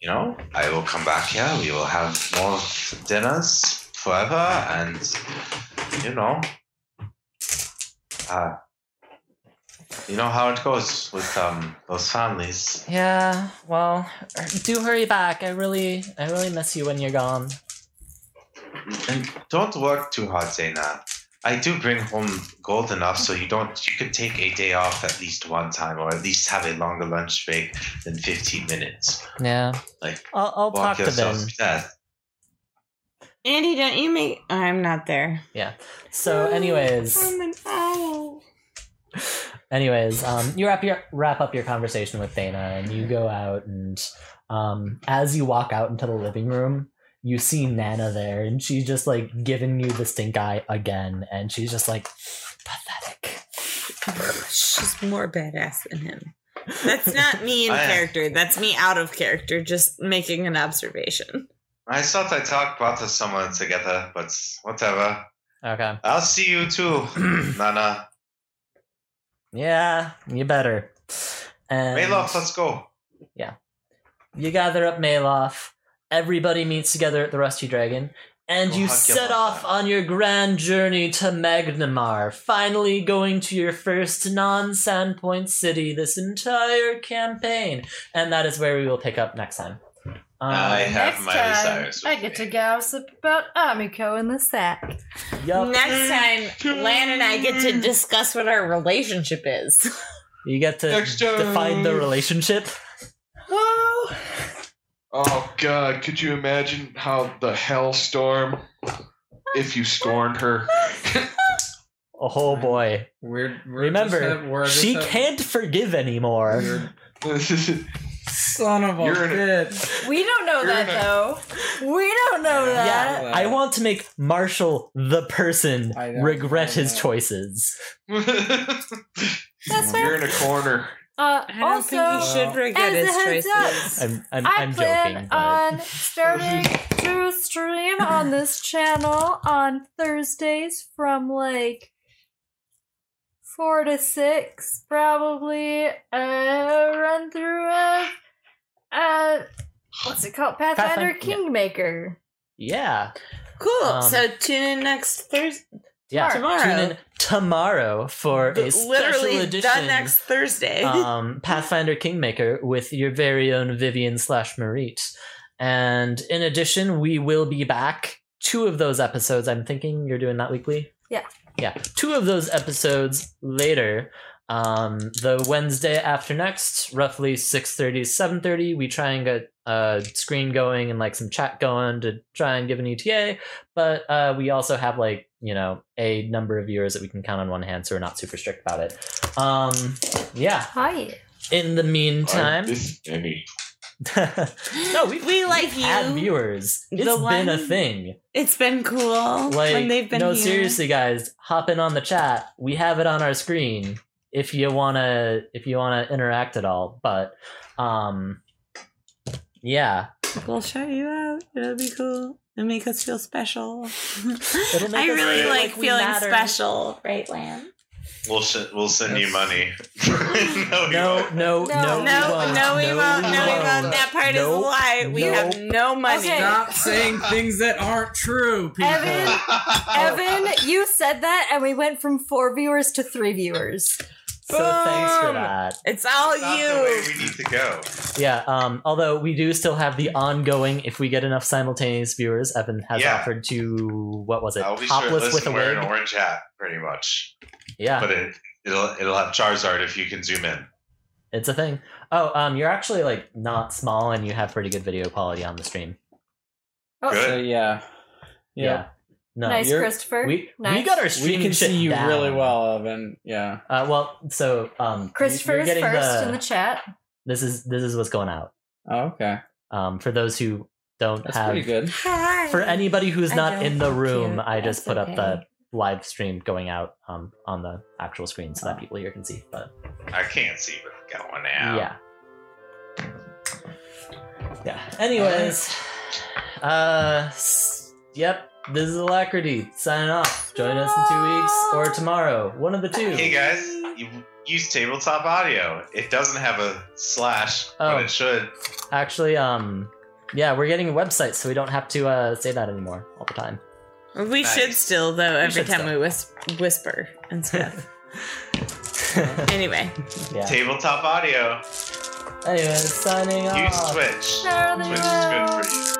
Speaker 6: You know, I will come back here. We will have more dinners forever, and you know, uh, you know how it goes with um, those families.
Speaker 2: Yeah, well, er, do hurry back. I really, I really miss you when you're gone.
Speaker 6: And don't work too hard, Zaina. I do bring home gold enough so you don't. You could take a day off at least one time, or at least have a longer lunch break than fifteen minutes.
Speaker 2: Yeah,
Speaker 6: Like
Speaker 2: I'll, I'll talk
Speaker 6: walk
Speaker 2: to
Speaker 6: yourself
Speaker 2: them.
Speaker 6: to death.
Speaker 3: Andy, don't you make? I'm not there.
Speaker 2: So, anyways,
Speaker 3: I'm an owl.
Speaker 2: anyways, um, you wrap your wrap up your conversation with Dana, and you go out, and um, as you walk out into the living room, you see Nana there, and she's just like giving you the stink eye again, and she's just like pathetic.
Speaker 3: She's more badass than him. That's not me in
Speaker 6: I am.
Speaker 3: character. That's me out of character, just making an observation.
Speaker 6: I thought I talked about this somewhere together, but whatever.
Speaker 2: Okay.
Speaker 6: I'll see you too, Nana.
Speaker 2: Yeah, you better. And
Speaker 6: Maloff, let's go.
Speaker 2: you gather up Maloff. Everybody meets together at the Rusty Dragon, and
Speaker 6: Go
Speaker 2: you
Speaker 6: hug your
Speaker 2: set
Speaker 6: mother.
Speaker 2: off on your grand journey to Magnamar, finally going to your first non-Sandpoint city this entire campaign, and that is where we will pick up next time. Um,
Speaker 6: I have
Speaker 1: Next
Speaker 6: my
Speaker 1: time,
Speaker 6: desires.
Speaker 1: I get to gossip about Amiko in the sack.
Speaker 2: yup.
Speaker 3: Next time, Lan and I get to discuss what our relationship is.
Speaker 2: you get to
Speaker 9: Next time.
Speaker 2: define the relationship.
Speaker 9: Oh God, could you imagine how the hellstorm if you scorned her?
Speaker 2: Oh boy!
Speaker 4: We're, we're
Speaker 2: Remember,
Speaker 4: just have- we're just
Speaker 2: she
Speaker 4: have-
Speaker 2: can't forgive anymore.
Speaker 4: We're-
Speaker 5: Son of a
Speaker 9: You're in
Speaker 5: bitch.
Speaker 1: We don't know that though. We don't know that.
Speaker 2: Yeah, I want to make Marshall the person
Speaker 5: I know,
Speaker 2: regret
Speaker 5: I
Speaker 2: his
Speaker 5: know.
Speaker 2: choices.
Speaker 1: That's
Speaker 9: You're in a corner.
Speaker 1: Uh,
Speaker 3: I don't
Speaker 1: also,
Speaker 3: think he should regret
Speaker 1: as a
Speaker 3: his
Speaker 1: heads
Speaker 3: choices.
Speaker 2: I'm I'm,
Speaker 1: I
Speaker 2: I'm
Speaker 1: plan
Speaker 2: joking. but-
Speaker 1: on starting to stream on this channel on Thursdays from like four to six, probably. Uh, run through of uh, what's it called, Pathfinder
Speaker 2: Pathfinder, yeah.
Speaker 1: Kingmaker.
Speaker 2: yeah.
Speaker 3: Cool.
Speaker 2: Um,
Speaker 3: so tune in next Thursday.
Speaker 2: Yeah.
Speaker 3: Tomorrow.
Speaker 2: Tune in tomorrow for a special
Speaker 3: Literally the
Speaker 2: edition
Speaker 3: next Thursday.
Speaker 2: um, Pathfinder Kingmaker with your very own Vivian slash Marit. And in addition, we will be back. Two of those episodes, I'm thinking you're doing that weekly?
Speaker 1: Yeah.
Speaker 2: Yeah. Two of those episodes later. Um, the Wednesday after next, roughly 6.30, 7.30, we try and get a screen going and like some chat going to try and give an ETA. But uh, we also have like, you know, a number of viewers that we can count on one hand, so we're not super strict about it. Um, yeah.
Speaker 1: Hi.
Speaker 2: In the meantime,
Speaker 9: I'm just any.
Speaker 2: no, we
Speaker 3: we like
Speaker 2: we had
Speaker 3: you.
Speaker 2: viewers.
Speaker 3: The
Speaker 2: It's been a
Speaker 3: one-
Speaker 2: thing.
Speaker 3: It's been cool
Speaker 2: Like,
Speaker 3: when they've been
Speaker 2: no,
Speaker 3: here.
Speaker 2: seriously, guys, hop in on the chat. We have it on our screen if you wanna if you wanna interact at all. But, um, yeah,
Speaker 3: We'll shout you out. It'll be cool. It'll make us feel special.
Speaker 2: It'll make
Speaker 3: I
Speaker 2: us
Speaker 3: really
Speaker 6: feel
Speaker 3: like,
Speaker 2: like we
Speaker 3: feeling
Speaker 2: matter.
Speaker 3: special, right, Lan?
Speaker 6: We'll sh- we'll send you
Speaker 5: Yes.
Speaker 6: money. no, you
Speaker 2: no,
Speaker 6: won't.
Speaker 2: no, no,
Speaker 1: No,
Speaker 2: we
Speaker 3: No,
Speaker 2: won't.
Speaker 3: no, we won't. No, we
Speaker 2: won't.
Speaker 3: won't. That part is a
Speaker 2: Nope.
Speaker 3: lie. We have
Speaker 2: Nope.
Speaker 3: no money.
Speaker 1: Okay.
Speaker 5: Stop saying things that aren't true, people.
Speaker 1: Evan, Evan, you said that, and we went from four viewers to three viewers.
Speaker 2: So thanks for
Speaker 3: Boom.
Speaker 2: that.
Speaker 3: It's all
Speaker 6: That's not the way
Speaker 3: you.
Speaker 6: we need to go.
Speaker 2: Yeah, um, although we do still have the ongoing, if we get enough simultaneous viewers, Evan has
Speaker 6: Yeah.
Speaker 2: offered to, what was it?
Speaker 6: I'll be sure to
Speaker 2: Topless with a
Speaker 6: listen wear an
Speaker 2: wig.
Speaker 6: orange hat, pretty much.
Speaker 2: Yeah,
Speaker 6: But it it'll it'll have Charizard if you can zoom in.
Speaker 2: it's a thing. Oh, um, you're actually like not small and you have pretty good video quality on the stream. Oh,
Speaker 5: So
Speaker 6: Good.
Speaker 5: yeah, yeah.
Speaker 2: Yeah. No.
Speaker 1: nice,
Speaker 5: you're-
Speaker 1: Christopher.
Speaker 2: We, we
Speaker 1: Nice.
Speaker 2: got our
Speaker 5: We
Speaker 2: streaming
Speaker 5: can
Speaker 2: shit
Speaker 5: see you
Speaker 2: down.
Speaker 5: really well, Evan. Yeah.
Speaker 2: Uh, well, so um, you-
Speaker 1: Christopher
Speaker 2: you're
Speaker 1: is
Speaker 2: getting
Speaker 1: first
Speaker 2: the,
Speaker 1: in the chat.
Speaker 2: this is this is what's going out.
Speaker 5: Oh, okay.
Speaker 2: Um, for those who don't
Speaker 5: That's
Speaker 2: have
Speaker 5: pretty good.
Speaker 3: Hi.
Speaker 2: for anybody who's
Speaker 3: I
Speaker 2: not
Speaker 3: don't
Speaker 2: in the
Speaker 3: think
Speaker 2: room,
Speaker 3: you-
Speaker 2: I just
Speaker 3: that's
Speaker 2: put up the
Speaker 3: okay.
Speaker 2: live stream going out um, on the actual screen
Speaker 1: Oh.
Speaker 2: so that people here can see. But
Speaker 6: I can't see, but I've got one now.
Speaker 2: yeah, yeah. Anyways, uh, s- yep. This is Alacrity signing off. Join us in two weeks or tomorrow, one of the two.
Speaker 6: Hey guys, you use tabletop audio. It doesn't have a slash,
Speaker 2: Oh.
Speaker 6: but it should.
Speaker 2: Actually, um, yeah, we're getting a website, so we don't have to uh, say that anymore all the time.
Speaker 3: We
Speaker 6: Nice.
Speaker 3: should still though. Every
Speaker 2: should
Speaker 3: time
Speaker 2: still.
Speaker 3: we whis- whisper and stuff. anyway.
Speaker 2: yeah.
Speaker 6: Tabletop audio.
Speaker 2: Anyways, signing off.
Speaker 6: Use Twitch. Twitch is good for you.